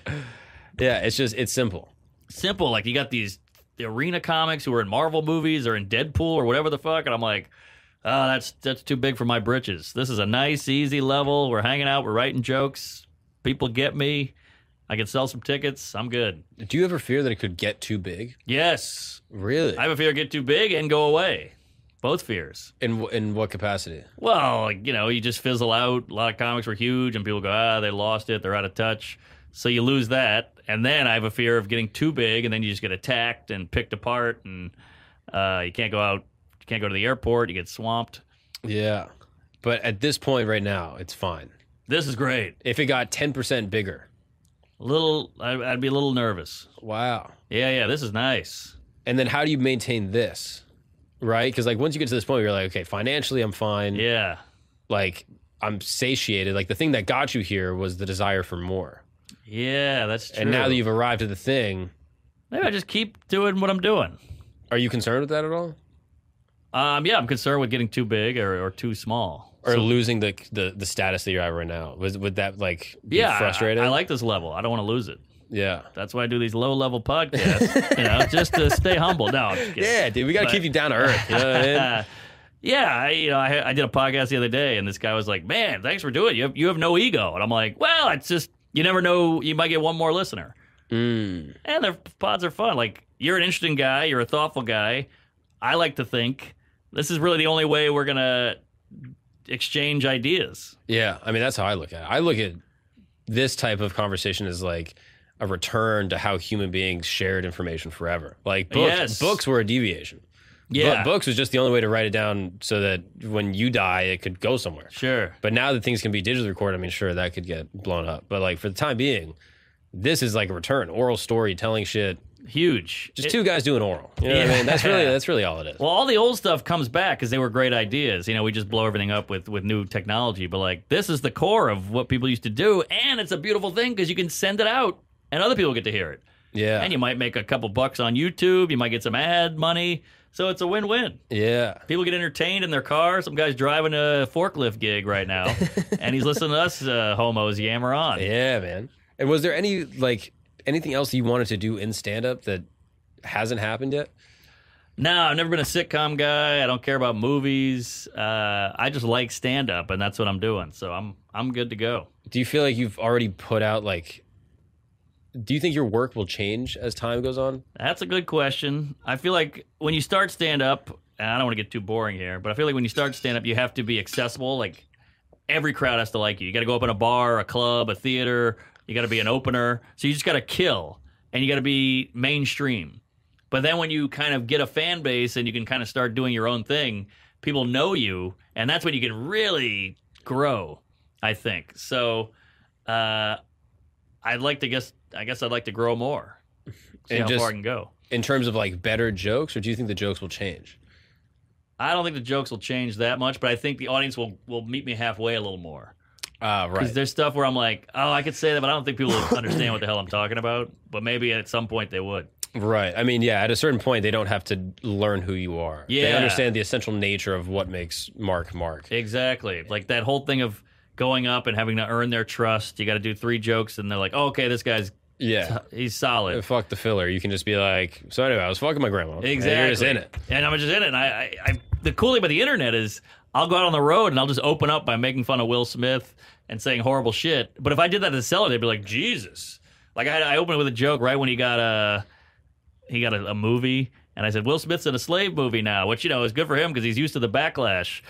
A: Yeah. It's just, it's simple.
B: simple. Like you got these the arena comics who are in Marvel movies or in Deadpool or whatever the fuck, and I'm like, oh, that's that's too big for my britches. This is a nice, easy level. We're hanging out. We're writing jokes. People get me. I can sell some tickets. I'm good.
A: Do you ever fear that it could get too big?
B: Yes,
A: Really?
B: I have a fear get too big and go away. Both fears.
A: in, wh- in what capacity?
B: Well, like, you know, you just fizzle out. A lot of comics were huge, and people go, ah, they lost it. They're out of touch. So you lose that. And then I have a fear of getting too big, and then you just get attacked and picked apart. And Uh, you can't go out. You can't go to the airport. You get swamped.
A: Yeah. But at this point right now, it's fine.
B: This is great.
A: If it got 10% bigger.
B: Little, I'd, I'd be a little nervous.
A: Wow.
B: Yeah, yeah. This is nice.
A: And then how do you maintain this? Right? Because like once you get to this point, you're like, okay, financially I'm fine.
B: Yeah,
A: Like I'm satiated. Like the thing that got you here was the desire for more.
B: yeah. That's true.
A: And now that you've arrived at the thing,
B: maybe I just keep doing what I'm doing.
A: are you concerned with that at all?
B: Um, yeah, I'm concerned with getting too big or, or too small.
A: Or losing the, the the status that you're at right now? Was would that like be
B: yeah, I-
A: frustrating?
B: I, like this level. I don't want to lose it.
A: yeah.
B: That's why I do these low level podcasts, you know, just to stay humble. No, I'm just kidding.
A: Yeah, dude, we gotta
B: But-
A: keep you down to earth. You know what I mean?
B: Uh, yeah, I, you know, I, I did a podcast the other day, and this guy was like, "Man, thanks for doing. It. You have, you have no ego." And I'm like, "Well, it's just you never know. You might get one more listener."
A: Mm.
B: And their pods are fun. Like you're an interesting guy. You're a thoughtful guy. I like to think. This is really the only way we're gonna exchange ideas.
A: Yeah, I mean that's how I look at it. I look at this type of conversation as like a return to how human beings shared information forever. Like books,
B: Yes.
A: books were a deviation.
B: Yeah,
A: But books was just the only way to write it down so that when you die, it could go somewhere.
B: sure.
A: But now that things can be digitally recorded, I mean, sure, that could get blown up. But like for the time being, this is like a return oral story, telling shit.
B: Huge.
A: Just
B: It-
A: two guys doing oral. You know what I mean? That's really
B: Yeah.
A: that's really all it is.
B: Well, all the old stuff comes back because they were great ideas. You know, we just blow everything up with with new technology. But like, this is the core of what people used to do, and it's a beautiful thing because you can send it out, and other people get to hear it.
A: yeah,
B: And you might make a couple bucks on YouTube. You might get some ad money. So it's a win win.
A: yeah.
B: People get entertained in their car. Some guy's driving a forklift gig right now, and he's listening to us uh, homos yammer on.
A: Yeah, man. And was there any like anything else you wanted to do in stand up that hasn't happened yet?
B: No, I've never been a sitcom guy. I don't care about movies. Uh, I just like stand up, and that's what I'm doing. So I'm I'm good to go.
A: Do you feel like you've already put out like do you think your work will change as time goes on?
B: That's a good question. I feel like when you start stand up, and I don't want to get too boring here, but I feel like when you start stand up, you have to be accessible. Like every crowd has to like you. You got to go up in a bar, a club, a theater. You got to be an opener. So you just got to kill, and you got to be mainstream. But then when you kind of get a fan base and you can kind of start doing your own thing, people know you, and that's when you can really grow. I think so. Uh, I'd like to guess. I guess I'd like to grow more. See
A: And
B: how
A: just-
B: far I can go.
A: In terms of like better jokes, or do you think the jokes will change?
B: I don't think the jokes will change that much, but I think the audience will will meet me halfway a little more.
A: Ah,
B: Because there's stuff where I'm like, oh, I could say that, but I don't think people will understand what the hell I'm talking about. But maybe at some point they would.
A: Right. I mean, yeah, at a certain point they don't have to learn who you are. They
B: Yeah.
A: understand the essential nature of what makes Mark Mark.
B: Exactly. Like that whole thing of going up and having to earn their trust. You got to do three jokes, and they're like, oh, okay, this guy's
A: Yeah.
B: he's solid.
A: Fuck the filler. You can just be like, so anyway, I was fucking my grandma. And
B: Exactly.
A: You're just in it.
B: And I'm just in it. And I, I, I, the cool thing about the internet is I'll go out on the road and I'll just open up by making fun of Will Smith and saying horrible shit. But if I did that to the seller, they'd be like, Jesus. Like I, I opened with a joke right when he got uh, a, he got a, a movie. And I said, Will Smith's in a slave movie now, which, you know, is good for him because he's used to the backlash.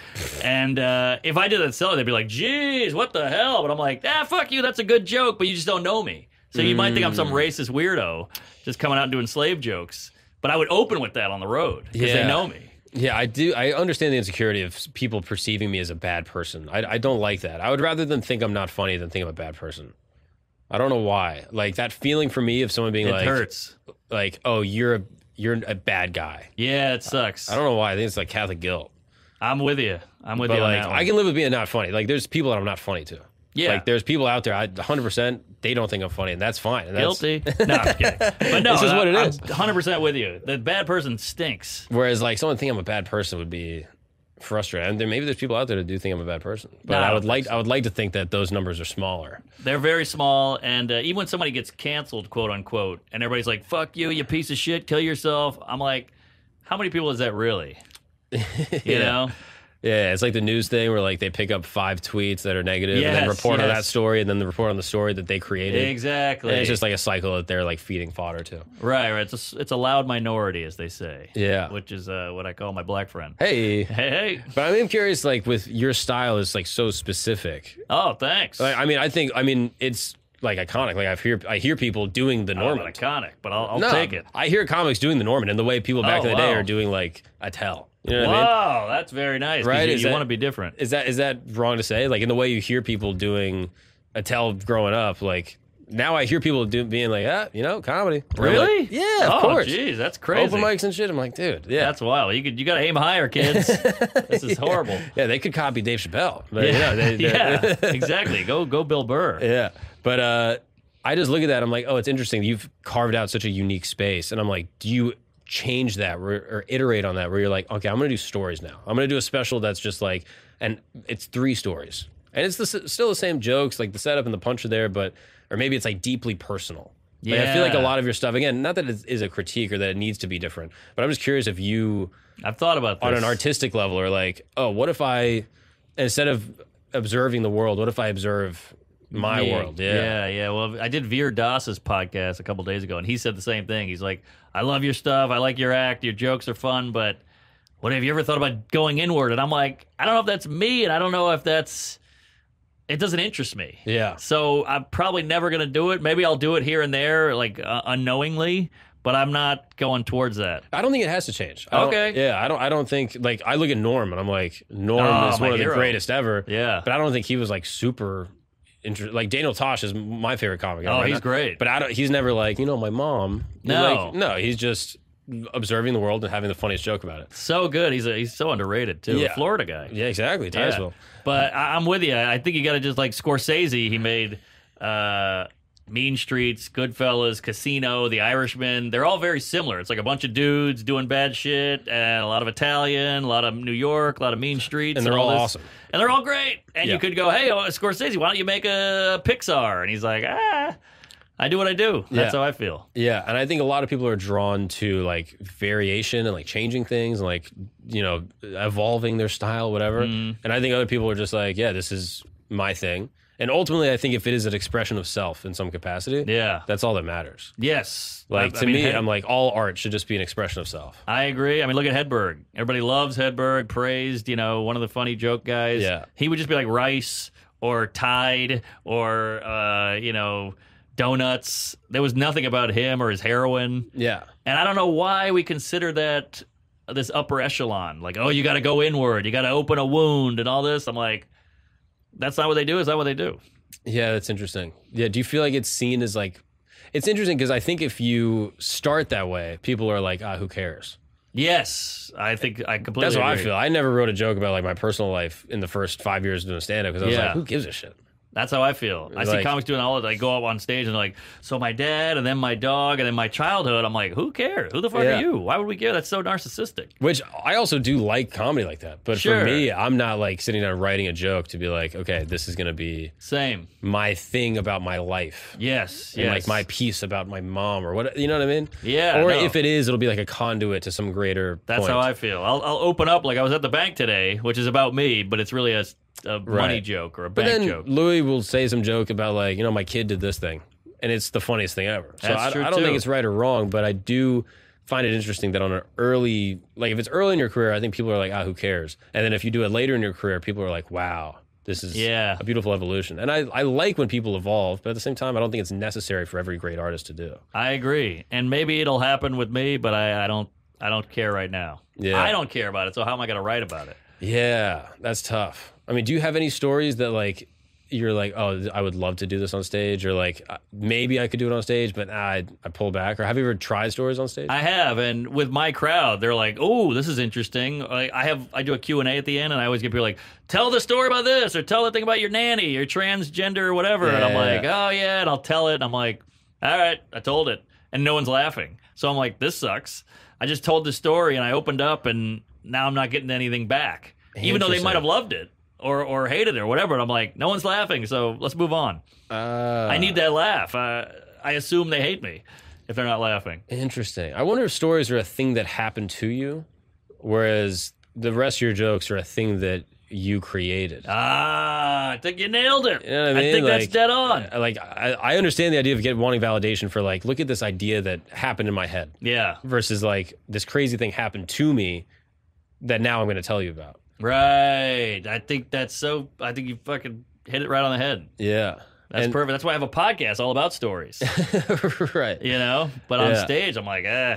B: and uh, if I did that to the seller, they'd be like, Jeez, what the hell? But I'm like, ah, fuck you. That's a good joke, but you just don't know me. So you might think I'm
A: Mm.
B: some racist weirdo just coming out and doing slave jokes. But I would open with that on the road because
A: Yeah.
B: they know me.
A: Yeah, I do. I understand the insecurity of people perceiving me as a bad person. I, I don't like that. I would rather them think I'm not funny than think I'm a bad person. I don't know why. Like that feeling for me of someone being
B: It
A: like,
B: hurts.
A: like, oh, you're a you're a bad guy.
B: Yeah, it sucks.
A: I don't know why. I think it's like Catholic guilt.
B: I'm with you. I'm with
A: But
B: you on
A: like,
B: that
A: I
B: one.
A: can live with being not funny. Like, there's people that I'm not funny to.
B: Yeah.
A: Like, there's people out there. I 100 percent they don't think I'm funny, and that's fine. And that's,
B: Guilty. no, I'm kidding. But no,
A: This is what it
B: I,
A: is.
B: I'm 100% with you. The bad person stinks.
A: Whereas, like, someone think I'm a bad person would be frustrating. And there, maybe there's people out there that do think I'm a bad person, but
B: No, I
A: I
B: don't
A: would like
B: think
A: I would like to think that those numbers are smaller.
B: They're very small, and uh, even when somebody gets canceled, quote unquote, and everybody's like, "Fuck you, you piece of shit, kill yourself," I'm like, "How many people is that really?" You know,
A: Yeah, it's like the news thing where like they pick up five tweets that are negative and then
B: Yes,
A: report on
B: yes.
A: that story and then the report on the story that they created.
B: exactly.
A: And it's just like a cycle that they're like feeding fodder to.
B: right, right. It's a, s- it's a loud minority, as they say.
A: Yeah.
B: which is uh, what I call my black friend.
A: Hey.
B: Hey, hey.
A: But I am curious, like with your style is like so specific.
B: Oh, thanks.
A: Like, I mean, I think I mean it's like iconic. Like I hear I hear people doing the
B: I don't know
A: Norman.
B: about iconic, but I'll, I'll
A: No,
B: Oh, take it.
A: I hear comics doing the Norman and the way people back
B: Oh,
A: in the day
B: wow.
A: are doing like a tell. You know what I mean?
B: Wow, that's very nice. 'cause
A: Right,
B: You,
A: is
B: you
A: that-
B: want to be different.
A: Is that is that wrong to say? Like in the way you hear people doing a tell growing up, like now I hear people do, being like, ah, you know, comedy. And I'm like,
B: Really?
A: yeah, of
B: oh,
A: course.
B: Jeez, that's crazy.
A: Open mics and shit. I'm like, dude, yeah.
B: That's wild. You could you got to aim higher, kids. this is horrible.
A: yeah, they could copy Dave Chappelle. But, you know, they- they-
B: yeah, exactly. Go go, Bill Burr.
A: Yeah. But uh, I just look at that. I'm like, oh, it's interesting. You've carved out such a unique space. And I'm like, do you change that or, or iterate on that where you're like, okay, I'm going to do stories now. I'm going to do a special that's just like, and it's three stories. And it's the, s- still the same jokes, like the setup and the punch are there, but, or maybe it's like deeply personal. Like, I feel like a
B: Yeah.
A: lot of your stuff, again, not that it is a critique or that it needs to be different, but I'm just curious if you
B: I've thought about this.
A: on an artistic level or like, oh, what if I instead of observing the world, what if I observe my
B: Me.
A: world? Yeah.
B: yeah, yeah. Well, I did Veer Dass's podcast a couple days ago, and he said the same thing. He's like, "I love your stuff. I like your act. Your jokes are fun, but what have you ever thought about going inward?" And I'm like, I don't know if that's me, and I don't know if that's it. Doesn't interest me.
A: Yeah.
B: So I'm probably never going to do it. Maybe I'll do it here and there, like uh, unknowingly, but I'm not going towards that.
A: I don't think it has to change. I don't-
B: Okay.
A: Yeah, I don't I don't think like I look at Norm and I'm like, Norm
B: Oh,
A: is
B: my
A: one of
B: hero.
A: the greatest ever.
B: Yeah.
A: But I don't think he was like super inter- like Daniel Tosh is my favorite comic.
B: Oh,
A: ever.
B: he's great.
A: But I don't he's never like, you know, my mom. He's
B: No.
A: like, no, he's just observing the world and having the funniest joke about it.
B: so good. He's a, he's so underrated too.
A: Yeah.
B: A Florida guy.
A: Yeah, exactly.
B: Yeah.
A: Tyersville.
B: But I, I'm with you. I think you got to just like Scorsese. He made uh, Mean Streets, Goodfellas, Casino, The Irishman. They're all very similar. It's like a bunch of dudes doing bad shit, and a lot of Italian, a lot of New York, a lot of Mean Streets,
A: And they're all
B: this.
A: awesome.
B: And they're all great. And
A: Yeah.
B: you could go, hey, oh, Scorsese, why don't you make a Pixar? And he's like, ah, I do what I do. That's
A: Yeah.
B: how I feel.
A: Yeah, and I think a lot of people are drawn to like variation and like changing things and like you know evolving their style, whatever.
B: Mm-hmm.
A: And I think other people are just like, yeah, this is my thing. And ultimately, I think if it is an expression of self in some capacity,
B: Yeah.
A: that's all that matters.
B: Yes.
A: Like
B: I- I
A: to
B: mean,
A: me,
B: hey-
A: I'm like all art should just be an expression of self.
B: I agree. I mean, look at Hedberg. Everybody loves Hedberg, praised, you know, one of the funny joke guys.
A: Yeah.
B: He would just be like rice or Tide or, uh, you know, donuts. There was nothing about him or his heroin.
A: Yeah,
B: And I don't know why we consider that this upper echelon. Like, oh, you got to go inward. You got to open a wound and all this. I'm like, that's not what they do. Is that what they do?
A: yeah, that's interesting. Yeah, do you feel like it's seen as like? It's interesting because I think if you start that way, people are like, ah, who cares?
B: Yes. I think I completely
A: That's how I
B: agree.
A: feel. I never wrote a joke about like my personal life in the first five years of doing stand up because I was
B: Yeah.
A: like, who gives a shit?
B: That's how I feel. I see
A: Like-
B: comics doing all of it. I go up on stage and like, so my dad and then my dog and then my childhood. I'm like, who cares? Who the fuck
A: Yeah.
B: are you? Why would we care? That's so narcissistic.
A: Which I also do like comedy like that. But
B: Sure.
A: for me, I'm not like sitting down writing a joke to be like, okay, this is going to be
B: Same.
A: my thing about my life.
B: Yes.
A: And
B: yes.
A: like my piece about my mom or what, you know what I mean?
B: Yeah,
A: Or
B: no.
A: if it is, it'll be like a conduit to some greater.
B: That's
A: point.
B: how I feel. I'll, I'll open up like I was at the bank today, which is about me, but it's really a, a money
A: Right.
B: joke or a
A: But
B: bank
A: then
B: joke.
A: Louis will say some joke about like, you know, my kid did this thing, and it's the funniest thing ever. So
B: That's
A: I,
B: true,
A: I don't
B: too.
A: think it's right or wrong, but I do find it interesting that on an early, like if it's early in your career, I think people are like, ah, who cares? And then if you do it later in your career, people are like, wow, this is
B: Yeah.
A: a beautiful evolution. And I, I like when people evolve, but at the same time, I don't think it's necessary for every great artist to do.
B: I agree, and maybe it'll happen with me, but I, I don't. I don't care right now.
A: Yeah.
B: I don't care about it. So how am I going to write about it?
A: Yeah, that's tough. I mean, do you have any stories that like you're like, oh, th- I would love to do this on stage, or like uh, maybe I could do it on stage, but nah, I I pull back. Or have you ever tried stories on stage?
B: I have, and with my crowd, they're like, "Oh, this is interesting." I, I have, I do a Q and A at the end, and I always get people like, "Tell the story about this," or "Tell the thing about your nanny," or transgender, or whatever. and I'm
A: Yeah.
B: like, "Oh yeah," and I'll tell it. And I'm like, "All right, I told it," and no one's laughing. So I'm like, "This sucks." I just told the story, and I opened up, and now I'm not getting anything back, even though they
A: Interesting.
B: might have loved it or or hated it or whatever. And I'm like, "No one's laughing, so let's move on."
A: Uh,
B: I need that laugh. Uh, I assume they hate me if they're not laughing.
A: interesting. I wonder if stories are a thing that happened to you, whereas the rest of your jokes are a thing that you created.
B: Ah, I think you nailed it.
A: know what I mean?
B: think that's
A: Like-
B: dead on.
A: I- Uh, like I, I understand the idea of get wanting validation for like, look at this idea that happened in my head
B: Yeah,
A: versus like this crazy thing happened to me that now I'm going to tell you about.
B: right. I think that's so. I think you fucking hit it right on the head.
A: Yeah.
B: That's
A: And-
B: perfect. That's why I have a podcast all about stories.
A: right.
B: you know, but on
A: Yeah.
B: stage, I'm like, eh,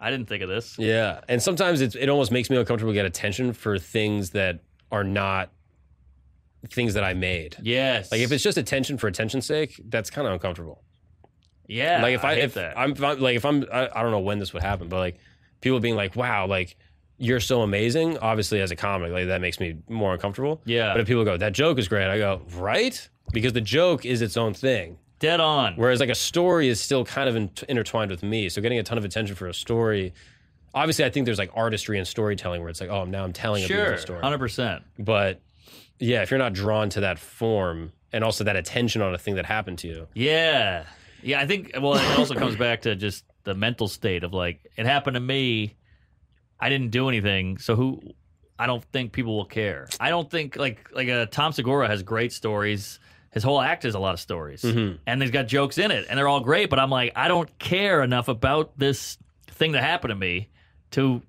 B: I didn't think of this.
A: Yeah, and sometimes it's, it almost makes me uncomfortable to get attention for things that are not things that I made.
B: Yes.
A: Like if it's just attention for attention's sake, that's kind of uncomfortable.
B: yeah,
A: like if I,
B: hate
A: if
B: that.
A: I'm, if I'm- like if I'm I, I don't know when this would happen, but like people being like, "Wow, like you're so amazing." Obviously, as a comic, like that makes me more uncomfortable.
B: Yeah.
A: But if people go, "That joke is great," I go, "Right," because the joke is its own thing.
B: dead on.
A: Whereas like a story is still kind of in- intertwined with me. So getting a ton of attention for a story. Obviously, I think there's like artistry and storytelling where it's like, oh, now I'm telling a
B: Sure,
A: beautiful story.
B: hundred percent.
A: But yeah, if you're not drawn to that form and also that attention on a thing that happened to you,
B: Yeah, yeah. I think. Well, it also comes back to just the mental state of like it happened to me. I didn't do anything, so who? I don't think people will care. I don't think like like uh, Tom Segura has great stories. His whole act is a lot of stories,
A: Mm-hmm.
B: and he's got jokes in it, and they're all great. But I'm like, I don't care enough about this thing that happened to me to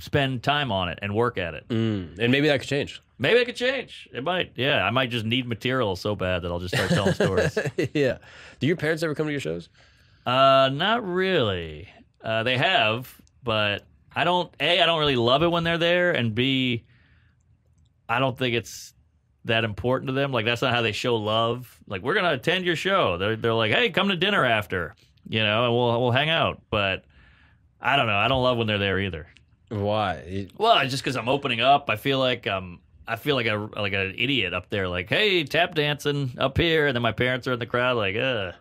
B: spend time on it and work at it.
A: mm, and maybe that could change.
B: Maybe it could change. It might. Yeah, I might just need material so bad that I'll just start telling stories.
A: yeah. Do your parents ever come to your shows?
B: Uh, not really. Uh, they have, but I don't. A, I don't really love it when they're there, and B, I don't think it's that important to them. Like that's not how they show love. Like we're gonna attend your show. They're they're like, hey, come to dinner after, you know, and we'll we'll hang out. But I don't know. I don't love when they're there either.
A: Why?
B: Well, it's just because I'm opening up, I feel like um, I feel like a like an idiot up there. Like, hey, tap dancing up here, and then my parents are in the crowd. Like, uh,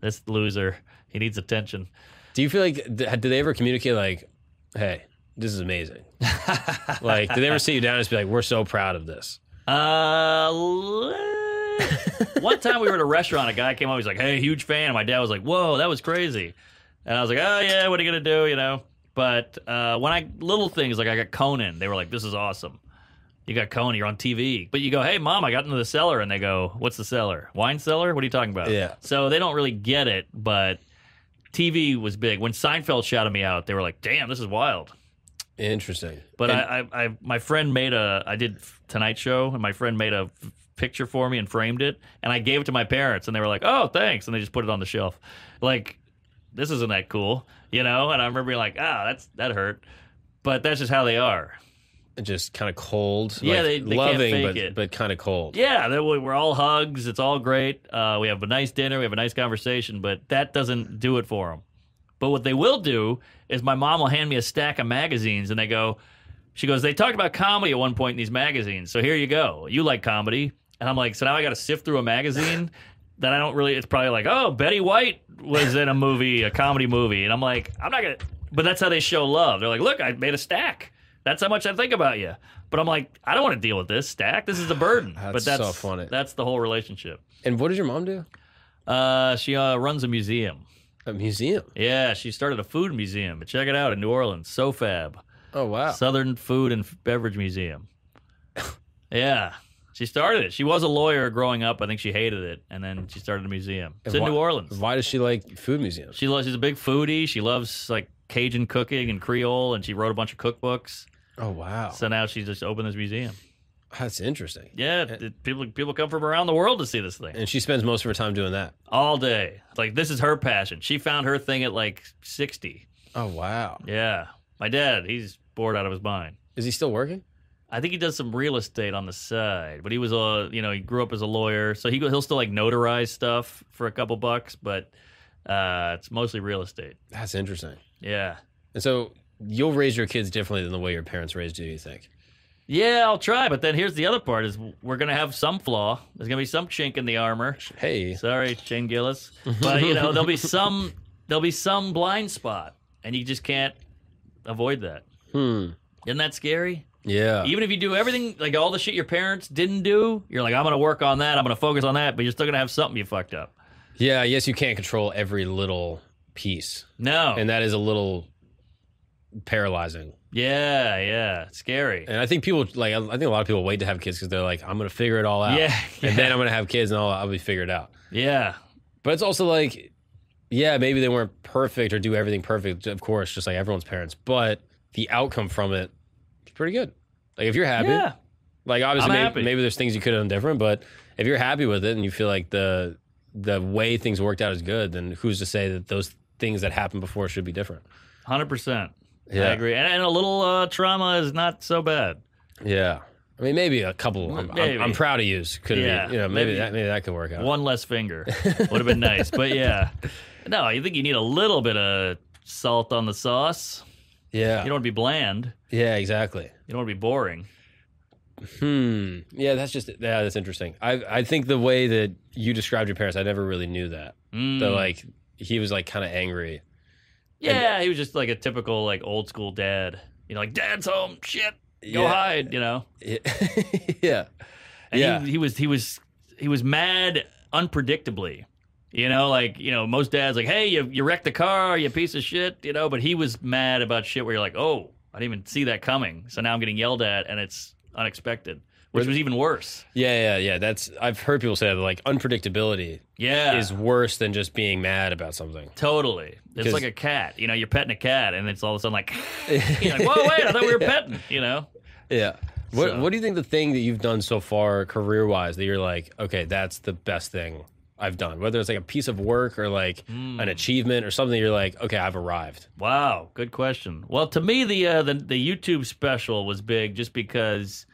B: this loser, he needs attention.
A: Do you feel like th- did they ever communicate like, hey, this is amazing? like, did they ever sit you down and just be like, we're so proud of this?
B: Uh, le- one time we were at a restaurant. A guy came up. He's like, "Hey, huge fan." And my dad was like, "Whoa, that was crazy," and I was like, "Oh yeah, what are you gonna do?" You know. But uh, when I little things like I got Conan, they were like, "This is awesome." You got Conan, you're on TV. But you go, "Hey, mom, I got into the cellar," and they go, "What's the cellar? Wine cellar? What are you talking about?"
A: Yeah.
B: So they don't really get it, but TV was big. When Seinfeld shouted me out, they were like, "Damn, this is wild."
A: Interesting.
B: But
A: And-
B: I, I, I, my friend made a, I did Tonight Show, and my friend made a f- picture for me and framed it, and I gave it to my parents, and they were like, "Oh, thanks," and they just put it on the shelf. Like, this isn't that cool, you know? And I remember being like, "Ah, that's that hurt," but that's just how they are.
A: just kind of cold.
B: Yeah,
A: like,
B: they- they can't
A: loving,
B: fake
A: but
B: it.
A: but kind of cold.
B: Yeah, that we- we're all hugs. It's all great. Uh, we have a nice dinner. We have a nice conversation, but that doesn't do it for them. But what they will do is my mom will hand me a stack of magazines and they go, she goes, they talked about comedy at one point in these magazines. So here you go. You like comedy. And I'm like, so now I got to sift through a magazine that I don't really, it's probably like, oh, Betty White was in a movie, a comedy movie. And I'm like, I'm not going to, but that's how they show love. They're like, look, I made a stack. That's how much I think about you. But I'm like, I don't want to deal with this stack. This is a burden.
A: That's
B: but that's
A: so funny.
B: That's the whole relationship.
A: And what does your mom do?
B: Uh, she uh, runs a museum.
A: A museum.
B: Yeah, she started a food museum. Check it out in New Orleans, SoFab,
A: Oh wow.
B: Southern Food and Beverage Museum. yeah, she started it. She was a lawyer growing up. I think she hated it, and then she started a museum. It's in
A: why-
B: New Orleans.
A: Why does she like food museums?
B: She loves. She's a big foodie. She loves like Cajun cooking and Creole, and she wrote a bunch of cookbooks.
A: Oh wow.
B: So now she just opened this museum.
A: That's interesting.
B: Yeah, it- people people come from around the world to see this thing.
A: And she spends most of her time doing that.
B: all day. Like this is her passion. She found her thing at like sixty.
A: Oh wow.
B: Yeah, my dad. He's bored out of his mind.
A: Is he still working?
B: I think he does some real estate on the side, but he was a you know he grew up as a lawyer, so he he'll still like notarize stuff for a couple bucks, but uh, it's mostly real estate.
A: That's interesting.
B: Yeah,
A: And so you'll raise your kids differently than the way your parents raised you. You think?
B: yeah, I'll try. But then here's the other part: is we're gonna have some flaw. There's gonna be some chink in the armor.
A: Hey.
B: Sorry, Shane Gillis. But you know, there'll be some there'll be some blind spot and you just can't avoid that.
A: Hmm.
B: Isn't that scary?
A: Yeah.
B: Even if you do everything like all the shit your parents didn't do, you're like, I'm gonna work on that, I'm gonna focus on that, but you're still gonna have something you fucked up.
A: Yeah. Yes, you can't control every little piece,
B: No.
A: and that is a little paralyzing.
B: yeah, yeah. It's scary.
A: And I think people like I I think a lot of people wait to have kids because they're like, I'm gonna figure it all out.
B: Yeah, yeah.
A: And then I'm gonna have kids and I'll, I'll be figured out.
B: Yeah.
A: But it's also like, yeah, maybe they weren't perfect or do everything perfect, of course, just like everyone's parents. But the outcome from it is pretty good. Like if you're happy,
B: Yeah.
A: Like obviously,
B: I'm
A: may-
B: happy.
A: maybe, there's things you could have done different, but if you're happy with it and you feel like the the way things worked out is good, then who's to say that those things that happened before should be different?
B: Hundred percent. I
A: Yeah.
B: agree. And, and a little uh, trauma is not so bad.
A: Yeah. I mean, maybe a couple. I'm,
B: Maybe.
A: I'm, I'm proud of you. Could
B: Yeah,
A: be, you know, maybe,
B: maybe.
A: that maybe that could work out.
B: One less finger would have been nice, but yeah. No, you think you need a little bit of salt on the sauce.
A: yeah,
B: You don't want to be bland.
A: yeah, exactly.
B: You don't want to be boring.
A: Hmm. Yeah, that's just yeah, that's interesting. I I think the way that you described your parents, I never really knew that.
B: Mm.
A: That like he was like kind of angry.
B: yeah, he was just like a typical like old school dad. You know, like dad's home, shit, go
A: yeah.
B: hide. You know,
A: yeah.
B: and
A: Yeah.
B: he, he was he was he was mad unpredictably. You know, like you know, most dads like, hey, you you wrecked the car, you piece of shit. You know, but he was mad about shit where you're like, oh, I didn't even see that coming. So now I'm getting yelled at, and it's unexpected, which was even worse.
A: Yeah, yeah, yeah. That's I've heard people say that like unpredictability
B: Yeah,
A: is worse than just being mad about something.
B: Totally. It's
A: 'Cause-
B: like a cat. You know, you're petting a cat, and it's all of a sudden like, you're like, whoa, wait, I thought we were petting. You know?
A: Yeah. What
B: So-
A: What do you think the thing that you've done so far career wise that you're like, okay, that's the best thing I've done? Whether it's like a piece of work or like
B: Hmm. Mm.
A: an achievement or something, you're like, okay, I've arrived.
B: Wow, good question. Well, to me, the uh, the, the YouTube special was big just because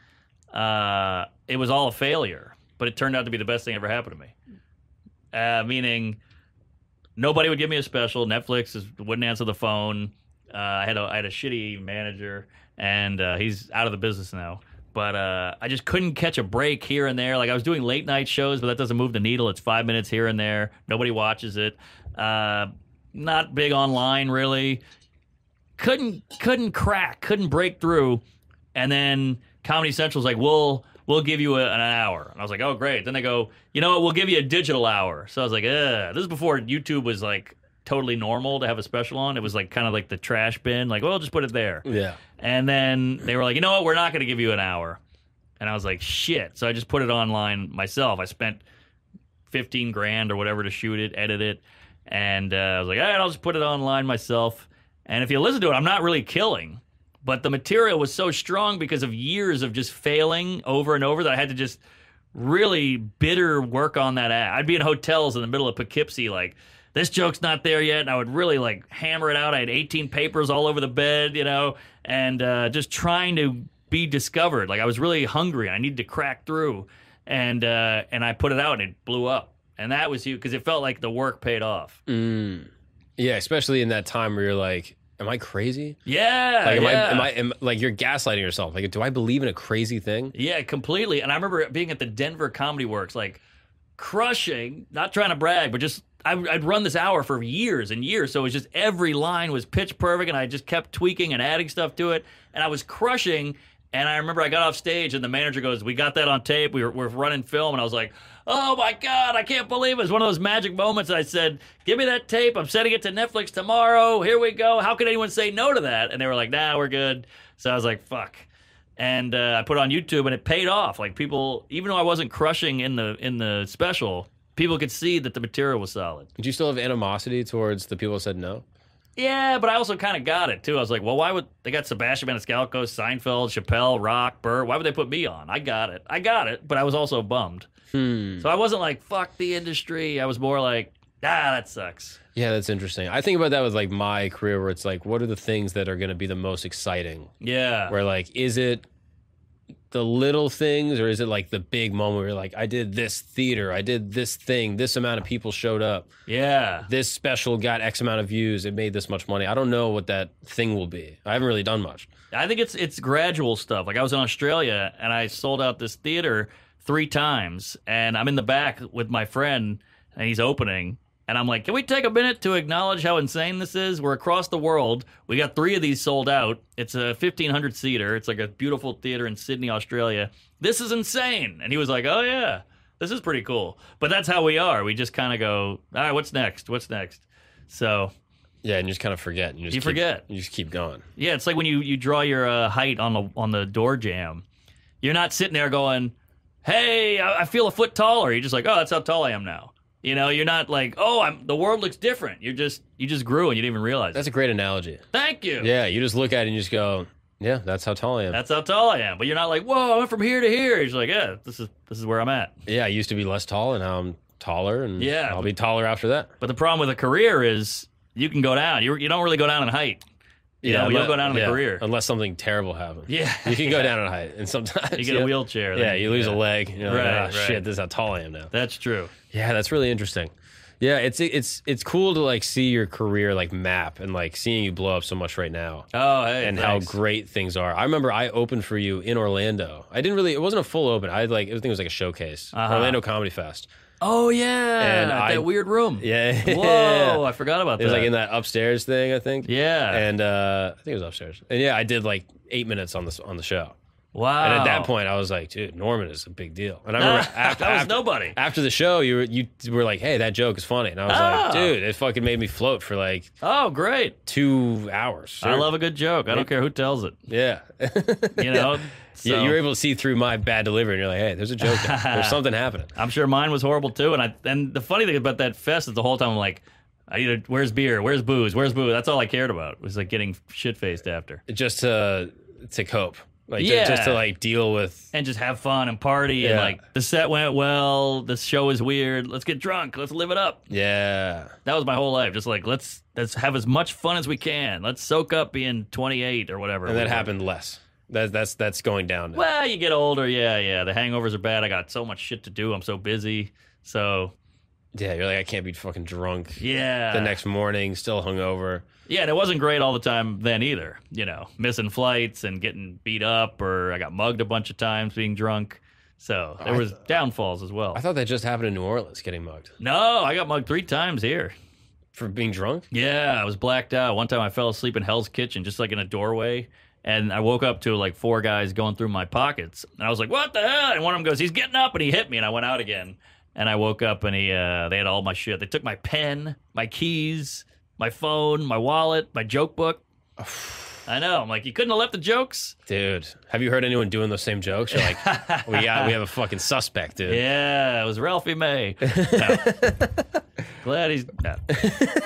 B: uh, it was all a failure, but it turned out to be the best thing ever happened to me. Uh, meaning, nobody would give me a special. Netflix is, wouldn't answer the phone. Uh, I had a I had a shitty manager, and uh, he's out of the business now. But uh, I just couldn't catch a break here and there. Like I was doing late night shows, but that doesn't move the needle. It's five minutes here and there. Nobody watches it. Uh, not big online really. Couldn't couldn't crack. Couldn't break through. And then Comedy Central's like, we'll we'll give you a, an hour. And I was like, oh great. Then they go, you know what? We'll give you a digital hour. So I was like, Ugh. this is before YouTube was like totally normal to have a special on. It was like kind of like the trash bin. Like, well, just put it there.
A: Yeah.
B: And then they were like, you know what? We're not going to give you an hour. And I was like, shit. So I just put it online myself. I spent 15 grand or whatever to shoot it, edit it. And uh, I was like, all right, I'll just put it online myself. And if you listen to it, I'm not really killing. But the material was so strong because of years of just failing over and over that I had to just really bitter work on that ad. I'd be in hotels in the middle of Poughkeepsie, like, this joke's not there yet. And I would really like hammer it out. I had 18 papers all over the bed, you know, and uh, just trying to be discovered. Like I was really hungry. I needed to crack through. And, uh, and I put it out and it blew up. And that was huge because it felt like the work paid off.
A: Mm. Yeah, especially in that time where you're like, am I crazy?
B: Yeah.
A: Like, am
B: Uh, yeah.
A: I, am I, am, like you're gaslighting yourself. Like, do I believe in a crazy thing?
B: Yeah, completely. And I remember being at the Denver Comedy Works, like crushing, not trying to brag, but just I, I'd run this hour for years and years. So it was just every line was pitch perfect, and I just kept tweaking and adding stuff to it. And I was crushing. And I remember I got off stage, and the manager goes, "We got that on tape. We were, we're running film." And I was like, "Oh my god, I can't believe it!" It was one of those magic moments. I said, "Give me that tape. I'm sending it to Netflix tomorrow. Here we go." How could anyone say no to that? And they were like, "Nah, we're good." So I was like, "Fuck." and uh, I put it on YouTube, and it paid off. Like people, even though I wasn't crushing in the in the special, people could see that the material was solid.
A: Do you still have animosity towards the people that said no?
B: Yeah, but I also kind of got it too. I was like, well, why would they got Sebastian Maniscalco, Seinfeld, Chappelle, Rock, Burr? Why would they put me on? I got it, I got it, but I was also bummed.
A: Hmm.
B: So I wasn't like fuck the industry. I was more like, ah, that sucks.
A: Yeah, that's interesting. I think about that with like my career where it's like, what are the things that are going to be the most exciting?
B: Yeah,
A: Where like, is it the little things or is it like the big moment where you're like, I did this theater, I did this thing, this amount of people showed up,
B: yeah.
A: this special got X amount of views, it made this much money. I don't know what that thing will be. I haven't really done much.
B: I think it's it's gradual stuff. Like I was in Australia and I sold out this theater three times, and I'm in the back with my friend, and he's opening, and I'm like, "Can we take a minute to acknowledge how insane this is? We're across the world. We got three of these sold out. It's a 1500 seater. It's like a beautiful theater in Sydney, Australia. This is insane." And he was like, "Oh yeah, this is pretty cool." But that's how we are. We just kind of go, "All right, what's next? What's next?" So
A: Yeah, and you just kind of forget. And you just
B: You
A: keep-
B: forget.
A: You just keep going.
B: Yeah, it's like when you you draw your uh, height on the on the door jamb. You're not sitting there going, "Hey, I, I feel a foot taller." You're just like, "Oh, that's how tall I am now." You know, you're not like, "Oh, I'm the world looks different." You're just you just grew and you didn't even realize. it.
A: That's a great analogy.
B: Thank you.
A: Yeah, you just look at it and you just go, Yeah, that's how tall I am.
B: That's how tall I am. But you're not like, whoa, I went from here to here. He's like, yeah, this is this is where I'm at.
A: yeah, I used to be less tall, and now I'm taller, and
B: Yeah.
A: I'll be taller after that.
B: But the problem with a career is you can go down. You you don't really go down in height. You know, you'll
A: unle-
B: go down in a career.
A: unless something terrible happens.
B: Yeah.
A: you can go down in height, and sometimes
B: You get
A: yeah,
B: a wheelchair.
A: Yeah,
B: then
A: you lose a leg. You're like,
B: Right,
A: "Ah,
B: right.
A: shit, this is how tall I am now.
B: That's true.
A: Yeah, that's really interesting. Yeah, it's it's it's cool to like see your career like map and like seeing you blow up so much right now.
B: Oh, hey,
A: and
B: thanks.
A: how great things are. I remember I opened for you in Orlando. I didn't really. It wasn't a full open. I had like. I think it was like a showcase.
B: Uh-huh.
A: Orlando Comedy Fest.
B: Oh yeah,
A: And
B: that
A: I-
B: weird room.
A: Yeah.
B: Whoa, I forgot about
A: It
B: that.
A: was like in that upstairs thing. I think.
B: yeah.
A: And uh, I think it was upstairs. And yeah, I did like eight minutes on this on the show.
B: wow.
A: And at that point, I was like, dude, Norman is a big deal. And I remember after,
B: Oh. that was
A: after,
B: nobody.
A: after the show, you were, you were like, hey, that joke is funny. And I was like,
B: Oh.
A: dude, it fucking made me float for like
B: Oh, great.
A: two hours.
B: I
A: Sure.
B: love a good joke. I don't care who tells it.
A: Yeah.
B: You know.
A: Yeah,
B: So-
A: you were able to see through my bad delivery, and you're like, "Hey, there's a joke. there. There's something happening."
B: I'm sure mine was horrible too. And I and the funny thing about that fest is the whole time I'm like, I either where's beer, where's booze, where's booze. That's all I cared about was like getting shit faced after
A: Just to to cope, like ju-
B: Yeah.
A: just, to like deal with.
B: and just have fun and party and
A: Yeah.
B: like the set went well. This show is weird. Let's get drunk. Let's live it up.
A: Yeah,
B: That was my whole life. Just like let's let's have as much fun as we can. Let's soak up being 28 or whatever.
A: and that
B: We were.
A: happened less. That's that's that's going down. Now.
B: Well, you get older. Yeah, yeah. The hangovers are bad. I got so much shit to do. I'm so busy. So
A: Yeah, you're like, I can't be fucking drunk
B: yeah.
A: the next morning, still hungover.
B: Yeah, and it wasn't great all the time then either. You know, missing flights and getting beat up, or I got mugged a bunch of times being drunk. So there
A: I
B: was downfalls as well.
A: I thought that just happened in New Orleans, getting mugged
B: no, I got mugged three times here.
A: for being drunk.
B: Yeah, I was blacked out. One time I fell asleep in Hell's Kitchen, just like in a doorway. And I woke up to like four guys going through my pockets. And I was like, what the hell? And one of them goes, he's getting up. And he hit me. And I went out again. And I woke up and he, uh, they had all my shit. They took my pen, my keys, my phone, my wallet, my joke book. I know. I'm like, you couldn't have left the jokes?
A: Dude, have you heard anyone doing those same jokes? You're like, we got we have a fucking suspect, dude.
B: Yeah, it was Ralphie May. No. Glad he's. No.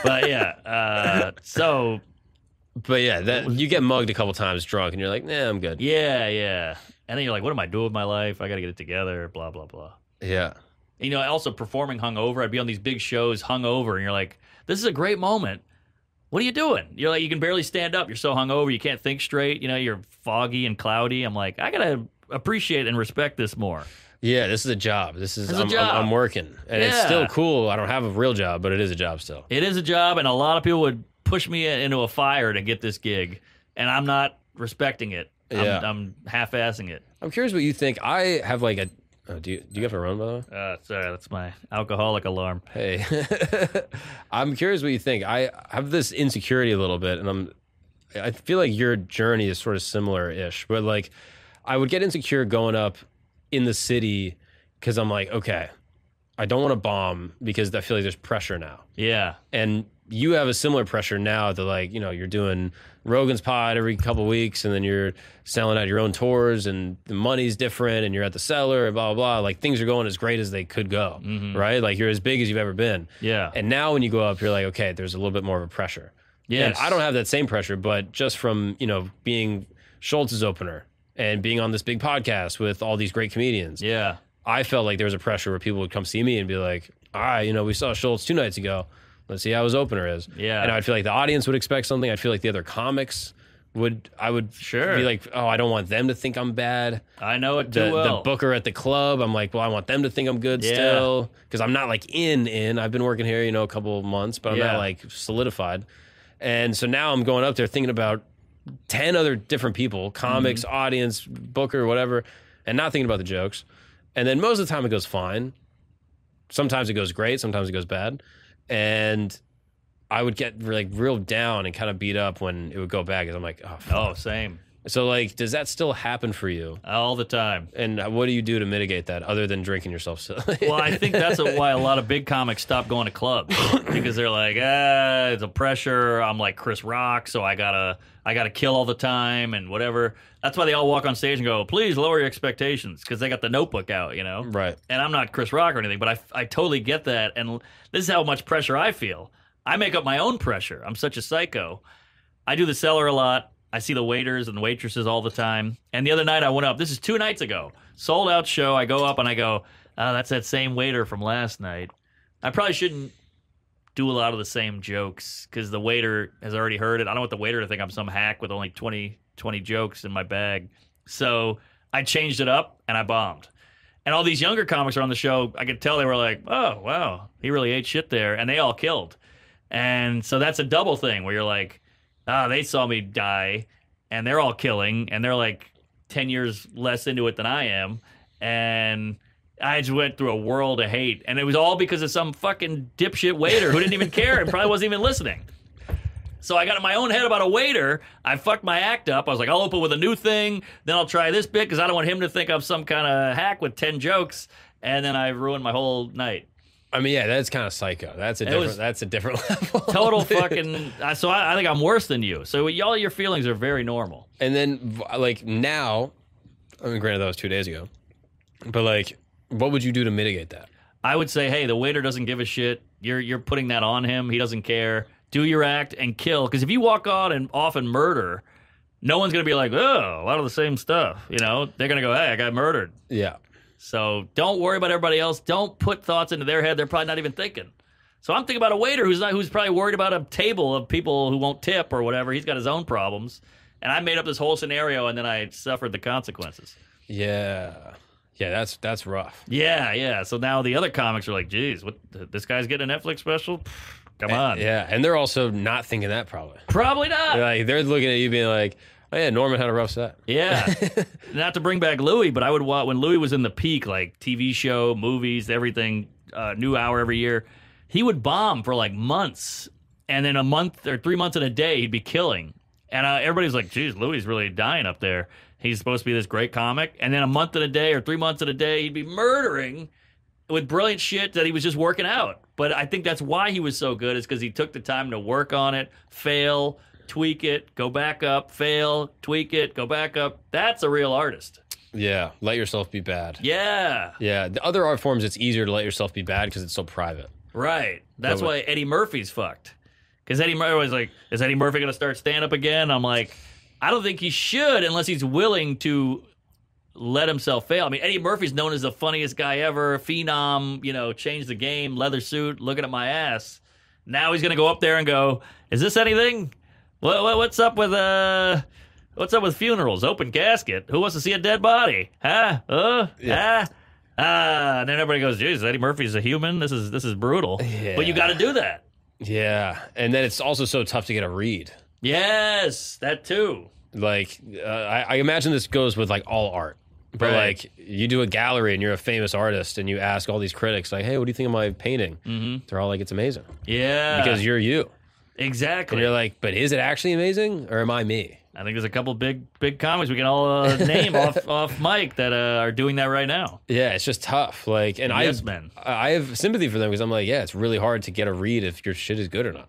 B: But yeah, uh, so
A: But yeah, that you get mugged a couple times drunk, and you're like, nah, I'm good.
B: Yeah, yeah. And then you're like, what am I doing with my life? I got to get it together, blah, blah, blah.
A: Yeah,
B: You know, also performing hungover, I'd be on these big shows hungover, and you're like, this is a great moment. What are you doing? You're like, you can barely stand up. You're so hungover, you can't think straight. You know, you're foggy and cloudy. I'm like, I got to appreciate and respect this more.
A: yeah. This is a job. This is
B: It's a
A: I'm, I'm- I'm
B: job.
A: working, and it's
B: Yeah.
A: still cool. I don't have a real job, but it is a job still.
B: It is a job, and a lot of people would push me into a fire to get this gig, and I'm not respecting it.
A: Yeah.
B: I'm, I'm half assing it.
A: I'm curious what you think. I have like a. Oh, do you do you have a run by the way?
B: Uh, sorry, that's my alcoholic alarm.
A: Hey, I'm curious what you think. I have this insecurity a little bit, and I'm. I feel like your journey is sort of similar-ish, but like, I would get insecure going up in the city because I'm like, okay, I don't want to bomb because I feel like there's pressure now,
B: Yeah.
A: and you have a similar pressure now that like you know you're doing Rogan's pod every couple weeks, and then you're selling out your own tours, and the money's different, and you're at the cellar, and blah blah blah. Like things are going as great as they could go, right? Like you're as big as you've ever been.
B: Yeah.
A: And now when you go up, you're like, okay, there's a little bit more of a pressure.
B: Yes.
A: And I don't have that same pressure, but just from, you know, being Schultz's opener and being on this big podcast with all these great comedians,
B: Yeah.
A: I felt like there was a pressure where people would come see me and be like, all right, you know, we saw Schultz two nights ago. Let's see how his opener is.
B: Yeah.
A: And I'd feel like the audience would expect something. I'd feel like the other comics would, I would
B: Sure.
A: be like, oh, I don't want them to think I'm bad
B: I know it too
A: the,
B: well.
A: the booker at the club. I'm like, well, I want them to think I'm good
B: Yeah.
A: still because I'm not like in in. I've been working here, you know, a couple of months, but I'm
B: Yeah.
A: not like solidified. And so now I'm going up there thinking about ten other different people, comics,
B: Mm-hmm.
A: audience, booker, whatever, and not thinking about the jokes. And then most of the time it goes fine. Sometimes it goes great. Sometimes it goes bad. And I would get like real down and kind of beat up when it would go bad because I'm like, oh, fuck.
B: Oh, same.
A: so like, does that still happen for you?
B: All the time.
A: And uh, what do you do to mitigate that other than drinking yourself silly?
B: Well, I think that's why a lot of big comics stop going to clubs because they're like, ah, it's a pressure. I'm like Chris Rock, so I gotta, I gotta kill all the time and whatever. That's why they all walk on stage and go, please lower your expectations because they got the notebook out, you know.
A: right.
B: and I'm not Chris Rock or anything, but I, I totally get that. And l- this is how much pressure I feel. I make up my own pressure. I'm such a psycho. I do the cellar a lot. I see the waiters and waitresses all the time. And the other night I went up, this is two nights ago, sold out show. I go up and I go, oh, that's that same waiter from last night. I probably shouldn't do a lot of the same jokes because the waiter has already heard it. I don't want the waiter to think I'm some hack with only 20, 20 jokes in my bag. So I changed it up and I bombed. And all these younger comics are on the show. I could tell they were like, oh, wow, he really ate shit there. And they all killed. And so that's a double thing where you're like, ah, they saw me die and they're all killing and they're like 10 years less into it than I am. And I just went through a world of hate. And it was all because of some fucking dipshit waiter who didn't even care and probably wasn't even listening. So I got in my own head about a waiter. I fucked my act up. I was like, I'll open with a new thing, then I'll try this bit because I don't want him to think I'm some kind of hack with 10 jokes. And then I ruined my whole night.
A: I mean, yeah, that's kind of psycho. That's a different.
B: was
A: that's a different level.
B: Total
A: dude.
B: fucking. I- So I, I think I'm worse than you. So y'all, your feelings are very normal.
A: And then, v- uh, like now, I mean, granted that was two days ago, but like, what would you do to mitigate that?
B: I would say, hey, the waiter doesn't give a shit. You're you're putting that on him. He doesn't care. Do your act and kill. Because if you walk on and off and murder, no one's gonna be like, oh, a lot of the same stuff. You know, they're gonna go, hey, I got murdered.
A: Yeah,
B: So don't worry about everybody else. Don't put thoughts into their head. They're probably not even thinking. So I'm thinking about a waiter who's not who's probably worried about a table of people who won't tip or whatever. He's got his own problems. And I made up this whole scenario and then I suffered the consequences.
A: yeah, yeah. That's that's rough.
B: Yeah, yeah. So now the other comics are like, geez, what this guy's getting a Netflix special? Pfft, Come on.
A: Yeah, and they're also not thinking that probably.
B: Probably not.
A: They're like they're looking at you being like, oh yeah, Norman had a rough set.
B: Yeah. Not to bring back Louis, but I would watch when Louis was in the peak, like TV show, movies, everything, uh, new hour every year, he would bomb for like months. And then a month or three months in a day, he'd be killing. And uh, everybody's like, geez, Louis is really dying up there. He's supposed to be this great comic. And then a month in a day or three months in a day, he'd be murdering with brilliant shit that he was just working out. But I think that's why he was so good is because he took the time to work on it, fail, tweak it, go back up, fail, tweak it, go back up. That's a real artist.
A: Yeah, let yourself be bad.
B: Yeah,
A: Yeah, the other art forms, it's easier to let yourself be bad because it's so private.
B: right. That's
A: That would-
B: why Eddie Murphy's fucked. Because Eddie Murphy was like, is Eddie Murphy going to start stand up again? I'm like, I don't think he should unless he's willing to let himself fail. I mean, Eddie Murphy's known as the funniest guy ever, phenom, you know, change the game, leather suit, looking at my ass. Now he's going to go up there and go, "Is this anything? What, what, what's up with uh what's up with funerals? Open casket. Who wants to see a dead body? Huh? Uh?
A: Yeah.
B: Huh? Ah, and then everybody goes, "Jeez, Eddie Murphy's a human. This is this is brutal."
A: Yeah.
B: But you got to do that.
A: Yeah, and then it's also so tough to get a read.
B: Yes, that too.
A: like uh, I, I imagine this goes with like all art but
B: Right.
A: like you do a gallery and you're a famous artist and you ask all these critics like hey what do you think of my painting
B: Mhm.
A: they're all like it's amazing
B: Yeah,
A: because you're you
B: exactly.
A: and you're like but is it actually amazing or am i me
B: I think there's a couple big big comics we can all uh, name off off mic that uh, are doing that right now.
A: yeah it's just tough like and i
B: Yes, man.
A: i I have sympathy for them because i'm like yeah it's really hard to get a read if your shit is good or not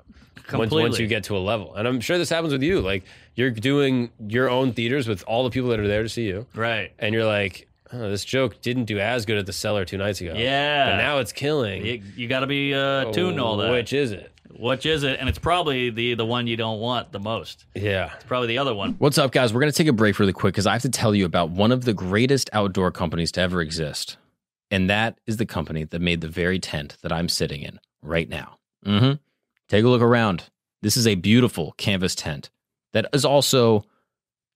A: once, once
B: Completely.
A: you get to a level and i'm sure this happens with you like you're doing your own theaters with all the people that are there to see you
B: Right.
A: and you're like oh, this joke didn't do as good at the cellar two nights ago
B: Yeah.
A: but now it's killing
B: You, you got to be uh, tuned to all that.
A: Which is it?
B: Which is it? And it's probably the the one you don't want the most.
A: Yeah.
B: Probably the other one.
C: What's up, guys? We're going to take a break really quick because I have to tell you about one of the greatest outdoor companies to ever exist. And that is the company that made the very tent that I'm sitting in right now. hmm Take a look around. This is a beautiful canvas tent that is also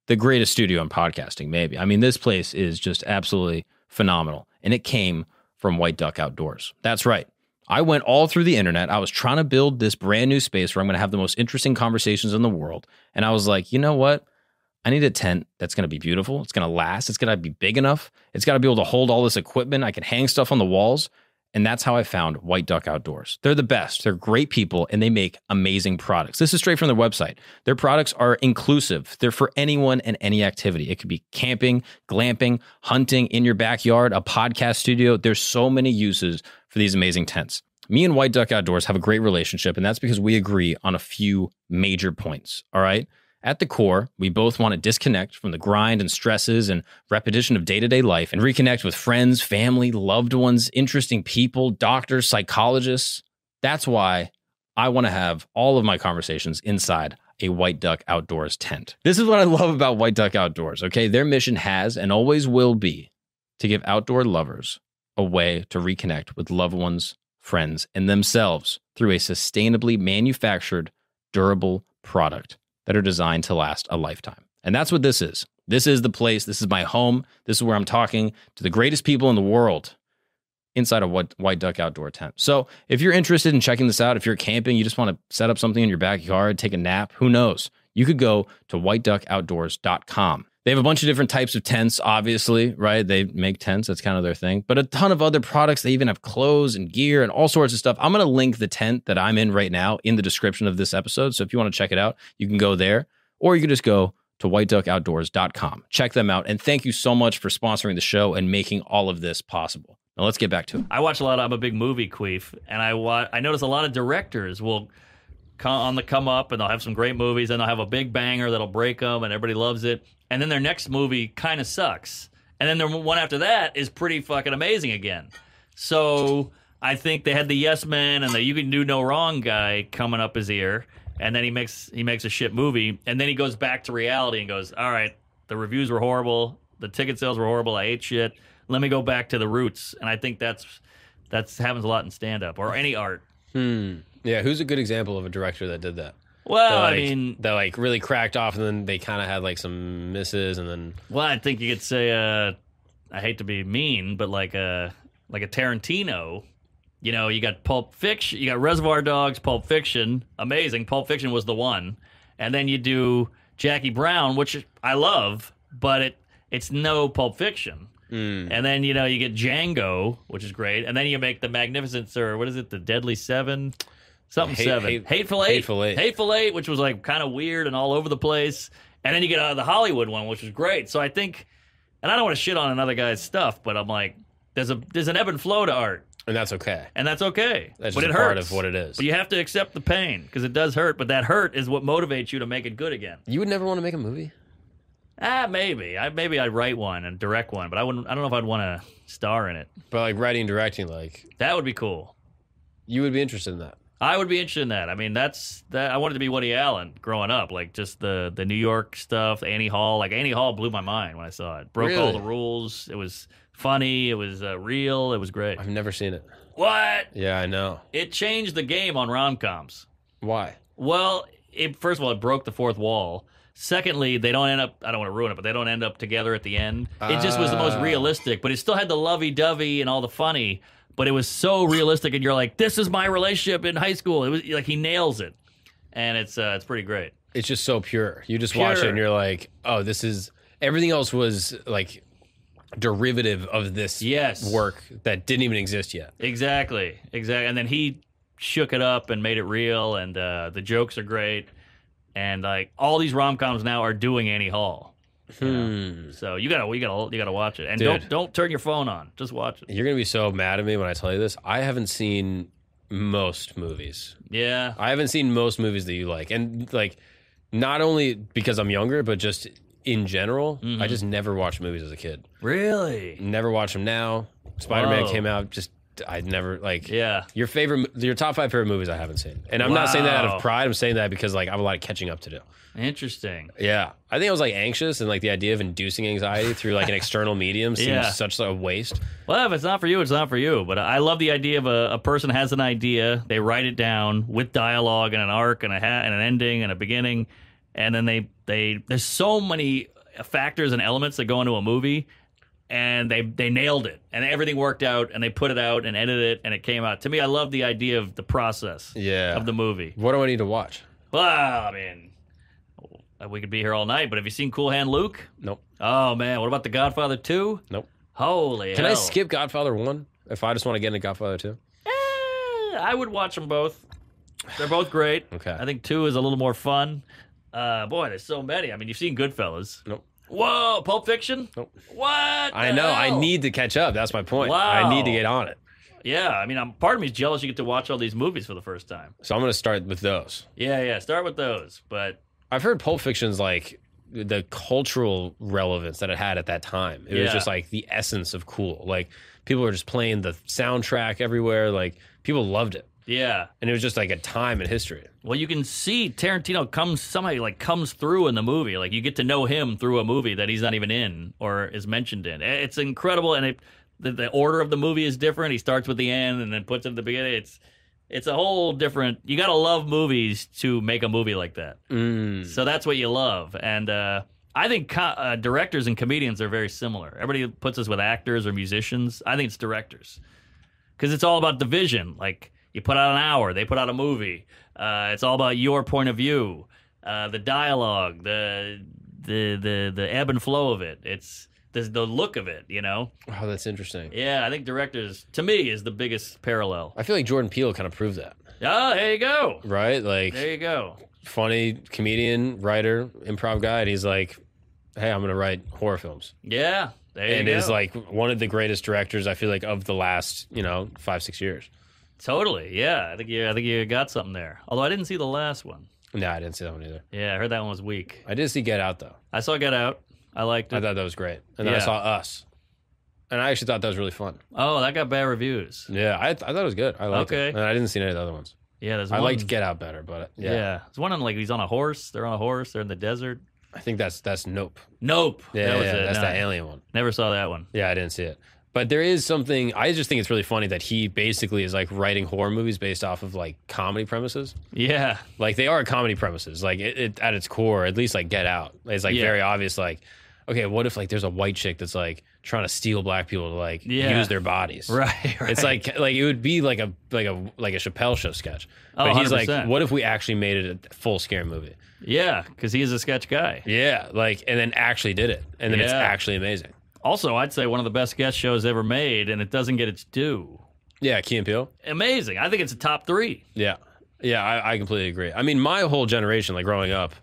C: the greatest studio in podcasting, maybe. I mean, this place is just absolutely phenomenal. And it came from White Duck Outdoors. That's right. I went all through the internet. I was trying to build this brand new space where I'm going to have the most interesting conversations in the world. And I was like, you know what? I need a tent that's going to be beautiful. It's going to last. It's going to be big enough. It's got to be able to hold all this equipment. I can hang stuff on the walls. And that's how I found White Duck Outdoors. They're the best. They're great people and they make amazing products. This is straight from their website. Their products are inclusive. They're for anyone and any activity. It could be camping, glamping, hunting in your backyard, a podcast studio. There's so many uses for these amazing tents. Me and White Duck Outdoors have a great relationship, and that's because we agree on a few major points. All right. At the core, we both want to disconnect from the grind and stresses and repetition of day to day life and reconnect with friends, family, loved ones, interesting people, doctors, psychologists. That's why I want to have all of my conversations inside a White Duck Outdoors tent. This is what I love about White Duck Outdoors, okay? Their mission has and always will be to give outdoor lovers a way to reconnect with loved ones, friends, and themselves through a sustainably manufactured, durable product that are designed to last a lifetime. And that's what this is. This is the place. This is my home. This is where I'm talking to the greatest people in the world inside a White White Duck outdoor tent. So if you're interested in checking this out, if you're camping, you just want to set up something in your backyard, take a nap, who knows? You could go to whiteduckoutdoors.com. They have a bunch of different types of tents, obviously, right? They make tents. That's kind of their thing, but a ton of other products. They even have clothes and gear and all sorts of stuff. I'm going to link the tent that I'm in right now in the description of this episode. So if you want to check it out, you can go there or you can just go to whiteduckoutdoors.com. Check them out. And thank you so much for sponsoring the show and making all of this possible. Now let's get back to it.
B: I watch a lot. Of, I'm a big movie queef, and I wa- I notice a lot of directors will come on the come up, and they'll have some great movies, and they'll have a big banger that'll break them, and everybody loves it. And then their next movie kind of sucks, and then the one after that is pretty fucking amazing again. So I think they had the Yes Man and the You Can Do No Wrong guy coming up his ear, and then he makes he makes a shit movie, and then he goes back to reality and goes, "All right, the reviews were horrible, the ticket sales were horrible, I ate shit. Let me go back to the roots." And I think that's that's happens a lot in stand up or any art.
A: Hmm. Yeah, who's a good example of a director that did that?
B: Well,
A: That,
B: Oh, I
A: like-
B: mean,
A: that like really cracked off, and then they kind of had like some misses, and then
B: well, I think you could say, uh, I hate to be mean, but like a like a Tarantino. You know, you got Pulp Fiction, you got Reservoir Dogs, Pulp Fiction, amazing. Pulp Fiction was the one, and then you do Jackie Brown, which I love, but it it's no Pulp Fiction.
A: Hmm.
B: And then you know you get Django, which is great, and then you make the Magnificent Sir. What is it? The Deadly Seven, something
A: Hate-
B: seven,
A: hate-
B: Hateful Eight,
A: Hateful Eight.
B: Hateful Eight, which was like kind of weird and all over the place. And then you get uh, the Hollywood one, which was great. So I think, and I don't want to shit on another guy's stuff, but I'm like, there's a there's an ebb and flow to art,
A: and that's okay.
B: and that's okay.
A: That's
B: but
A: just
B: it
A: a
B: hurts.
A: part of what it is.
B: But you have to accept the pain because it does hurt. But that hurt is what motivates you to make it good again.
A: You would never want to make a movie.
B: Ah, maybe I maybe I'd write one and direct one, but I wouldn't. I don't know if I'd want to star in it.
A: But like writing and directing, like
B: That would be cool.
A: you would be interested in that.
B: I would be interested in that. I mean, that's that. I wanted to be Woody Allen growing up, like just the the New York stuff, Annie Hall. Like Annie Hall blew my mind when I saw it. Broke all
A: Really?
B: the rules. It was funny. It was uh, real. It was great.
A: I've never seen it.
B: What?
A: Yeah, I know.
B: It changed the game on rom coms.
A: Why?
B: Well, it first of all, it broke the fourth wall. Secondly, they don't end up. I don't want to ruin it, but they don't end up together at the end. It just was the most
A: Ah.
B: realistic, but it still had the lovey-dovey and all the funny. But it was so realistic, and you're like, "This is my relationship in high school." It was like he nails it, and it's uh, it's pretty great.
A: It's just so pure. You just watch it
B: Pure.
A: and you're like, oh, this is everything else was like derivative of this
B: Yes.
A: work that didn't even exist yet.
B: Exactly, exactly. And then he shook it up and made it real, and uh, the jokes are great, and like all these rom coms now are doing Annie Hall. you know?
A: Hmm.
B: So you gotta, you gotta, you gotta watch it, and
A: Dude.
B: don't don't turn your phone on. Just watch it.
A: You're gonna be so mad at me when I tell you this. I haven't seen most movies.
B: Yeah.
A: I haven't seen most movies that you like, and like not only because I'm younger, but just in general,
B: Mm-hmm.
A: I just never watched movies as a kid.
B: Really?
A: Never watch them now. Spider Man
B: Whoa.
A: came out, just I never like.
B: Yeah.
A: Your favorite, your top five favorite movies I haven't seen, and I'm not saying that out
B: Wow.
A: of pride. I'm saying that because like I have a lot of catching up to do.
B: Interesting.
A: Yeah, I think I was like anxious, and like the idea of inducing anxiety through like an external medium seems
B: Yeah.
A: such a waste.
B: Well, if it's not for you, it's not for you. But I love the idea of a, a person has an idea, they write it down with dialogue and an arc and a ha- and an ending and a beginning, and then they they there's so many factors and elements that go into a movie, and they they nailed it and everything worked out and they put it out and edited it and it came out. To me, I love the idea of the process
A: Yeah.
B: of the movie.
A: What do I need to watch?
B: Well, I mean, we could be here all night. But have you seen Cool Hand Luke?
A: Nope.
B: Oh man, what about The Godfather Two?
A: Nope.
B: Holy
A: Can I
B: hell.
A: skip Godfather one if I just want to get into Godfather two?
B: Eh, I would watch them both. They're both great.
A: Okay.
B: I think two is a little more fun. Uh, boy, there's so many. I mean, you've seen Goodfellas.
A: Nope.
B: Whoa, Pulp Fiction.
A: Nope.
B: What?
A: I
B: the
A: know. I
B: hell?
A: need to catch up. That's my point.
B: Wow.
A: I need to get on it.
B: Yeah, I mean, I'm part of me's jealous you get to watch all these movies for the first time.
A: So I'm going to start with those.
B: Yeah, yeah. Start with those, but
A: I've heard Pulp Fiction's like the cultural relevance that it had at that time. It
B: Yeah.
A: was just like the essence of cool. Like people were just playing the soundtrack everywhere. Like people loved it.
B: Yeah.
A: and it was just like a time in history.
B: Well, you can see Tarantino comes somebody like comes through in the movie. Like you get to know him through a movie that he's not even in or is mentioned in. It's incredible, and it, the, the order of the movie is different. He starts with the end and then puts it at the beginning. It's it's a whole different. You gotta love movies to make a movie like that.
A: Mm.
B: So that's what you love. And uh, I think co- uh, directors and comedians are very similar. Everybody puts us with actors or musicians. I think it's directors because it's all about the vision. Like you put out an hour, they put out a movie. Uh, it's all about your point of view, uh, the dialogue, the the the the ebb and flow of it. It's the, the look of it. You know.
A: Wow, that's interesting.
B: Yeah, I think directors to me is the biggest parallel.
A: I feel like Jordan Peele kind of proved that,
B: Oh, there you go.
A: right? Like
B: There you go.
A: funny comedian, writer, improv guy, and he's like, "Hey, I'm gonna write horror films,"
B: Yeah, there
A: and
B: you go.
A: is like one of the greatest directors I feel like of the last you know five six years.
B: Totally. Yeah, I think you. I think you got something there. Although I didn't see the last one.
A: No, I didn't see that one either.
B: Yeah, I heard that one was weak.
A: I did see Get Out though.
B: I saw Get Out. I liked
A: I
B: it.
A: thought that was great, and then I
B: Yeah.
A: saw Us, and I actually thought that was really fun.
B: Oh, that got bad reviews.
A: Yeah, I, I thought it was good. I liked
B: Okay.
A: it, and I didn't see any of the other ones.
B: Yeah, there's.
A: I
B: one-
A: liked Get Out better, but uh,
B: Yeah.
A: yeah,
B: there's one on like he's on a horse. They're on a horse. They're in the desert.
A: I think that's that's Nope.
B: Nope.
A: Yeah,
B: that was
A: yeah,
B: it.
A: that's
B: No,
A: the alien one.
B: Never saw that one.
A: Yeah, I didn't see it. But there is something I just think it's really funny that he basically is like writing horror movies based off of like comedy premises.
B: Yeah.
A: Like they are comedy premises. Like it, it at its core, at least like Get Out. It's like
B: Yeah.
A: very obvious. Like, okay, what if like there's a white chick that's like trying to steal black people to like
B: Yeah.
A: use their bodies?
B: Right. right.
A: It's like like it would be like a like a like a Chappelle show sketch.
B: Oh,
A: But he's like,
B: 100%.
A: what if we actually made it a full scare movie?
B: yeah, because he is a sketch guy.
A: Yeah, like and then actually did it, and then it's
B: Yeah.
A: actually amazing.
B: Also, I'd say one of the best sketch shows ever made, and it doesn't get its due.
A: Yeah, Key and Peele.
B: Amazing. I think it's a top three.
A: Yeah. Yeah, I, I completely agree. I mean, my whole generation, like growing up,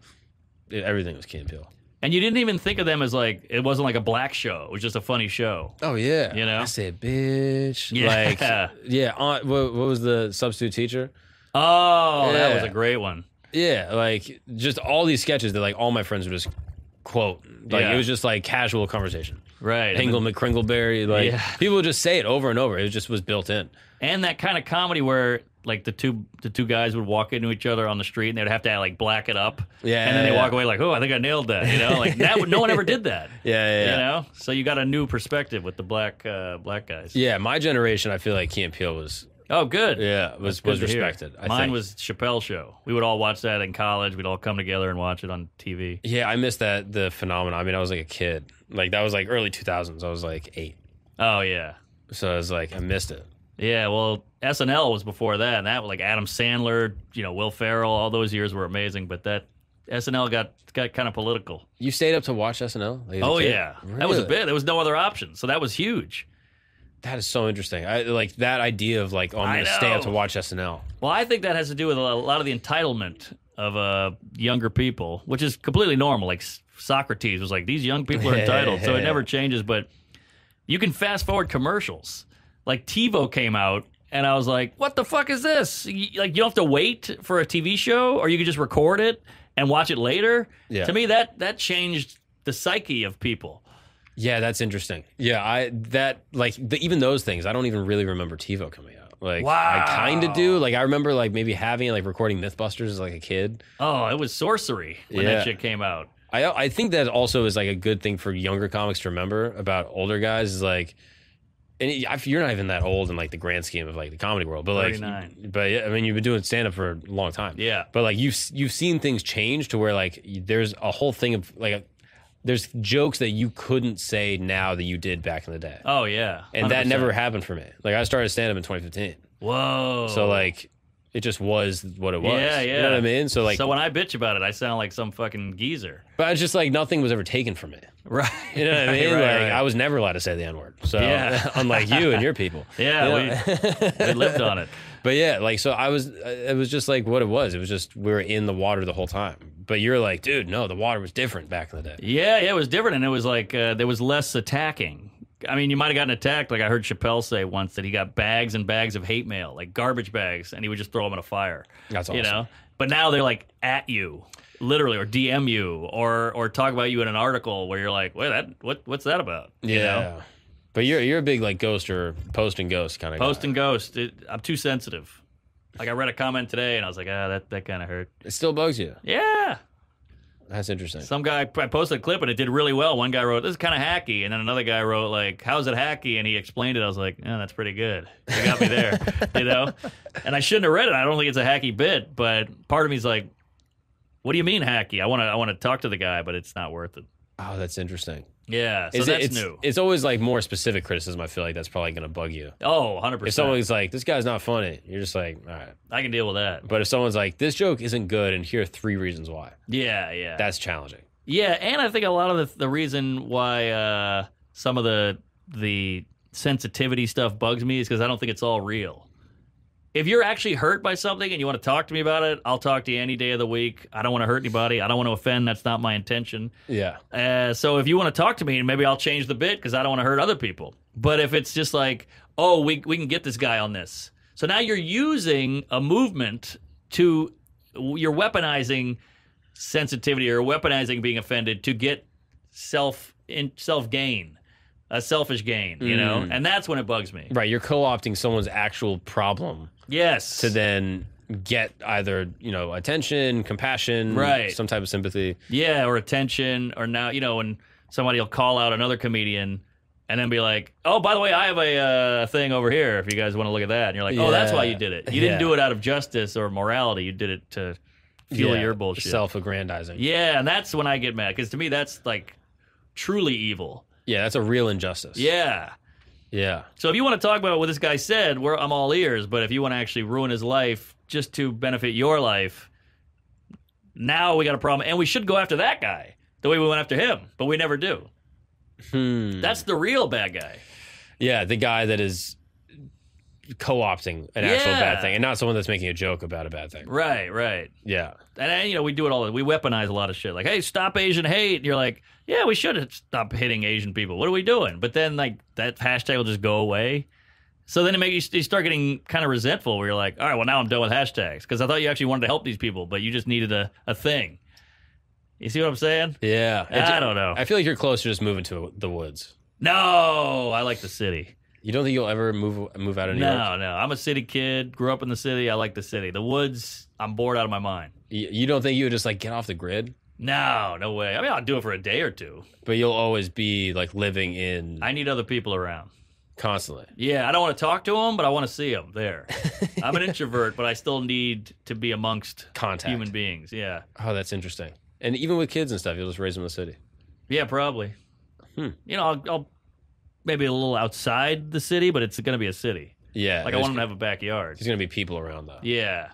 A: it, everything was Key and Peele.
B: And you didn't even think of them as like it wasn't like a black show. It was just a funny show.
A: Oh yeah,
B: You know?
A: I said, bitch.
B: Yeah.
A: Like, yeah. Aunt, what, what was the substitute teacher?
B: Oh, that
A: Yeah.
B: was a great one.
A: Yeah, like just all these sketches that like all my friends would just quote. Like
B: Yeah.
A: it was just like casual conversation.
B: Right.
A: Hingle McCringleberry, like
B: Yeah.
A: people would just say it over and over. It just was built in.
B: And that kind of comedy where like the two the two guys would walk into each other on the street and they'd have to like black it up.
A: Yeah,
B: And then they
A: yeah,
B: walk
A: yeah.
B: away like, "Oh, I think I nailed that." You know, like that would- no one ever did that.
A: Yeah, yeah,
B: You
A: yeah.
B: know? So you got a new perspective with the black uh black guys.
A: Yeah, my generation, I feel like Key and Peele was
B: Oh, good.
A: yeah was
B: Good
A: was
B: to hear.
A: respected. I
B: Mine
A: think.
B: was Chappelle show. We would all watch that in college. We'd all come together and watch it on TV.
A: Yeah, I missed that the phenomenon. I mean, I was like a kid. Like that was like early 2000s. I was like 8.
B: Oh yeah.
A: So I was like I missed it.
B: Yeah, well, SNL was before that, and that was like Adam Sandler, you know, Will Ferrell, all those years were amazing, but that SNL got got kind of political.
A: You stayed up to watch SNL? Like, as a
B: Oh
A: kid?
B: yeah, that was a
A: Really?
B: bit. There was no other option, so that was huge.
A: That is so interesting. I like that idea of like oh,
B: I
A: I'm going to stay up
B: know.
A: to watch SNL.
B: Well, I think that has to do with a lot of the entitlement of uh, younger people, which is completely normal. Like S- Socrates was like, these young people are entitled, so it never changes. But you can fast forward commercials. Like TiVo came out, and I was like, what the fuck is this? Y- Like, you don't have to wait for a TV show, or you can just record it and watch it later.
A: Yeah.
B: To me, that that changed the psyche of people.
A: Yeah, that's interesting. Yeah, I that like the, even those things. I don't even really remember TiVo coming out. Like
B: Wow.
A: I kind of do. Like I remember like maybe having like recording MythBusters as like a kid.
B: Oh, it was sorcery when
A: Yeah.
B: that shit came out.
A: I I think that also is like a good thing for younger comics to remember about older guys is like, and it- I- you're not even that old in like the grand scheme of like the comedy world, but like,
B: 39.
A: but yeah, I mean, you've been doing stand up for a long time,
B: Yeah.
A: But like you've you've seen things change to where like there's a whole thing of like there's jokes that you couldn't say now that you did back in the day,
B: Oh yeah,
A: and that
B: 100%.
A: never happened for me. Like I started stand up in 2015,
B: Whoa.
A: so like it just was what it was.
B: Oh. Yeah,
A: You know what
B: yeah.
A: I mean? So like,
B: so when I bitch about it, I sound like some fucking geezer.
A: but it's just like nothing was ever taken from me.
B: Right.
A: You know what I mean? like I was never allowed to say the N word. So
B: Yeah.
A: unlike you and your people.
B: yeah, we, we lived on it.
A: But yeah, like so I was it was just like what it was. It was just we were in the water the whole time. But you're like, dude, no, the water was different back in the day.
B: Yeah, yeah, it was different, and it was like uh, there was less attacking. I mean, you might have gotten attacked. Like I heard Chappelle say once that he got bags and bags of hate mail, like garbage bags, and he would just throw them in a fire.
A: That's
B: You
A: awesome.
B: know, but now they're like at you, literally, or DM you, or or talk about you in an article where you're like, wait, that what what's that about? You know?
A: But you're you're a big like ghost or post and ghost kind of
B: Post and ghost. It, I'm too sensitive. Like I read a comment today and I was like, ah, that, that kind of hurt.
A: It still bugs you.
B: Yeah.
A: That's interesting.
B: Some guy I posted a clip and it did really well. One guy wrote, "This is kind of hacky," and then another guy wrote, "Like, how's it hacky?" And he explained it. I was like, "Yeah, that's pretty good. You got me there, you know." And I shouldn't have read it. I don't think it's a hacky bit, but part of me's like, "What do you mean hacky?" I want to, I want to talk to the guy, but it's not worth it.
A: Oh, that's interesting.
B: Yeah, so
A: Is it-
B: that's
A: it's,
B: new.
A: It's always like more specific criticism. I feel like that's probably going to bug you.
B: oh, 100
A: If
B: percent.
A: someone's like, "This guy's not funny," you're just like, "All right."
B: I can deal with that.
A: But if someone's like, "This joke isn't good," and here are three reasons why,
B: Yeah, yeah,
A: that's challenging.
B: yeah. And I think a lot of the, the reason why uh, some of the the sensitivity stuff bugs me is because I don't think it's all real. if you're actually hurt by something and you want to talk to me about it, I'll talk to you any day of the week. I don't want to hurt anybody. I don't want to offend. That's not my intention.
A: Yeah.
B: Uh, so if you want to talk to me, maybe I'll change the bit because I don't want to hurt other people. But if it's just like, oh, we we can get this guy on this. So now you're using a movement to you're weaponizing sensitivity or weaponizing being offended to get self in self gain, a selfish gain, you know.
A: Mm.
B: And that's when it bugs me.
A: Right. You're co-opting someone's actual problem
B: Yes.
A: to then get either you know attention, compassion,
B: Right.
A: some type of sympathy.
B: Yeah, or attention, or now you know, and somebody will call out another comedian, and then be like, "Oh, by the way, I have a uh, thing over here. If you guys want to look at that," and you're like, "Oh, that's why you did it. You
A: Yeah.
B: didn't do it out of justice or morality. You did it to fuel
A: Yeah,
B: your bullshit."
A: self-aggrandizing.
B: Yeah, and that's when I get mad because to me that's like truly evil.
A: Yeah, that's a real injustice.
B: Yeah.
A: Yeah.
B: So if you want to talk about what this guy said, we're, I'm all ears. But if you want to actually ruin his life just to benefit your life, now we got a problem, and we should go after that guy the way we went after him, but we never do.
A: Hmm.
B: That's the real bad guy.
A: Yeah, the guy that is co-opting an actual
B: Yeah.
A: bad thing, and not someone that's making a joke about a bad thing.
B: Right, right.
A: Yeah.
B: And uh, you know we do it all. We weaponize a lot of shit. Like, hey, stop Asian hate. And you're like, yeah, we should stop hitting Asian people. What are we doing? But then like that hashtag will just go away. So then it makes you, you start getting kind of resentful. Where you're like, all right, well now I'm done with hashtags because I thought you actually wanted to help these people, but you just needed a, a thing. You see what I'm saying?
A: Yeah. It-
B: I don't know.
A: I feel like you're close to just moving to the woods.
B: no, I like the city.
A: You don't think you'll ever move move out of New York?
B: No, no, I'm a city kid. Grew up in the city. I like the city. The woods. I'm bored out of my mind.
A: You you don't think you would just like get off the grid,
B: No, no way. I mean, I'll do it for a day or two.
A: but you'll always be like living in
B: I need other people around.
A: constantly.
B: Yeah, I don't want to talk to them, but I want to see them there. I'm an introvert, but I still need to be amongst
A: Contact.
B: human beings. Yeah.
A: Oh, that's interesting. And even with kids and stuff, you'll just raise them in the city.
B: Yeah, probably.
A: Hmm.
B: You know, I'll, I'll maybe a little outside the city, but it's going to be a city.
A: Yeah.
B: Like, I
A: there's-
B: want them to have a backyard.
A: There's gonna be people around though.
B: Yeah.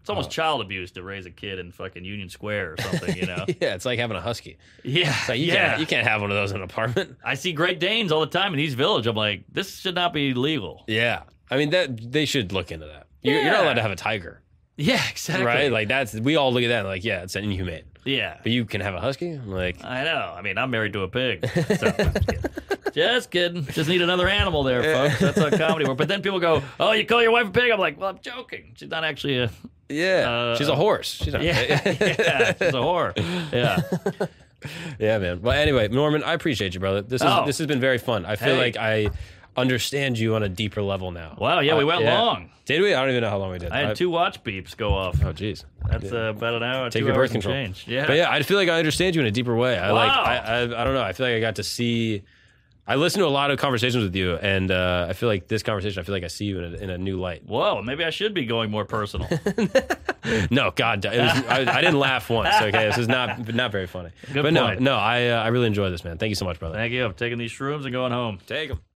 B: It's almost
A: Oh.
B: child abuse to raise a kid in fucking Union Square or something, you know?
A: Yeah, it's like having a husky.
B: yeah.
A: It's like you
B: yeah.
A: can't you can't have one of those in an apartment.
B: I see Great Danes all the time in East Village. I'm like, this should not be legal.
A: Yeah, I mean that they should look into that. You're, you're not
B: Yeah.
A: allowed to have a tiger,
B: Yeah, exactly.
A: right? Like that's we all look at that and like yeah, it's inhumane.
B: yeah.
A: But you can have a husky. I'm like
B: I know. I mean, I'm married to a pig. So, just, kidding. just kidding. Just need another animal there, folks. That's how comedy works. But then people go, "Oh, you call your wife a pig?" I'm like, "Well, I'm joking. She's not actually a
A: yeah,
B: Uh,
A: she's a horse. She's not,
B: yeah, yeah. She's a whore. Yeah,
A: yeah, man. Well, anyway, Norman, I appreciate you, brother. This is
B: Oh.
A: this has been very fun. I feel
B: Hey.
A: like I understand you on a deeper level now.
B: Wow, yeah, we
A: Uh,
B: went long.
A: Did we? I don't even know how long we did.
B: I had two watch beeps go off.
A: Oh, jeez.
B: That's uh, about an hour.
A: Take
B: two
A: your
B: hours
A: birth control.
B: And change. Yeah,
A: But yeah, I feel like I understand you in a deeper way. I like
B: Wow.
A: I, I I don't know. I feel like I got to see. I listened to a lot of conversations with you, and uh, I feel like this conversation. I feel like I see you in a, in a new light.
B: Whoa, maybe I should be going more personal.
A: No, God, it was, I, I didn't laugh once. Okay, this is not not very funny.
B: Good
A: but no,
B: point.
A: no, I uh, I really enjoy this, man. Thank you so much, brother.
B: Thank you. I'm taking these shrooms and going home.
A: Take them.